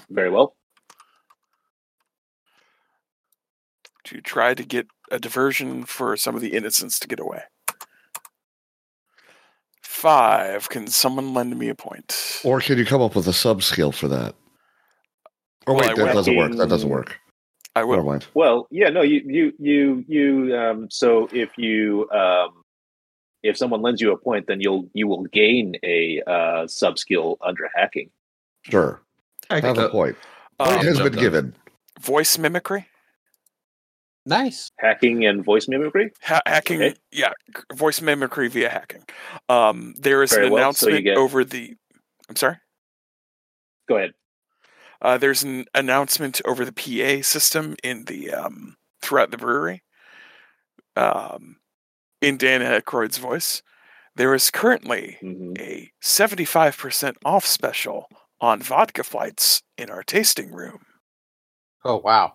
Speaker 3: very well.
Speaker 2: to try to get a diversion for some of the innocents to get away. Five. Can someone lend me a point?
Speaker 6: Or can you come up with a sub skill for that? Or
Speaker 2: Well, I
Speaker 6: wait, that
Speaker 2: would-
Speaker 6: doesn't work. That
Speaker 3: Hacking-
Speaker 6: doesn't work.
Speaker 2: I
Speaker 6: Never
Speaker 2: will.
Speaker 6: mind.
Speaker 3: Well, yeah, no, you, you, you, you. Um, so if you, um, if someone lends you a point, then you'll you will gain a uh, sub skill under hacking.
Speaker 6: Sure.
Speaker 4: I
Speaker 6: Have a
Speaker 4: uh,
Speaker 6: point.
Speaker 3: Oh,
Speaker 6: Point
Speaker 2: Um,
Speaker 6: has been
Speaker 4: Done.
Speaker 6: given.
Speaker 2: voice mimicry,
Speaker 5: Nice.
Speaker 3: Hacking and voice mimicry.
Speaker 2: ha- hacking.
Speaker 3: Okay.
Speaker 2: Yeah, c- voice mimicry via hacking. Um, there is
Speaker 3: Very
Speaker 2: an
Speaker 3: well, so you
Speaker 2: announcement
Speaker 3: get-
Speaker 2: over the. I'm sorry.
Speaker 3: Go ahead.
Speaker 2: Uh, there's an announcement over the PA system in the um, throughout the brewery. Um, in Dan Aykroyd's voice, there is currently
Speaker 3: hmm
Speaker 2: a 75% off special on vodka flights in our tasting room,
Speaker 5: Oh wow.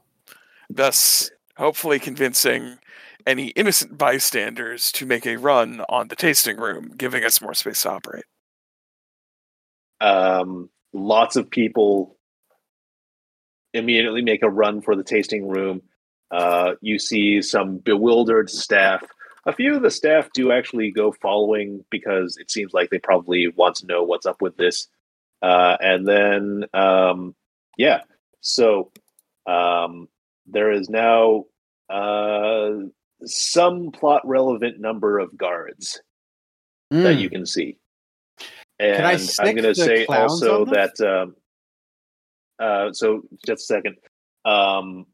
Speaker 2: thus hopefully convincing any innocent bystanders to make a run on the tasting room, giving us more space to operate.
Speaker 3: Um, lots of people immediately make a run for the tasting room. Uh, you see some bewildered staff. A few of the staff do actually go following because it seems like they probably want to know what's up with this. Uh, and then, um, yeah, so um, there is now uh, some plot relevant number of guards that
Speaker 5: Mm.
Speaker 3: you can see. And
Speaker 5: I
Speaker 3: am
Speaker 5: stick
Speaker 3: going to
Speaker 5: the
Speaker 3: say
Speaker 5: clowns
Speaker 3: also
Speaker 5: on this?
Speaker 3: that. Um, uh, so just a second. Um,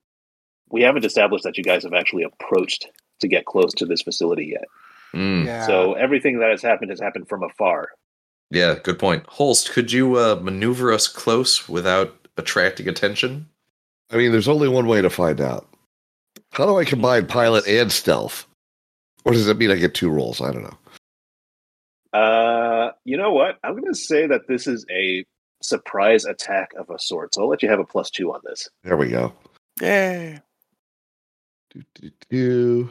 Speaker 3: we haven't established that you guys have actually approached to get close to this facility yet.
Speaker 4: Mm, yeah.
Speaker 5: Yeah.
Speaker 3: So everything that has happened has happened from afar.
Speaker 4: good point. Holst, could you uh, maneuver us close without attracting attention?
Speaker 6: I mean, there's only one way to find out. How do I combine pilot and stealth? Or does it mean I get two rolls? I don't know.
Speaker 3: Uh, you know what? I'm going to say that this is a surprise attack of a sort. So I'll let you have a plus two on this.
Speaker 6: There we go.
Speaker 2: Yay!
Speaker 6: Do, do, do.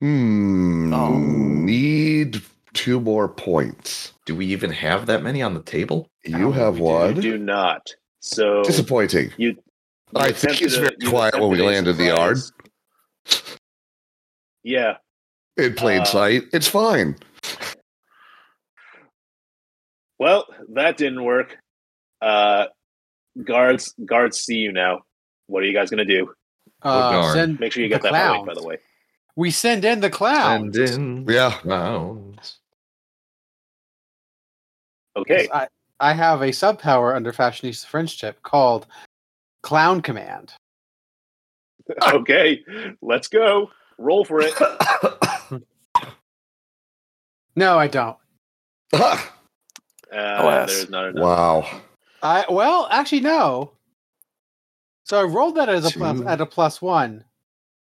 Speaker 6: Hmm.
Speaker 2: Oh.
Speaker 6: Need two more points.
Speaker 4: Do we even have that many on the table?
Speaker 6: You
Speaker 3: Um,
Speaker 6: have
Speaker 3: you do-
Speaker 6: one.
Speaker 3: You do not. So
Speaker 6: Disappointing.
Speaker 3: you.
Speaker 6: I
Speaker 3: you
Speaker 6: think
Speaker 3: attempted
Speaker 6: it's
Speaker 3: a-
Speaker 6: very
Speaker 3: you
Speaker 6: quiet when we
Speaker 3: attempted a
Speaker 6: land in the yard.
Speaker 3: surprise. Yeah,
Speaker 6: In plain
Speaker 3: Uh,
Speaker 6: sight, it's fine.
Speaker 3: Well, that didn't work. Uh, guards, guards see you now. What are you guys going to do?
Speaker 5: Uh,
Speaker 4: darn.
Speaker 5: send-
Speaker 3: Make sure you
Speaker 5: The
Speaker 3: get that that
Speaker 5: clowns.
Speaker 3: by the way.
Speaker 5: we send in the clown.
Speaker 4: And in
Speaker 6: Yeah.
Speaker 4: rounds.
Speaker 3: Okay.
Speaker 5: I, I have a sub power under Fashionista Friendship called Clown Command.
Speaker 3: Okay. Let's go. Roll for it.
Speaker 5: No, I don't.
Speaker 6: Ah,
Speaker 3: Uh,
Speaker 2: Alas.
Speaker 3: there's not enough.
Speaker 6: wow.
Speaker 5: I well, actually, no. So I rolled that as a plus,
Speaker 4: Two.
Speaker 5: at a plus one.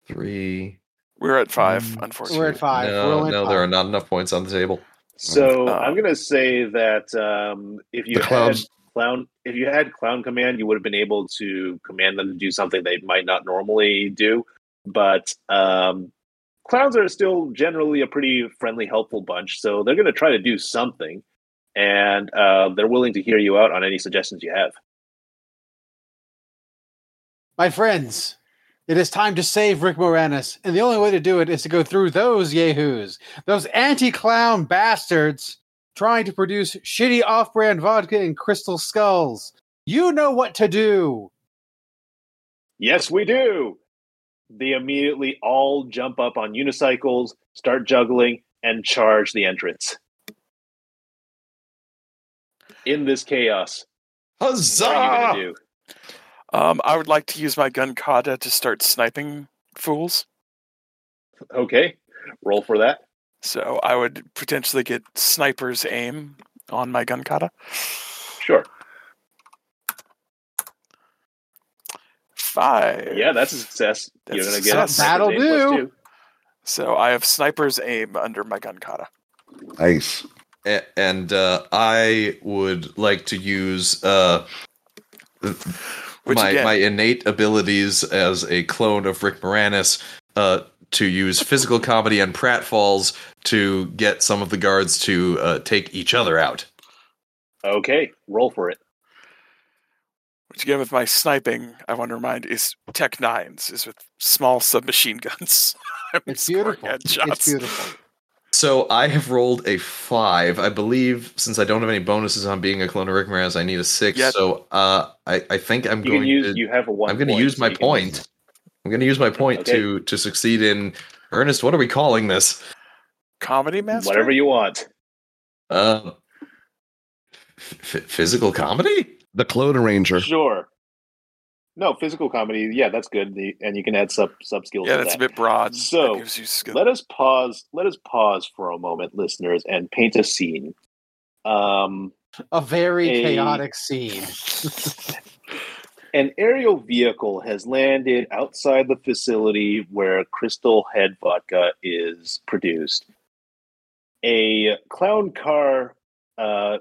Speaker 4: Three.
Speaker 2: We're at five,
Speaker 4: Mm.
Speaker 2: unfortunately.
Speaker 5: We're at five.
Speaker 4: No,
Speaker 5: We're only at
Speaker 4: no,
Speaker 5: five.
Speaker 4: there are not enough points on the table.
Speaker 3: So
Speaker 2: Uh,
Speaker 3: I'm going to say that um, if you
Speaker 6: The
Speaker 3: had
Speaker 6: clowns
Speaker 3: clown if you had clown command, you would have been able to command them to do something they might not normally do. But um, clowns are still generally a pretty friendly, helpful bunch, so they're going to try to do something, and uh, they're willing to hear you out on any suggestions you have.
Speaker 5: My friends, it is time to save Rick Moranis, and the only way to do it is to go through those yahoos, those anti-clown bastards trying to produce shitty off-brand vodka and crystal skulls. You know what to do.
Speaker 3: Yes, we do. They immediately all jump up on unicycles, start juggling, and charge the entrance. In this chaos, what are you
Speaker 4: Huzzah!
Speaker 3: going to do?
Speaker 2: Um, I would like to use my gun kata to start sniping fools.
Speaker 3: Okay, roll for that.
Speaker 2: So I would potentially get sniper's aim on my gun kata.
Speaker 3: Sure.
Speaker 2: Five.
Speaker 3: Yeah, that's a success.
Speaker 2: That's
Speaker 3: You're
Speaker 2: a
Speaker 3: going to get
Speaker 2: success.
Speaker 5: That'll
Speaker 3: name plus
Speaker 5: do.
Speaker 3: two.
Speaker 2: So I have sniper's aim under my gun kata.
Speaker 6: Ice.
Speaker 4: A- and uh, I would like to use uh,
Speaker 2: Which
Speaker 4: my
Speaker 2: again-
Speaker 4: my innate abilities as a clone of Rick Moranis uh, to use physical comedy and pratfalls to get some of the guards to uh, take each other out.
Speaker 3: Okay, roll for it.
Speaker 2: Which again, with my sniping, I want to remind is Tech Nines is with small submachine guns. I'm
Speaker 5: It's
Speaker 2: scoring
Speaker 5: beautiful.
Speaker 2: headshots.
Speaker 5: It's beautiful.
Speaker 4: So I have rolled a five. I believe since I don't have any bonuses on being a clone of Rick Moranis, I need a six.
Speaker 2: Yeah.
Speaker 4: So uh, I I think I'm
Speaker 3: You
Speaker 4: going
Speaker 3: can use.
Speaker 4: to
Speaker 3: you have a one.
Speaker 4: I'm going to
Speaker 3: point,
Speaker 4: use
Speaker 3: so
Speaker 4: my
Speaker 3: you can use-
Speaker 4: point. I'm going to use my point
Speaker 3: Okay.
Speaker 4: to to succeed in Ernest. What are we calling this?
Speaker 2: Comedy master.
Speaker 3: Whatever you want.
Speaker 4: Uh, f- physical comedy?
Speaker 6: The Clone Ranger.
Speaker 3: Sure. No physical comedy. Yeah, that's good. The, and you can add sub sub skills.
Speaker 2: Yeah,
Speaker 3: to
Speaker 2: that's a
Speaker 3: that.
Speaker 2: bit broad. That
Speaker 3: So,
Speaker 2: gives you skill.
Speaker 3: Let us pause. Let us pause for a moment, listeners, and paint a scene. Um,
Speaker 5: A very
Speaker 3: A-
Speaker 5: chaotic scene.
Speaker 3: an aerial vehicle has landed outside the facility where Crystal Head Vodka is produced. A clown car uh,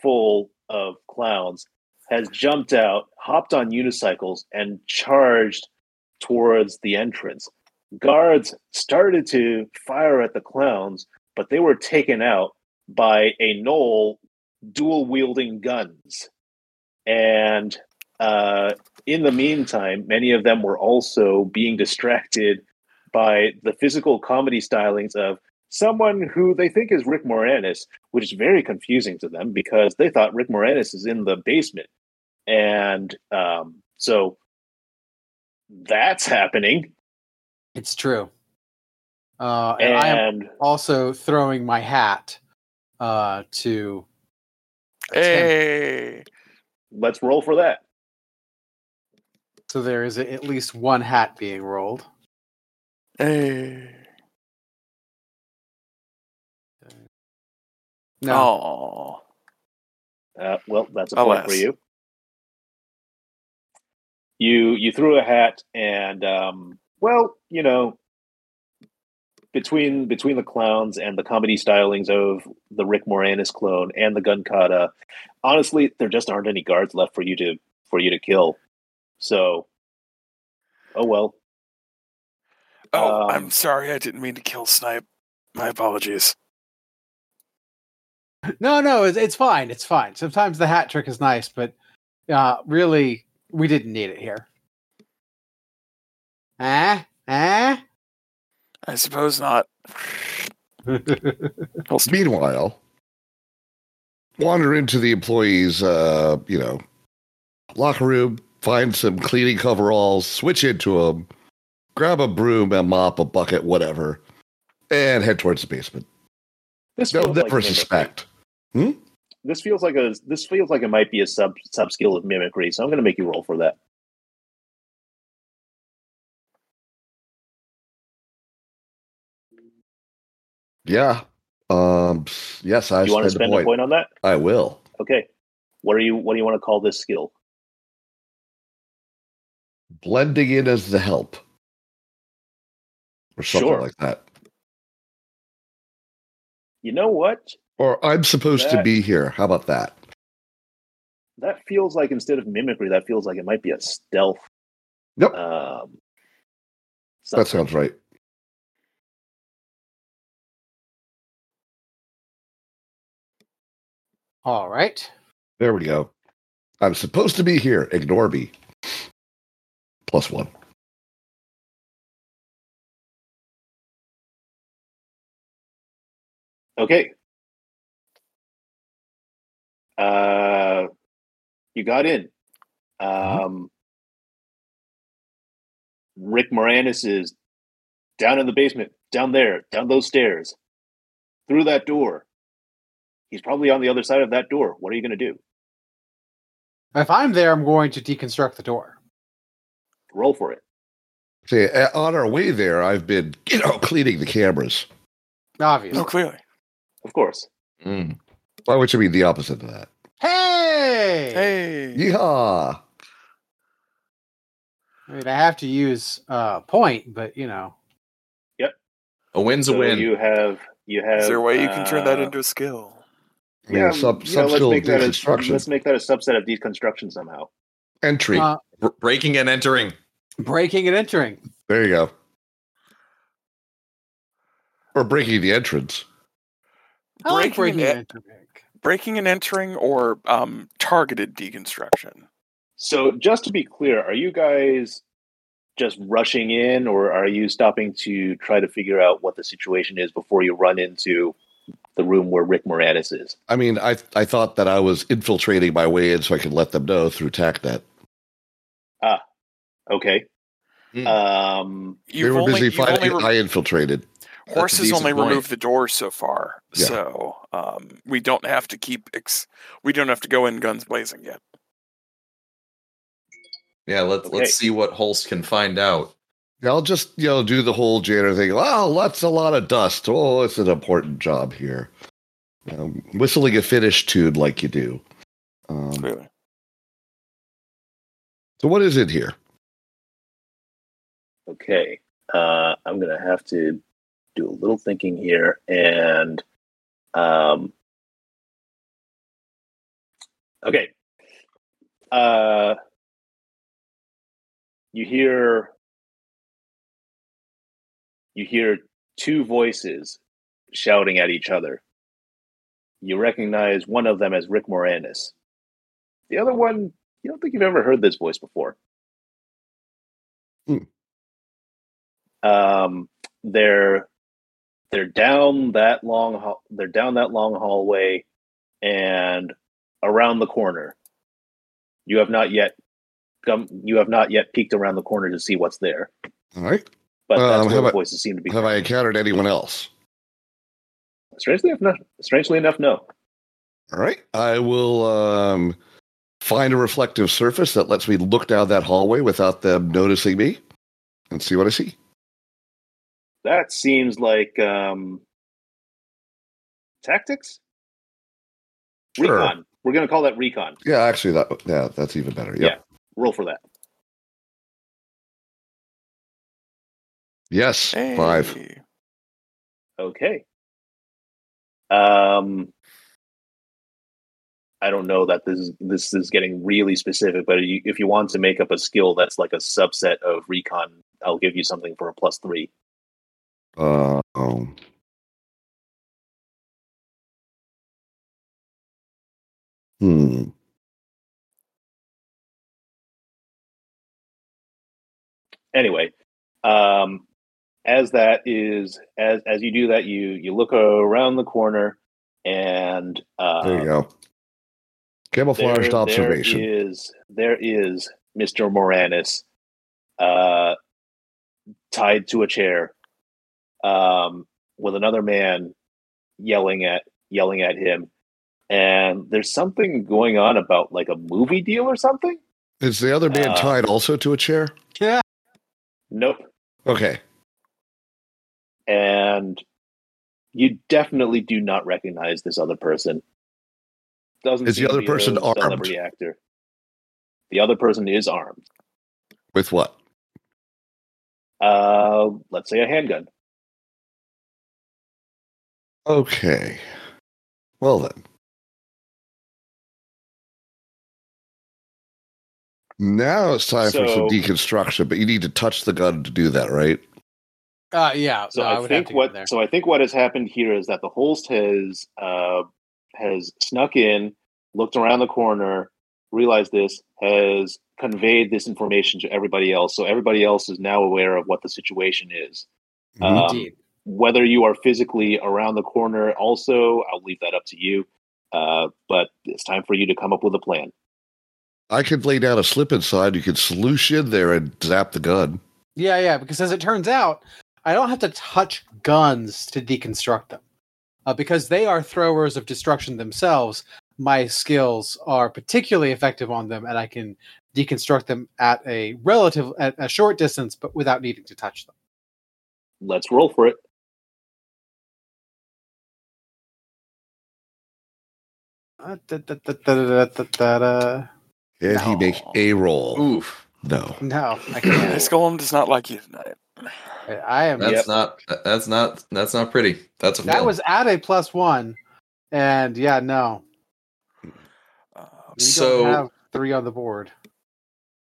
Speaker 3: full of clowns has jumped out, hopped on unicycles, and charged towards the entrance. Guards started to fire at the clowns, but they were taken out by a knoll dual wielding guns. And uh, in the meantime, many of them were also being distracted by the physical comedy stylings of someone who they think is Rick Moranis, which is very confusing to them because they thought Rick Moranis is in the basement. And um, so that's happening.
Speaker 5: It's true. Uh, and I am
Speaker 3: And
Speaker 5: also throwing my hat uh, to
Speaker 2: hey,
Speaker 3: let's roll for that.
Speaker 5: so there is at least one hat being rolled.
Speaker 2: hey.
Speaker 5: No,
Speaker 2: Aw.
Speaker 3: Uh, well, that's a point
Speaker 2: Alas.
Speaker 3: for you. You you threw a hat, and um, well, you know, between between the clowns and the comedy stylings of the Rick Moranis clone and the gun kata, honestly, there just aren't any guards left for you to for you to kill. So, oh well.
Speaker 2: Oh,
Speaker 3: Um,
Speaker 2: I'm sorry. I didn't mean to kill Snipe. My apologies.
Speaker 5: No, no, it's, it's fine. It's fine. Sometimes the hat trick is nice, but uh, really, we didn't need it here. Eh? Eh?
Speaker 2: I suppose not.
Speaker 6: Meanwhile, wander into the employees, uh, you know, locker room, find some cleaning coveralls, switch into them, grab a broom, a mop, a bucket, whatever, and head towards the basement.
Speaker 3: This
Speaker 6: They'll
Speaker 3: feels like
Speaker 6: never
Speaker 3: mimicry.
Speaker 6: suspect.
Speaker 3: This feels like a this feels like it might be a sub sub skill of mimicry. So I'm going to make you roll for that.
Speaker 6: Yeah. Um. Yes, I
Speaker 3: you want to
Speaker 6: spend a
Speaker 3: spend a
Speaker 6: point.
Speaker 3: point on that?
Speaker 6: I will.
Speaker 3: Okay. What are you what do you want to call this skill?
Speaker 6: Blending in as the help, or something
Speaker 3: Sure.
Speaker 6: like that.
Speaker 3: You know what?
Speaker 6: Or I'm supposed to
Speaker 3: That-
Speaker 6: be here. How about that?
Speaker 3: that feels like instead of mimicry, that feels like it might be a stealth.
Speaker 6: Yep.
Speaker 3: Um, something.
Speaker 6: That sounds right.
Speaker 5: All right.
Speaker 6: There we go. I'm supposed to be here. Ignore me. Plus one.
Speaker 3: Okay. Uh, you got in. Um, Rick Moranis is down in the basement, down there, down those stairs, through that door. He's probably on the other side of that door. What are you going to do?
Speaker 5: If I'm there, I'm going to deconstruct the door.
Speaker 3: Roll for it.
Speaker 6: See, a- on our way there, I've been, you know, cleaning the cameras.
Speaker 5: Obviously.
Speaker 2: No, Oh, clearly.
Speaker 3: Of course.
Speaker 4: Mm.
Speaker 6: Why would you be the opposite of that?
Speaker 5: Hey!
Speaker 2: Hey.
Speaker 6: Yeehaw!
Speaker 5: I mean, I have to use uh, point, but you know,
Speaker 4: A win's a
Speaker 3: So
Speaker 4: win.
Speaker 3: You have. You have.
Speaker 2: Is there a way you can turn that
Speaker 3: uh,
Speaker 2: into a skill?
Speaker 6: I mean, sub, sub
Speaker 3: let's
Speaker 6: skill
Speaker 3: make that a-
Speaker 6: deconstruction.
Speaker 3: Let's make that a subset of deconstruction somehow.
Speaker 6: Entry.
Speaker 5: uh,
Speaker 4: Br- breaking and entering.
Speaker 5: breaking and entering.
Speaker 6: there you go. Or breaking the entrance.
Speaker 5: I like
Speaker 2: Breaking
Speaker 5: breaking and
Speaker 2: it-
Speaker 5: entering.
Speaker 2: breaking and entering or um, targeted deconstruction.
Speaker 3: So, just to be clear, are you guys just rushing in, or are you stopping to try to figure out what the situation is before you run into the room where Rick Moranis is?
Speaker 6: I mean, I I thought that I was infiltrating my way in so I could let them know through TACnet.
Speaker 3: Okay.
Speaker 4: Mm.
Speaker 3: Um,
Speaker 6: We
Speaker 2: You've
Speaker 6: were
Speaker 2: only,
Speaker 6: busy
Speaker 2: you've only
Speaker 6: fighting.
Speaker 2: re-
Speaker 6: I infiltrated.
Speaker 4: a
Speaker 2: horses
Speaker 4: decent
Speaker 2: only
Speaker 4: point.
Speaker 2: remove the door so far,
Speaker 6: Yeah.
Speaker 2: so um, we don't have to keep ex- we don't have to go in guns blazing yet.
Speaker 4: Yeah, let's
Speaker 3: Okay.
Speaker 4: let's see what Holst can find out.
Speaker 6: I'll just you know do the whole janitor thing. Oh, that's a lot of dust. Oh, it's an important job here. You know, whistling a Finnish tune like you do. Um,
Speaker 2: Clearly,
Speaker 6: so what is in here?
Speaker 3: okay. Uh, I'm going to have to do a little thinking here. And, um, okay. Uh, you hear you hear two voices shouting at each other. You recognize one of them as Rick Moranis. The other one, you don't think you've ever heard this voice before.
Speaker 6: Hmm.
Speaker 3: Um, they're they're down that long hall- they're down that long hallway and around the corner. You have not yet come you have not yet peeked around the corner to see what's there.
Speaker 6: All right.
Speaker 3: But that's
Speaker 6: Um,
Speaker 3: where
Speaker 6: have
Speaker 3: the
Speaker 6: I-
Speaker 3: voices seem to be.
Speaker 6: Have I encountered anyone else?
Speaker 3: Strangely enough, no. Strangely enough, no.
Speaker 6: All right. I will um, find a reflective surface that lets me look down that hallway without them noticing me and see what I see.
Speaker 3: That seems like um, tactics.
Speaker 6: Sure.
Speaker 3: Recon. We're going to call that recon.
Speaker 6: Yeah, actually, that yeah, that's even better. Yeah.
Speaker 3: Yeah. Roll for that.
Speaker 6: Yes. Five.
Speaker 2: Hey.
Speaker 3: Okay. Um, I don't know that this is this is getting really specific, but you, if you want to make up a skill that's like a subset of recon, I'll give you something for a plus three.
Speaker 6: Uh, um, hmm.
Speaker 3: anyway um as that is as as you do that you you look around the corner and uh
Speaker 6: There you go. Camouflaged observation.
Speaker 3: there is there is mr moranis uh tied to a chair um with another man yelling at yelling at him and there's something going on about like a movie deal or something
Speaker 6: Is the other man
Speaker 3: Uh,
Speaker 6: tied also to a chair?
Speaker 5: Yeah.
Speaker 3: nope
Speaker 6: Okay.
Speaker 3: and you definitely do not recognize this other person. Doesn't
Speaker 6: Is the
Speaker 3: seem to
Speaker 6: other
Speaker 3: be
Speaker 6: person
Speaker 3: a
Speaker 6: armed?
Speaker 3: Celebrity actor. The other person is armed.
Speaker 6: With what?
Speaker 3: Uh, let's say a handgun.
Speaker 6: Okay. Well then. Now it's time for some
Speaker 3: So-
Speaker 6: deconstruction, but you need to touch the gun to do that, right?
Speaker 5: Uh, yeah.
Speaker 3: So
Speaker 5: no,
Speaker 3: I,
Speaker 5: would have
Speaker 3: think
Speaker 5: to go
Speaker 3: what
Speaker 5: there.
Speaker 3: so I think what has happened here is that the host has uh, has snuck in, looked around the corner, realized this, has conveyed this information to everybody else. So everybody else is now aware of what the situation is.
Speaker 6: Mhm.
Speaker 3: Um, whether you are physically around the corner, also I'll leave that up to you. Uh, but it's time for you to come up with a plan.
Speaker 6: I could lay down a slip inside. You could sloosh in there and zap the gun.
Speaker 5: Yeah, yeah. Because as it turns out, I don't have to touch guns to deconstruct them, uh, because they are throwers of destruction themselves. My skills are particularly effective on them, and I can deconstruct them at a relative at a short distance, but without needing to touch them.
Speaker 3: Let's roll for it.
Speaker 5: Uh, da- da- da- da- da- da- da- da.
Speaker 6: And he
Speaker 5: No.
Speaker 6: make a roll.
Speaker 4: Oof.
Speaker 6: No.
Speaker 5: No, I
Speaker 2: this
Speaker 5: can't.
Speaker 2: golem does not like you tonight.
Speaker 5: I- I am.
Speaker 4: That's
Speaker 3: Yep.
Speaker 4: not. That's not. That's not pretty. That's a.
Speaker 5: That
Speaker 4: fail.
Speaker 5: was at a plus one, and yeah, no,
Speaker 2: Um,
Speaker 5: we
Speaker 4: So-
Speaker 5: don't have three on the board.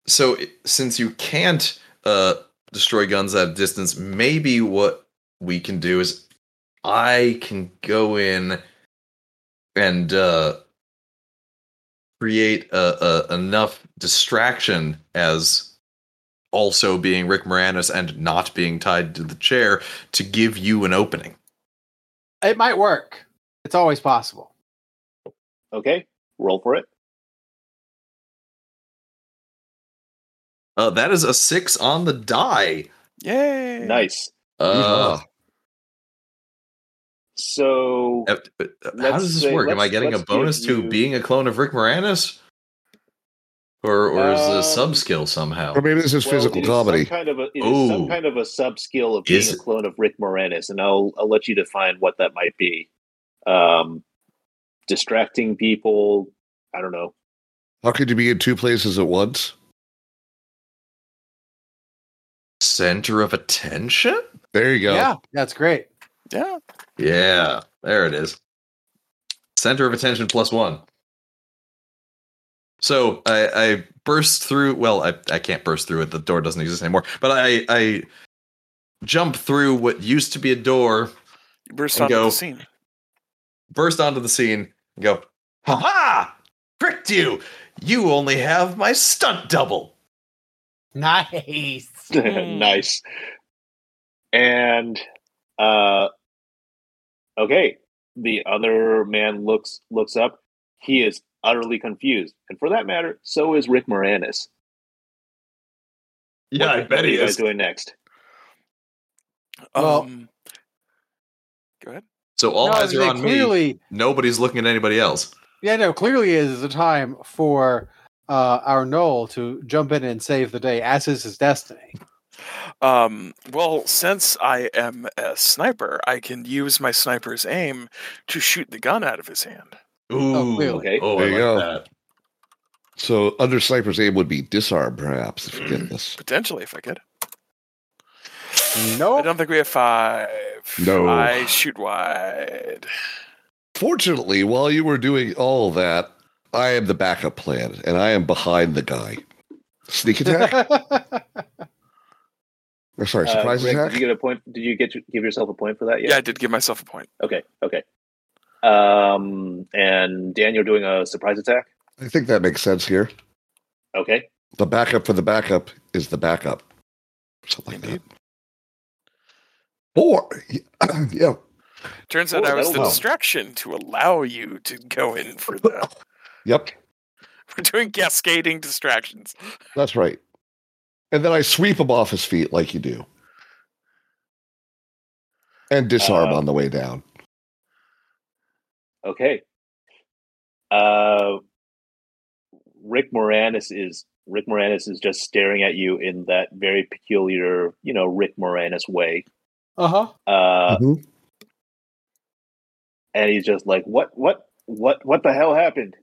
Speaker 4: so i- since you can't uh destroy guns at a distance maybe what we can do is i can go in and uh create a, a enough distraction as also being rick moranis and not being tied to the chair to give you an opening
Speaker 5: It might work. It's always possible.
Speaker 3: Okay, roll for it.
Speaker 4: uh that is a six on the die
Speaker 2: Yay!
Speaker 3: Nice.
Speaker 4: uh
Speaker 3: So
Speaker 4: uh, how
Speaker 3: Let's
Speaker 4: does this
Speaker 3: say-
Speaker 4: work? Am I
Speaker 3: let's-
Speaker 4: getting a
Speaker 3: let's
Speaker 4: bonus
Speaker 3: give
Speaker 4: to
Speaker 3: you-
Speaker 4: being a clone of Rick Moranis, or or is it
Speaker 3: Um,
Speaker 4: a sub skill somehow?
Speaker 6: or maybe this is
Speaker 3: Well,
Speaker 6: physical
Speaker 3: it is
Speaker 6: comedy.
Speaker 3: Some kind of a, it is
Speaker 4: Ooh.
Speaker 3: some kind of a sub skill of being
Speaker 4: Is
Speaker 3: a
Speaker 4: it?
Speaker 3: clone of Rick Moranis, and I'll I'll let you define what that might be. Um, distracting people. I don't know.
Speaker 6: How could you be in two places at once?
Speaker 4: Center of attention?
Speaker 6: There you go.
Speaker 5: Yeah, that's great.
Speaker 2: Yeah.
Speaker 4: Yeah, there it is. Center of attention plus one. So I, I burst through. Well, I, I can't burst through it. The door doesn't exist anymore. But I I jump through what used to be a door,
Speaker 2: You burst
Speaker 4: And
Speaker 2: onto
Speaker 4: go.
Speaker 2: the scene.
Speaker 4: burst onto the scene, and go, ha ha! Tricked you! You only have my stunt double.
Speaker 5: Nice.
Speaker 6: Hmm.
Speaker 3: nice. And uh, okay, the other man looks looks up. He is utterly confused, and for that matter, so is Rick Moranis.
Speaker 4: Yeah, I bet
Speaker 3: What are
Speaker 4: he
Speaker 3: you guys
Speaker 4: is.
Speaker 3: doing next?
Speaker 5: Well-
Speaker 2: Um, go ahead.
Speaker 4: So all
Speaker 5: No,
Speaker 4: eyes
Speaker 5: they
Speaker 4: are on me.
Speaker 5: clearly,
Speaker 4: Nobody's looking at anybody else.
Speaker 5: Yeah, no, clearly it is a time for uh, our Noel to jump in and save the day, as is his destiny.
Speaker 2: Um, well, since I am a sniper, I can use my sniper's aim to shoot the gun out of his hand.
Speaker 4: Ooh,
Speaker 5: clearly.
Speaker 3: Okay.
Speaker 4: Oh,
Speaker 6: There
Speaker 4: I
Speaker 6: you
Speaker 4: like
Speaker 6: go.
Speaker 4: that.
Speaker 6: So under sniper's aim would be disarm, perhaps, if you
Speaker 5: Mm.
Speaker 6: get this.
Speaker 2: Potentially, if I could. I
Speaker 5: Nope.
Speaker 2: don't think we have five.
Speaker 6: No.
Speaker 2: I shoot wide.
Speaker 6: Fortunately, while you were doing all that, I am the backup plan, and I am behind the guy. Sneak attack?
Speaker 5: Uh-huh.
Speaker 6: or sorry,
Speaker 3: Uh,
Speaker 6: surprise
Speaker 3: Greg,
Speaker 6: attack?
Speaker 3: Did you get a point? Did you get give yourself a point for that?
Speaker 2: Yeah. I did give myself a point.
Speaker 3: Okay, okay. Um, and Dan, you're doing a surprise attack.
Speaker 6: I think that makes sense here.
Speaker 3: Okay,
Speaker 6: The backup for the backup is the backup. Something like that. Four. yeah.
Speaker 2: Turns out
Speaker 3: Oh,
Speaker 2: I was
Speaker 3: that'll
Speaker 2: the
Speaker 6: help.
Speaker 2: distraction to allow you to go in for the.
Speaker 6: Yep.
Speaker 2: We're doing cascading distractions.
Speaker 6: That's right. And then I sweep him off his feet like you do. And disarm
Speaker 3: Uh,
Speaker 6: on the way down.
Speaker 3: okay. Uh, Rick Moranis is Rick Moranis is just staring at you in that very peculiar, you know, Rick Moranis way.
Speaker 5: Uh huh.
Speaker 3: Uh,
Speaker 6: Mhm.
Speaker 4: Mm-hmm.
Speaker 3: and he's just like, "What? What? What? What the hell happened?"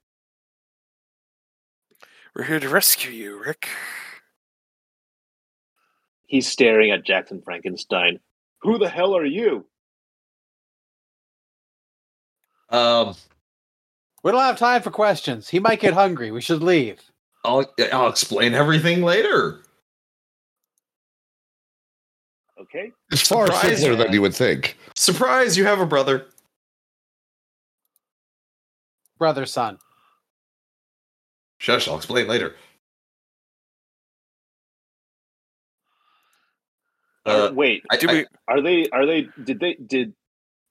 Speaker 2: We're here to rescue you, Rick.
Speaker 3: He's staring at Jackson Frankenstein. Who the hell are you?
Speaker 4: Um, Um,
Speaker 5: We don't have time for questions. He might get hungry. We should leave.
Speaker 4: I'll I'll explain everything later.
Speaker 3: Okay.
Speaker 6: It's far
Speaker 4: Surprise.
Speaker 6: simpler than you would think.
Speaker 4: Surprise! You have a brother.
Speaker 5: brother son.
Speaker 4: Shush! I'll explain later.
Speaker 3: Uh,
Speaker 4: Uh,
Speaker 3: Wait,
Speaker 4: I,
Speaker 2: Do
Speaker 4: I-
Speaker 2: we?
Speaker 3: are they? Are they? Did they? Did?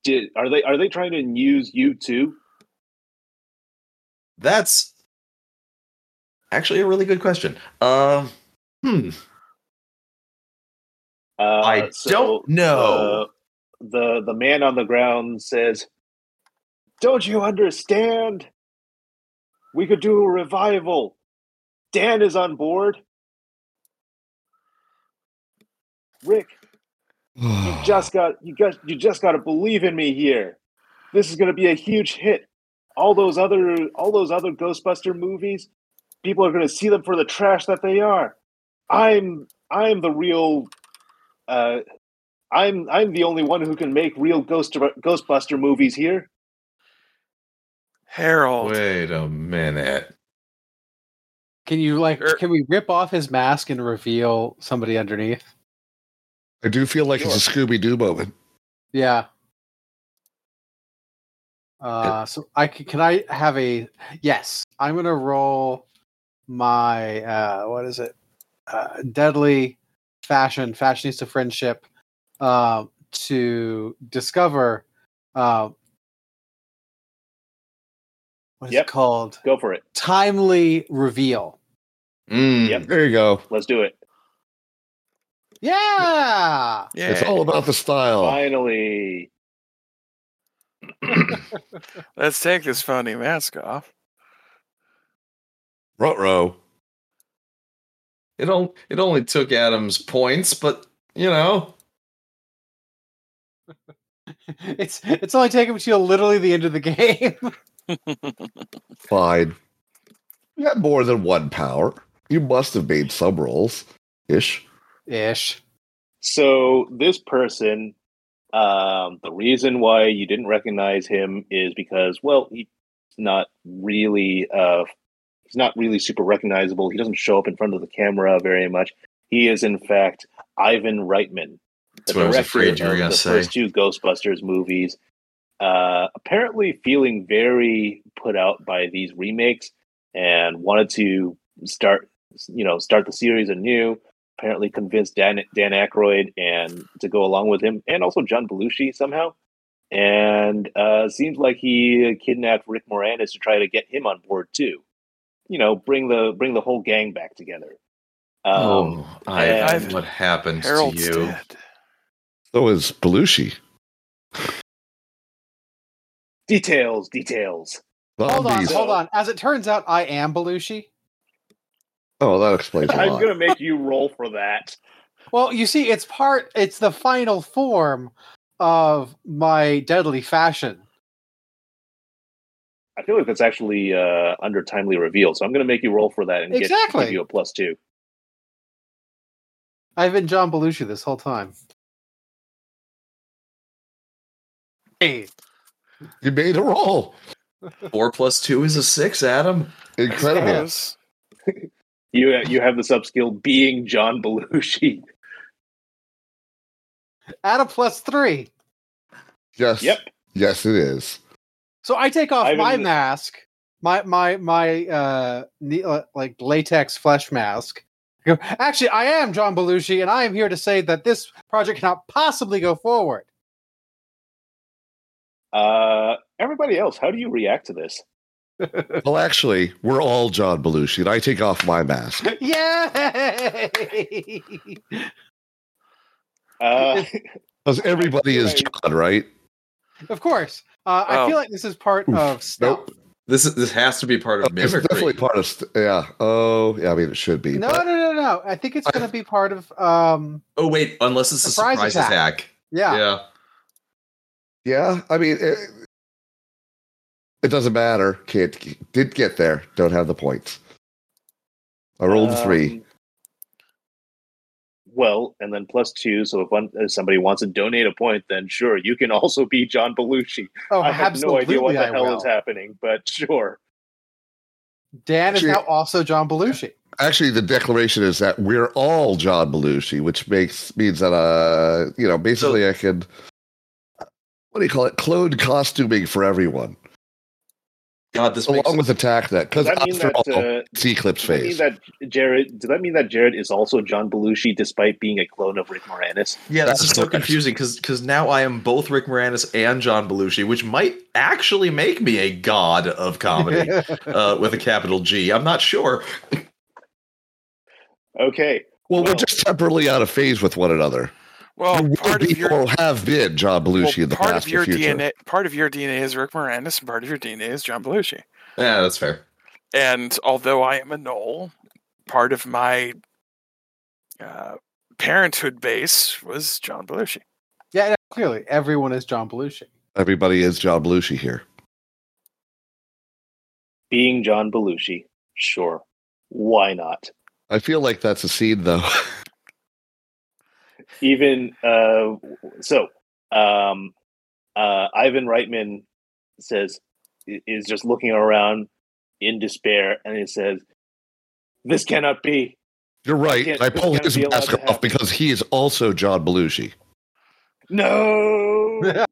Speaker 3: Did? Are they? Are they trying to use you too?
Speaker 4: That's actually a really good question. Um, hmm.
Speaker 3: Uh,
Speaker 4: I
Speaker 3: so,
Speaker 4: don't know.
Speaker 3: uh, the the man on the ground says, "Don't you understand? We could do a revival. Dan is on board. Rick, you just got you got you just got to believe in me here. This is going to be a huge hit. All those other all those other Ghostbuster movies, people are going to see them for the trash that they are. I'm I'm the real uh I'm I'm the only one who can make real ghost Ghostbuster movies here.
Speaker 2: Harold.
Speaker 4: uh, Wait a minute.
Speaker 5: Can you like?
Speaker 2: Sure.
Speaker 5: Can we rip off his mask and reveal somebody underneath?
Speaker 6: I do feel like it's a Scooby Doo moment.
Speaker 5: Yeah. Uh, so I can, can I have a yes? I'm gonna roll my uh, what is it? Uh, deadly fashion, fashionista friendship, uh, to discover uh, what is
Speaker 3: Yep.
Speaker 5: it called?
Speaker 3: Go for it.
Speaker 5: Timely reveal.
Speaker 4: Mm.
Speaker 3: Yep.
Speaker 6: There you go.
Speaker 3: Let's do it.
Speaker 5: Yeah.
Speaker 2: Yeah.
Speaker 6: It's all about the style.
Speaker 3: Finally.
Speaker 2: Let's take this funny mask off.
Speaker 6: Rut row.
Speaker 4: It on, it only took Adam's points, but you know,
Speaker 5: It's it's only taken until literally the end of the game.
Speaker 6: Fine. You got more than one power. You must have made some rolls. Ish.
Speaker 5: Ish.
Speaker 3: So this person, um, the reason why you didn't recognize him is because, well, he's not really, uh, he's not really super recognizable. He doesn't show up in front of the camera very much. He is, in fact, Ivan Reitman,
Speaker 4: That's what I was
Speaker 3: director
Speaker 4: afraid you were
Speaker 3: of
Speaker 4: gonna
Speaker 3: the
Speaker 4: say.
Speaker 3: first two Ghostbusters movies. Uh, apparently, feeling very put out by these remakes, and wanted to start, you know, start the series anew apparently convinced Dan Dan Aykroyd and to go along with him, and also John Belushi somehow. And uh, seems like he kidnapped Rick Moranis to try to get him on board too. You know, bring the bring the whole gang back together. Um,
Speaker 4: oh, I,
Speaker 2: I've-
Speaker 4: what happened to
Speaker 2: Harold's
Speaker 4: you?
Speaker 2: dead.
Speaker 6: So is Belushi.
Speaker 3: Details, details.
Speaker 5: Hold on,
Speaker 6: Zombies.
Speaker 5: hold on. As it turns out, I am Belushi.
Speaker 6: Oh, that explains a
Speaker 3: I'm
Speaker 6: lot.
Speaker 3: gonna make you roll for that.
Speaker 5: Well, you see, it's part. It's the final form of my deadly fashion.
Speaker 3: I feel like that's actually uh, under timely reveal, so I'm gonna make you roll for that and get-
Speaker 5: Exactly.
Speaker 3: give you a plus two.
Speaker 5: I've been John Belushi this whole time. Hey,
Speaker 6: You made a roll.
Speaker 4: Four plus two is a six, Adam.
Speaker 6: Incredible.
Speaker 2: Yes.
Speaker 3: You you have the subskill being John Belushi.
Speaker 5: add a plus three.
Speaker 6: Yes.
Speaker 3: Yep.
Speaker 6: Yes, it is.
Speaker 5: So I take off
Speaker 3: Ivan-
Speaker 5: my mask, my my my uh, ne- uh, like latex flesh mask. I go, Actually, I am John Belushi, and I am here to say that this project cannot possibly go forward.
Speaker 3: Uh, everybody else, how do you react to this?
Speaker 6: Well, actually, we're all John Belushi, and I take off my mask.
Speaker 5: Yay!
Speaker 3: Uh,
Speaker 6: Because everybody is
Speaker 3: Right.
Speaker 6: John, right?
Speaker 5: of course. Uh, I
Speaker 2: Oh.
Speaker 5: feel like this is part of stealth.
Speaker 4: This is, this has to be part of
Speaker 6: Uh, It's
Speaker 4: mimicry.
Speaker 6: definitely part of. St- yeah. Oh, yeah. I mean, it should be.
Speaker 5: No,
Speaker 6: but-
Speaker 5: no, no, no. I think it's going to be part of. um
Speaker 4: oh wait, unless it's a
Speaker 5: Surprise
Speaker 4: surprise,
Speaker 5: attack.
Speaker 4: attack.
Speaker 5: Yeah.
Speaker 6: Yeah, I mean, it, it doesn't matter. Can't did get there. Don't have the points. I rolled a three.
Speaker 3: um, Well, and then plus two. So if, one, if somebody wants to donate a point, then sure, you can also be John Belushi.
Speaker 5: Oh,
Speaker 3: I have no
Speaker 5: absolutely.
Speaker 3: idea what the
Speaker 5: I
Speaker 3: hell
Speaker 5: will.
Speaker 3: is happening, but sure.
Speaker 5: Dan is
Speaker 6: Sure.
Speaker 5: now also John Belushi.
Speaker 6: Actually, the declaration is that we're all John Belushi, which makes means that uh, you know, basically, I could what do you call it? Clone costuming for everyone,
Speaker 4: God, this makes
Speaker 6: along with attack that because
Speaker 3: Does that mean
Speaker 6: after
Speaker 3: that?
Speaker 6: all,
Speaker 3: Uh,
Speaker 6: it's Eclipse
Speaker 3: does that mean
Speaker 6: phase.
Speaker 3: that Jared? Does that mean that Jared is also John Belushi, despite being a clone of Rick Moranis?
Speaker 4: yeah, this
Speaker 6: That's
Speaker 4: is so
Speaker 6: correct.
Speaker 4: confusing because now I am both Rick Moranis and John Belushi, which might actually make me a god of comedy uh, with a capital G. I'm not sure.
Speaker 3: Okay,
Speaker 6: Well, we're
Speaker 3: well-
Speaker 6: just temporarily out of phase with one another.
Speaker 2: Well,
Speaker 6: you will
Speaker 2: part of
Speaker 6: be
Speaker 2: your
Speaker 6: or have been John Belushi
Speaker 2: well,
Speaker 6: in the
Speaker 2: part
Speaker 6: past
Speaker 2: of your
Speaker 6: or future.
Speaker 2: DNA, part of your DNA is Rick Moranis, and part of your DNA is John Belushi.
Speaker 4: Yeah, that's fair.
Speaker 2: And although I am a knoll, part of my uh, parenthood base was John Belushi.
Speaker 5: yeah, no, clearly everyone is John Belushi.
Speaker 6: Everybody is John Belushi here.
Speaker 3: being John Belushi, sure, why not?
Speaker 6: I feel like that's a scene, though.
Speaker 3: even uh, so um, uh, ivan reitman says is just looking around in despair and he says this cannot be
Speaker 6: You're right.
Speaker 3: Yeah,
Speaker 6: I pull
Speaker 3: it's
Speaker 6: his
Speaker 3: gonna be
Speaker 6: mask
Speaker 3: allowed to
Speaker 6: off
Speaker 3: happen.
Speaker 6: because he is also John Belushi.
Speaker 3: no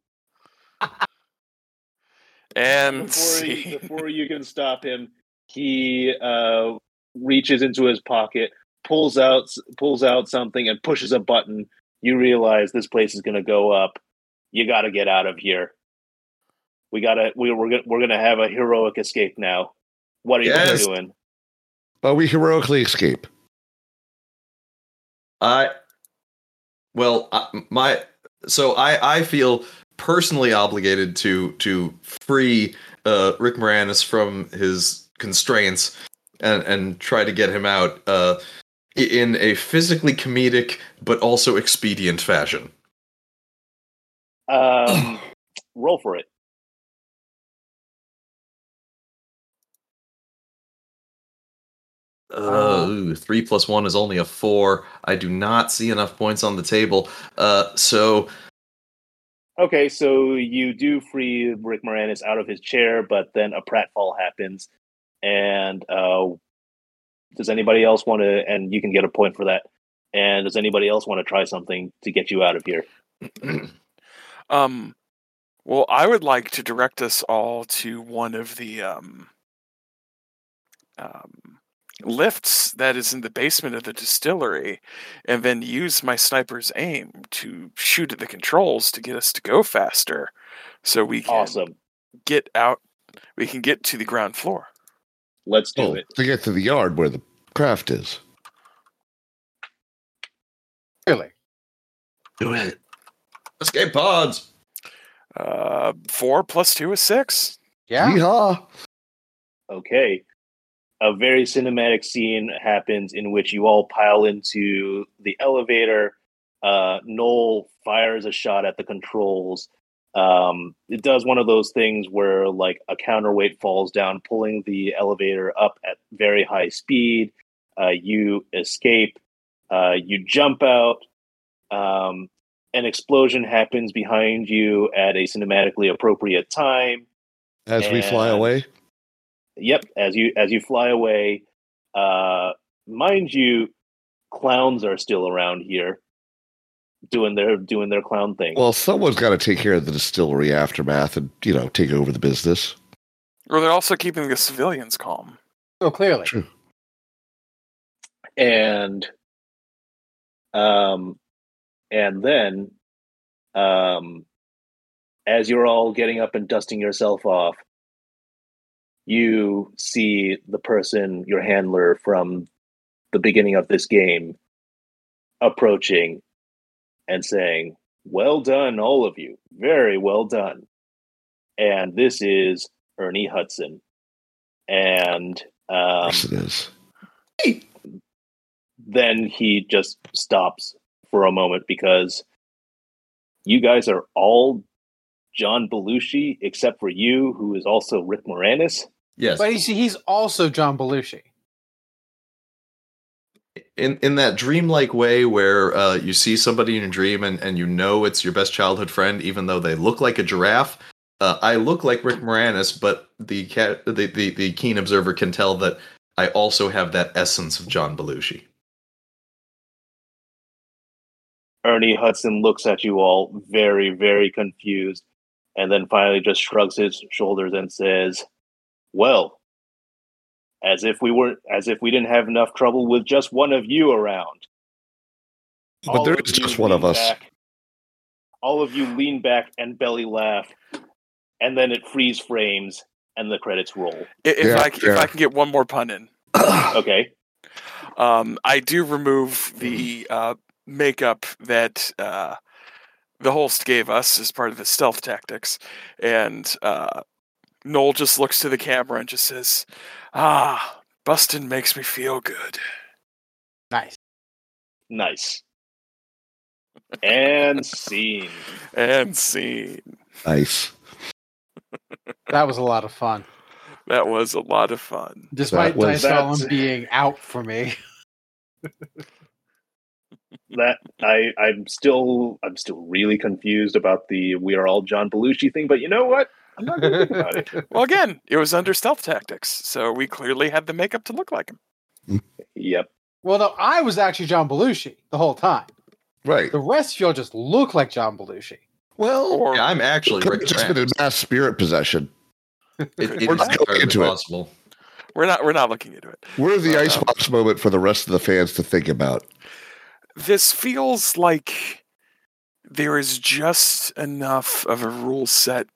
Speaker 2: And
Speaker 3: before,
Speaker 2: Um, see,
Speaker 3: you, before you can stop him he uh, reaches into his pocket pulls out pulls out something and pushes a button you realize this place is going to go up you got to get out of here we got to we, we're going we're going to have a heroic escape now what are
Speaker 4: Yes.
Speaker 3: you doing
Speaker 6: But we heroically escape.
Speaker 4: I well, I, my so I I feel personally obligated to to free uh, Rick Moranis from his constraints and and try to get him out uh, i- in a physically comedic but also expedient fashion.
Speaker 3: um roll for it
Speaker 4: Uh, ooh, three plus one is only a four. I do not see enough points on the table. Uh, so
Speaker 3: okay so you do free rick moranis out of his chair but then a pratfall happens and uh does anybody else want to and you can get a point for that and does anybody else want to try something to get you out of here
Speaker 2: um, well, I would like to direct us all to one of the um, um, lifts that is in the basement of the distillery, and then use my sniper's aim to shoot at the controls to get us to go faster, so we can
Speaker 3: awesome
Speaker 2: get out. We can get to the ground floor.
Speaker 3: let's do
Speaker 6: Oh,
Speaker 3: it
Speaker 6: to get to the yard where the craft is.
Speaker 5: Clearly.
Speaker 4: do it. Escape pods.
Speaker 2: Uh, four plus two is six.
Speaker 5: Yeah.
Speaker 6: Yeehaw!
Speaker 3: okay a very cinematic scene happens in which you all pile into the elevator uh noel fires a shot at the controls um it does one of those things where like a counterweight falls down pulling the elevator up at very high speed uh you escape uh you jump out um an explosion happens behind you at a cinematically appropriate time
Speaker 6: As we fly
Speaker 3: And-
Speaker 6: away,
Speaker 3: Yep, as you as you fly away, uh, mind you, clowns are still around here, doing their doing their clown thing.
Speaker 6: well, someone's got to take care of the distillery aftermath and you know take over the business.
Speaker 2: Well, they're also keeping the civilians calm.
Speaker 5: So Oh, clearly.
Speaker 6: True.
Speaker 3: and um, and then, um, as you're all getting up and dusting yourself off, you see the person, your handler from the beginning of this game, approaching and saying, Well done, all of you. Very well done. And this is Ernie Hudson. And um,
Speaker 6: yes, it is.
Speaker 3: then he just stops for a moment because you guys are all John Belushi, except for you, who is also Rick Moranis.
Speaker 4: Yes.
Speaker 5: But you see, he's also John Belushi.
Speaker 4: in in that dreamlike way where uh, you see somebody in a dream and, and you know it's your best childhood friend even though they look like a giraffe Uh, I look like Rick Moranis, but the cat, the, the the keen observer can tell that I also have that essence of John Belushi.
Speaker 3: Ernie Hudson looks at you all very, very confused, and then finally just shrugs his shoulders and says, Well, as if we weren't as if we didn't have enough trouble with just one of you around.
Speaker 6: But there is
Speaker 3: you
Speaker 6: just one of
Speaker 3: lean
Speaker 6: us.
Speaker 3: back- all of you lean back and belly laugh, and then it freeze frames and the credits roll.
Speaker 2: I- If
Speaker 6: Yeah,
Speaker 2: I c- if
Speaker 6: yeah.
Speaker 2: I can get one more pun in,
Speaker 3: Okay.
Speaker 2: um, I do remove the uh, makeup that uh, the host gave us as part of his stealth tactics, and uh, Noel just looks to the camera and just says, "Ah, Bustin makes me feel good."
Speaker 1: Nice.
Speaker 3: Nice. And scene.
Speaker 2: And see,
Speaker 6: Nice.
Speaker 5: That was a lot of fun,
Speaker 2: that was a lot of fun.
Speaker 5: despite
Speaker 6: was-
Speaker 5: Dice Allen
Speaker 3: That's-
Speaker 5: being out for me.
Speaker 3: That I I'm still I'm still really confused about the we are all John Belushi thing, but you know what? I'm not gonna think about it.
Speaker 2: Well, again, it was under stealth tactics, so we clearly had the makeup to look like him.
Speaker 3: Yep.
Speaker 5: Well, no, I was actually John Belushi the whole time.
Speaker 6: Right.
Speaker 5: The rest of y'all just look like John Belushi.
Speaker 6: Well,
Speaker 2: Or
Speaker 4: Yeah, I'm actually
Speaker 6: could
Speaker 4: Rick
Speaker 6: have just been a
Speaker 4: Moranis.
Speaker 6: mass spirit possession.
Speaker 4: It, it
Speaker 6: We're not
Speaker 4: is
Speaker 6: going
Speaker 4: entirely
Speaker 6: into it.
Speaker 4: possible.
Speaker 2: we're not we're not looking into it.
Speaker 6: We're the
Speaker 2: Uh,
Speaker 6: icebox moment for the rest of the fans to think about.
Speaker 2: this feels like there is just enough of a rule set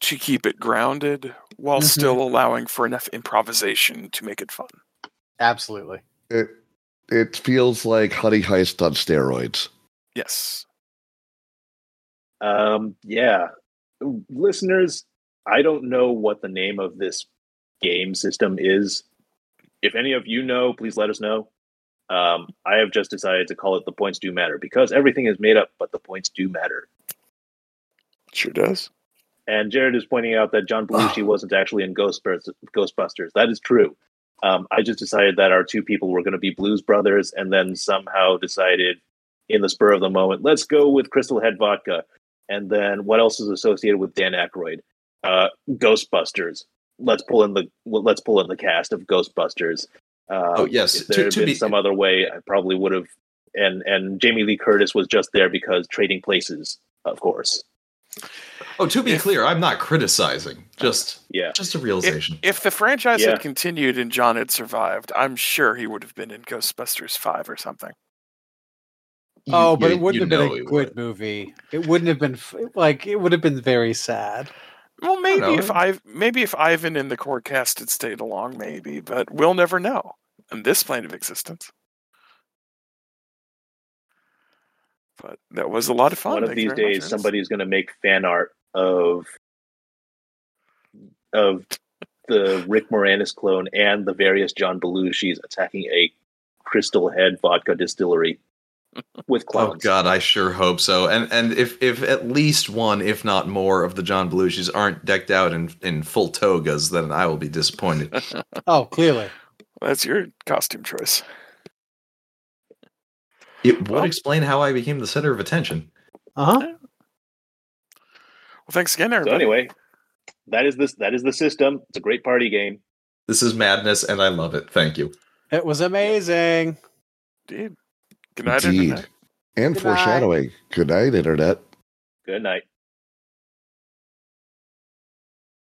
Speaker 2: to keep it grounded while
Speaker 1: Mhm.
Speaker 2: still allowing for enough improvisation to make it fun.
Speaker 5: Absolutely.
Speaker 6: It it feels like Honey Heist on steroids.
Speaker 2: Yes.
Speaker 3: Um, yeah. Listeners, I don't know what the name of this game system is. If any of you know, please let us know. Um, I have just decided to call it the points do matter because everything is made up, but the points do matter.
Speaker 2: Sure does.
Speaker 3: And Jared is pointing out that John Belushi wasn't actually in Ghostbusters. Ghostbusters. That is true. Um, I just decided that our two people were going to be Blues Brothers, and then somehow decided in the spur of the moment, let's go with Crystal Head Vodka. And then what else is associated with Dan Aykroyd? Uh, Ghostbusters. Let's pull in the well, let's pull in the cast of Ghostbusters. Um,
Speaker 4: Oh, yes.
Speaker 3: if there
Speaker 4: To-
Speaker 3: had
Speaker 4: to
Speaker 3: been
Speaker 4: be-
Speaker 3: some other way, I probably would have. And and Jamie Lee Curtis was just there because trading places, of course.
Speaker 4: Oh, to be
Speaker 2: If-
Speaker 4: clear, I'm not criticizing. Just
Speaker 3: Yeah.
Speaker 4: just a realization.
Speaker 2: If the franchise
Speaker 3: Yeah.
Speaker 2: had continued and John had survived, I'm sure he would have been in Ghostbusters 5 or something.
Speaker 4: You-
Speaker 5: oh, but
Speaker 4: you-
Speaker 5: it wouldn't
Speaker 4: you
Speaker 5: have been
Speaker 4: know
Speaker 5: a
Speaker 4: it
Speaker 5: good
Speaker 4: would.
Speaker 5: movie. It wouldn't have been f- like it would have been very sad.
Speaker 2: Well, maybe
Speaker 4: know.
Speaker 2: if I maybe if Ivan and the core cast had stayed along, maybe, but we'll never know in this plane of existence. But that was a lot of fun.
Speaker 3: one of
Speaker 2: Thank you
Speaker 3: these
Speaker 2: very much,
Speaker 3: days
Speaker 2: Ernest.
Speaker 3: somebody's going to make fan art of of the Rick Moranis clone and the various John Belushi's attacking a Crystal Head vodka distillery with
Speaker 4: Oh
Speaker 3: clowns.
Speaker 4: God, I sure hope so. And and if if at least one, if not more, of the John Belushis aren't decked out in in full togas, then I will be disappointed.
Speaker 5: Oh, clearly.
Speaker 2: That's your costume choice.
Speaker 4: It
Speaker 2: Well-
Speaker 4: would explain how I became the center of attention.
Speaker 5: Uh huh.
Speaker 2: Well, thanks again,
Speaker 3: so
Speaker 2: everybody.
Speaker 3: anyway, that is this that is the system. It's a great party game.
Speaker 4: This is madness, and I love it. Thank you.
Speaker 5: It was amazing.
Speaker 2: Indeed. Good night,
Speaker 6: Indeed.
Speaker 2: Internet.
Speaker 6: And
Speaker 5: Good night.
Speaker 6: foreshadowing. Good night, Internet.
Speaker 3: Good night.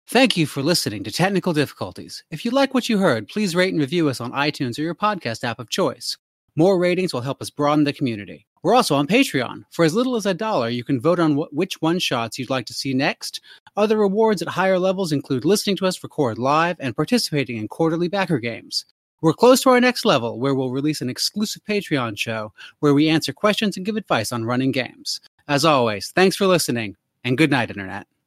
Speaker 1: Thank you for listening to Technical Difficulties. If you like what you heard, please rate and review us on iTunes or your podcast app of choice. More ratings will help us broaden the community. We're also on Patreon. For as little as a dollar, you can vote on wh- which one shots you'd like to see next. Other rewards at higher levels include listening to us record live and participating in quarterly backer games. We're close to our next level, where we'll release an exclusive Patreon show where we answer questions and give advice on running games. As always, thanks for listening, and good night, Internet.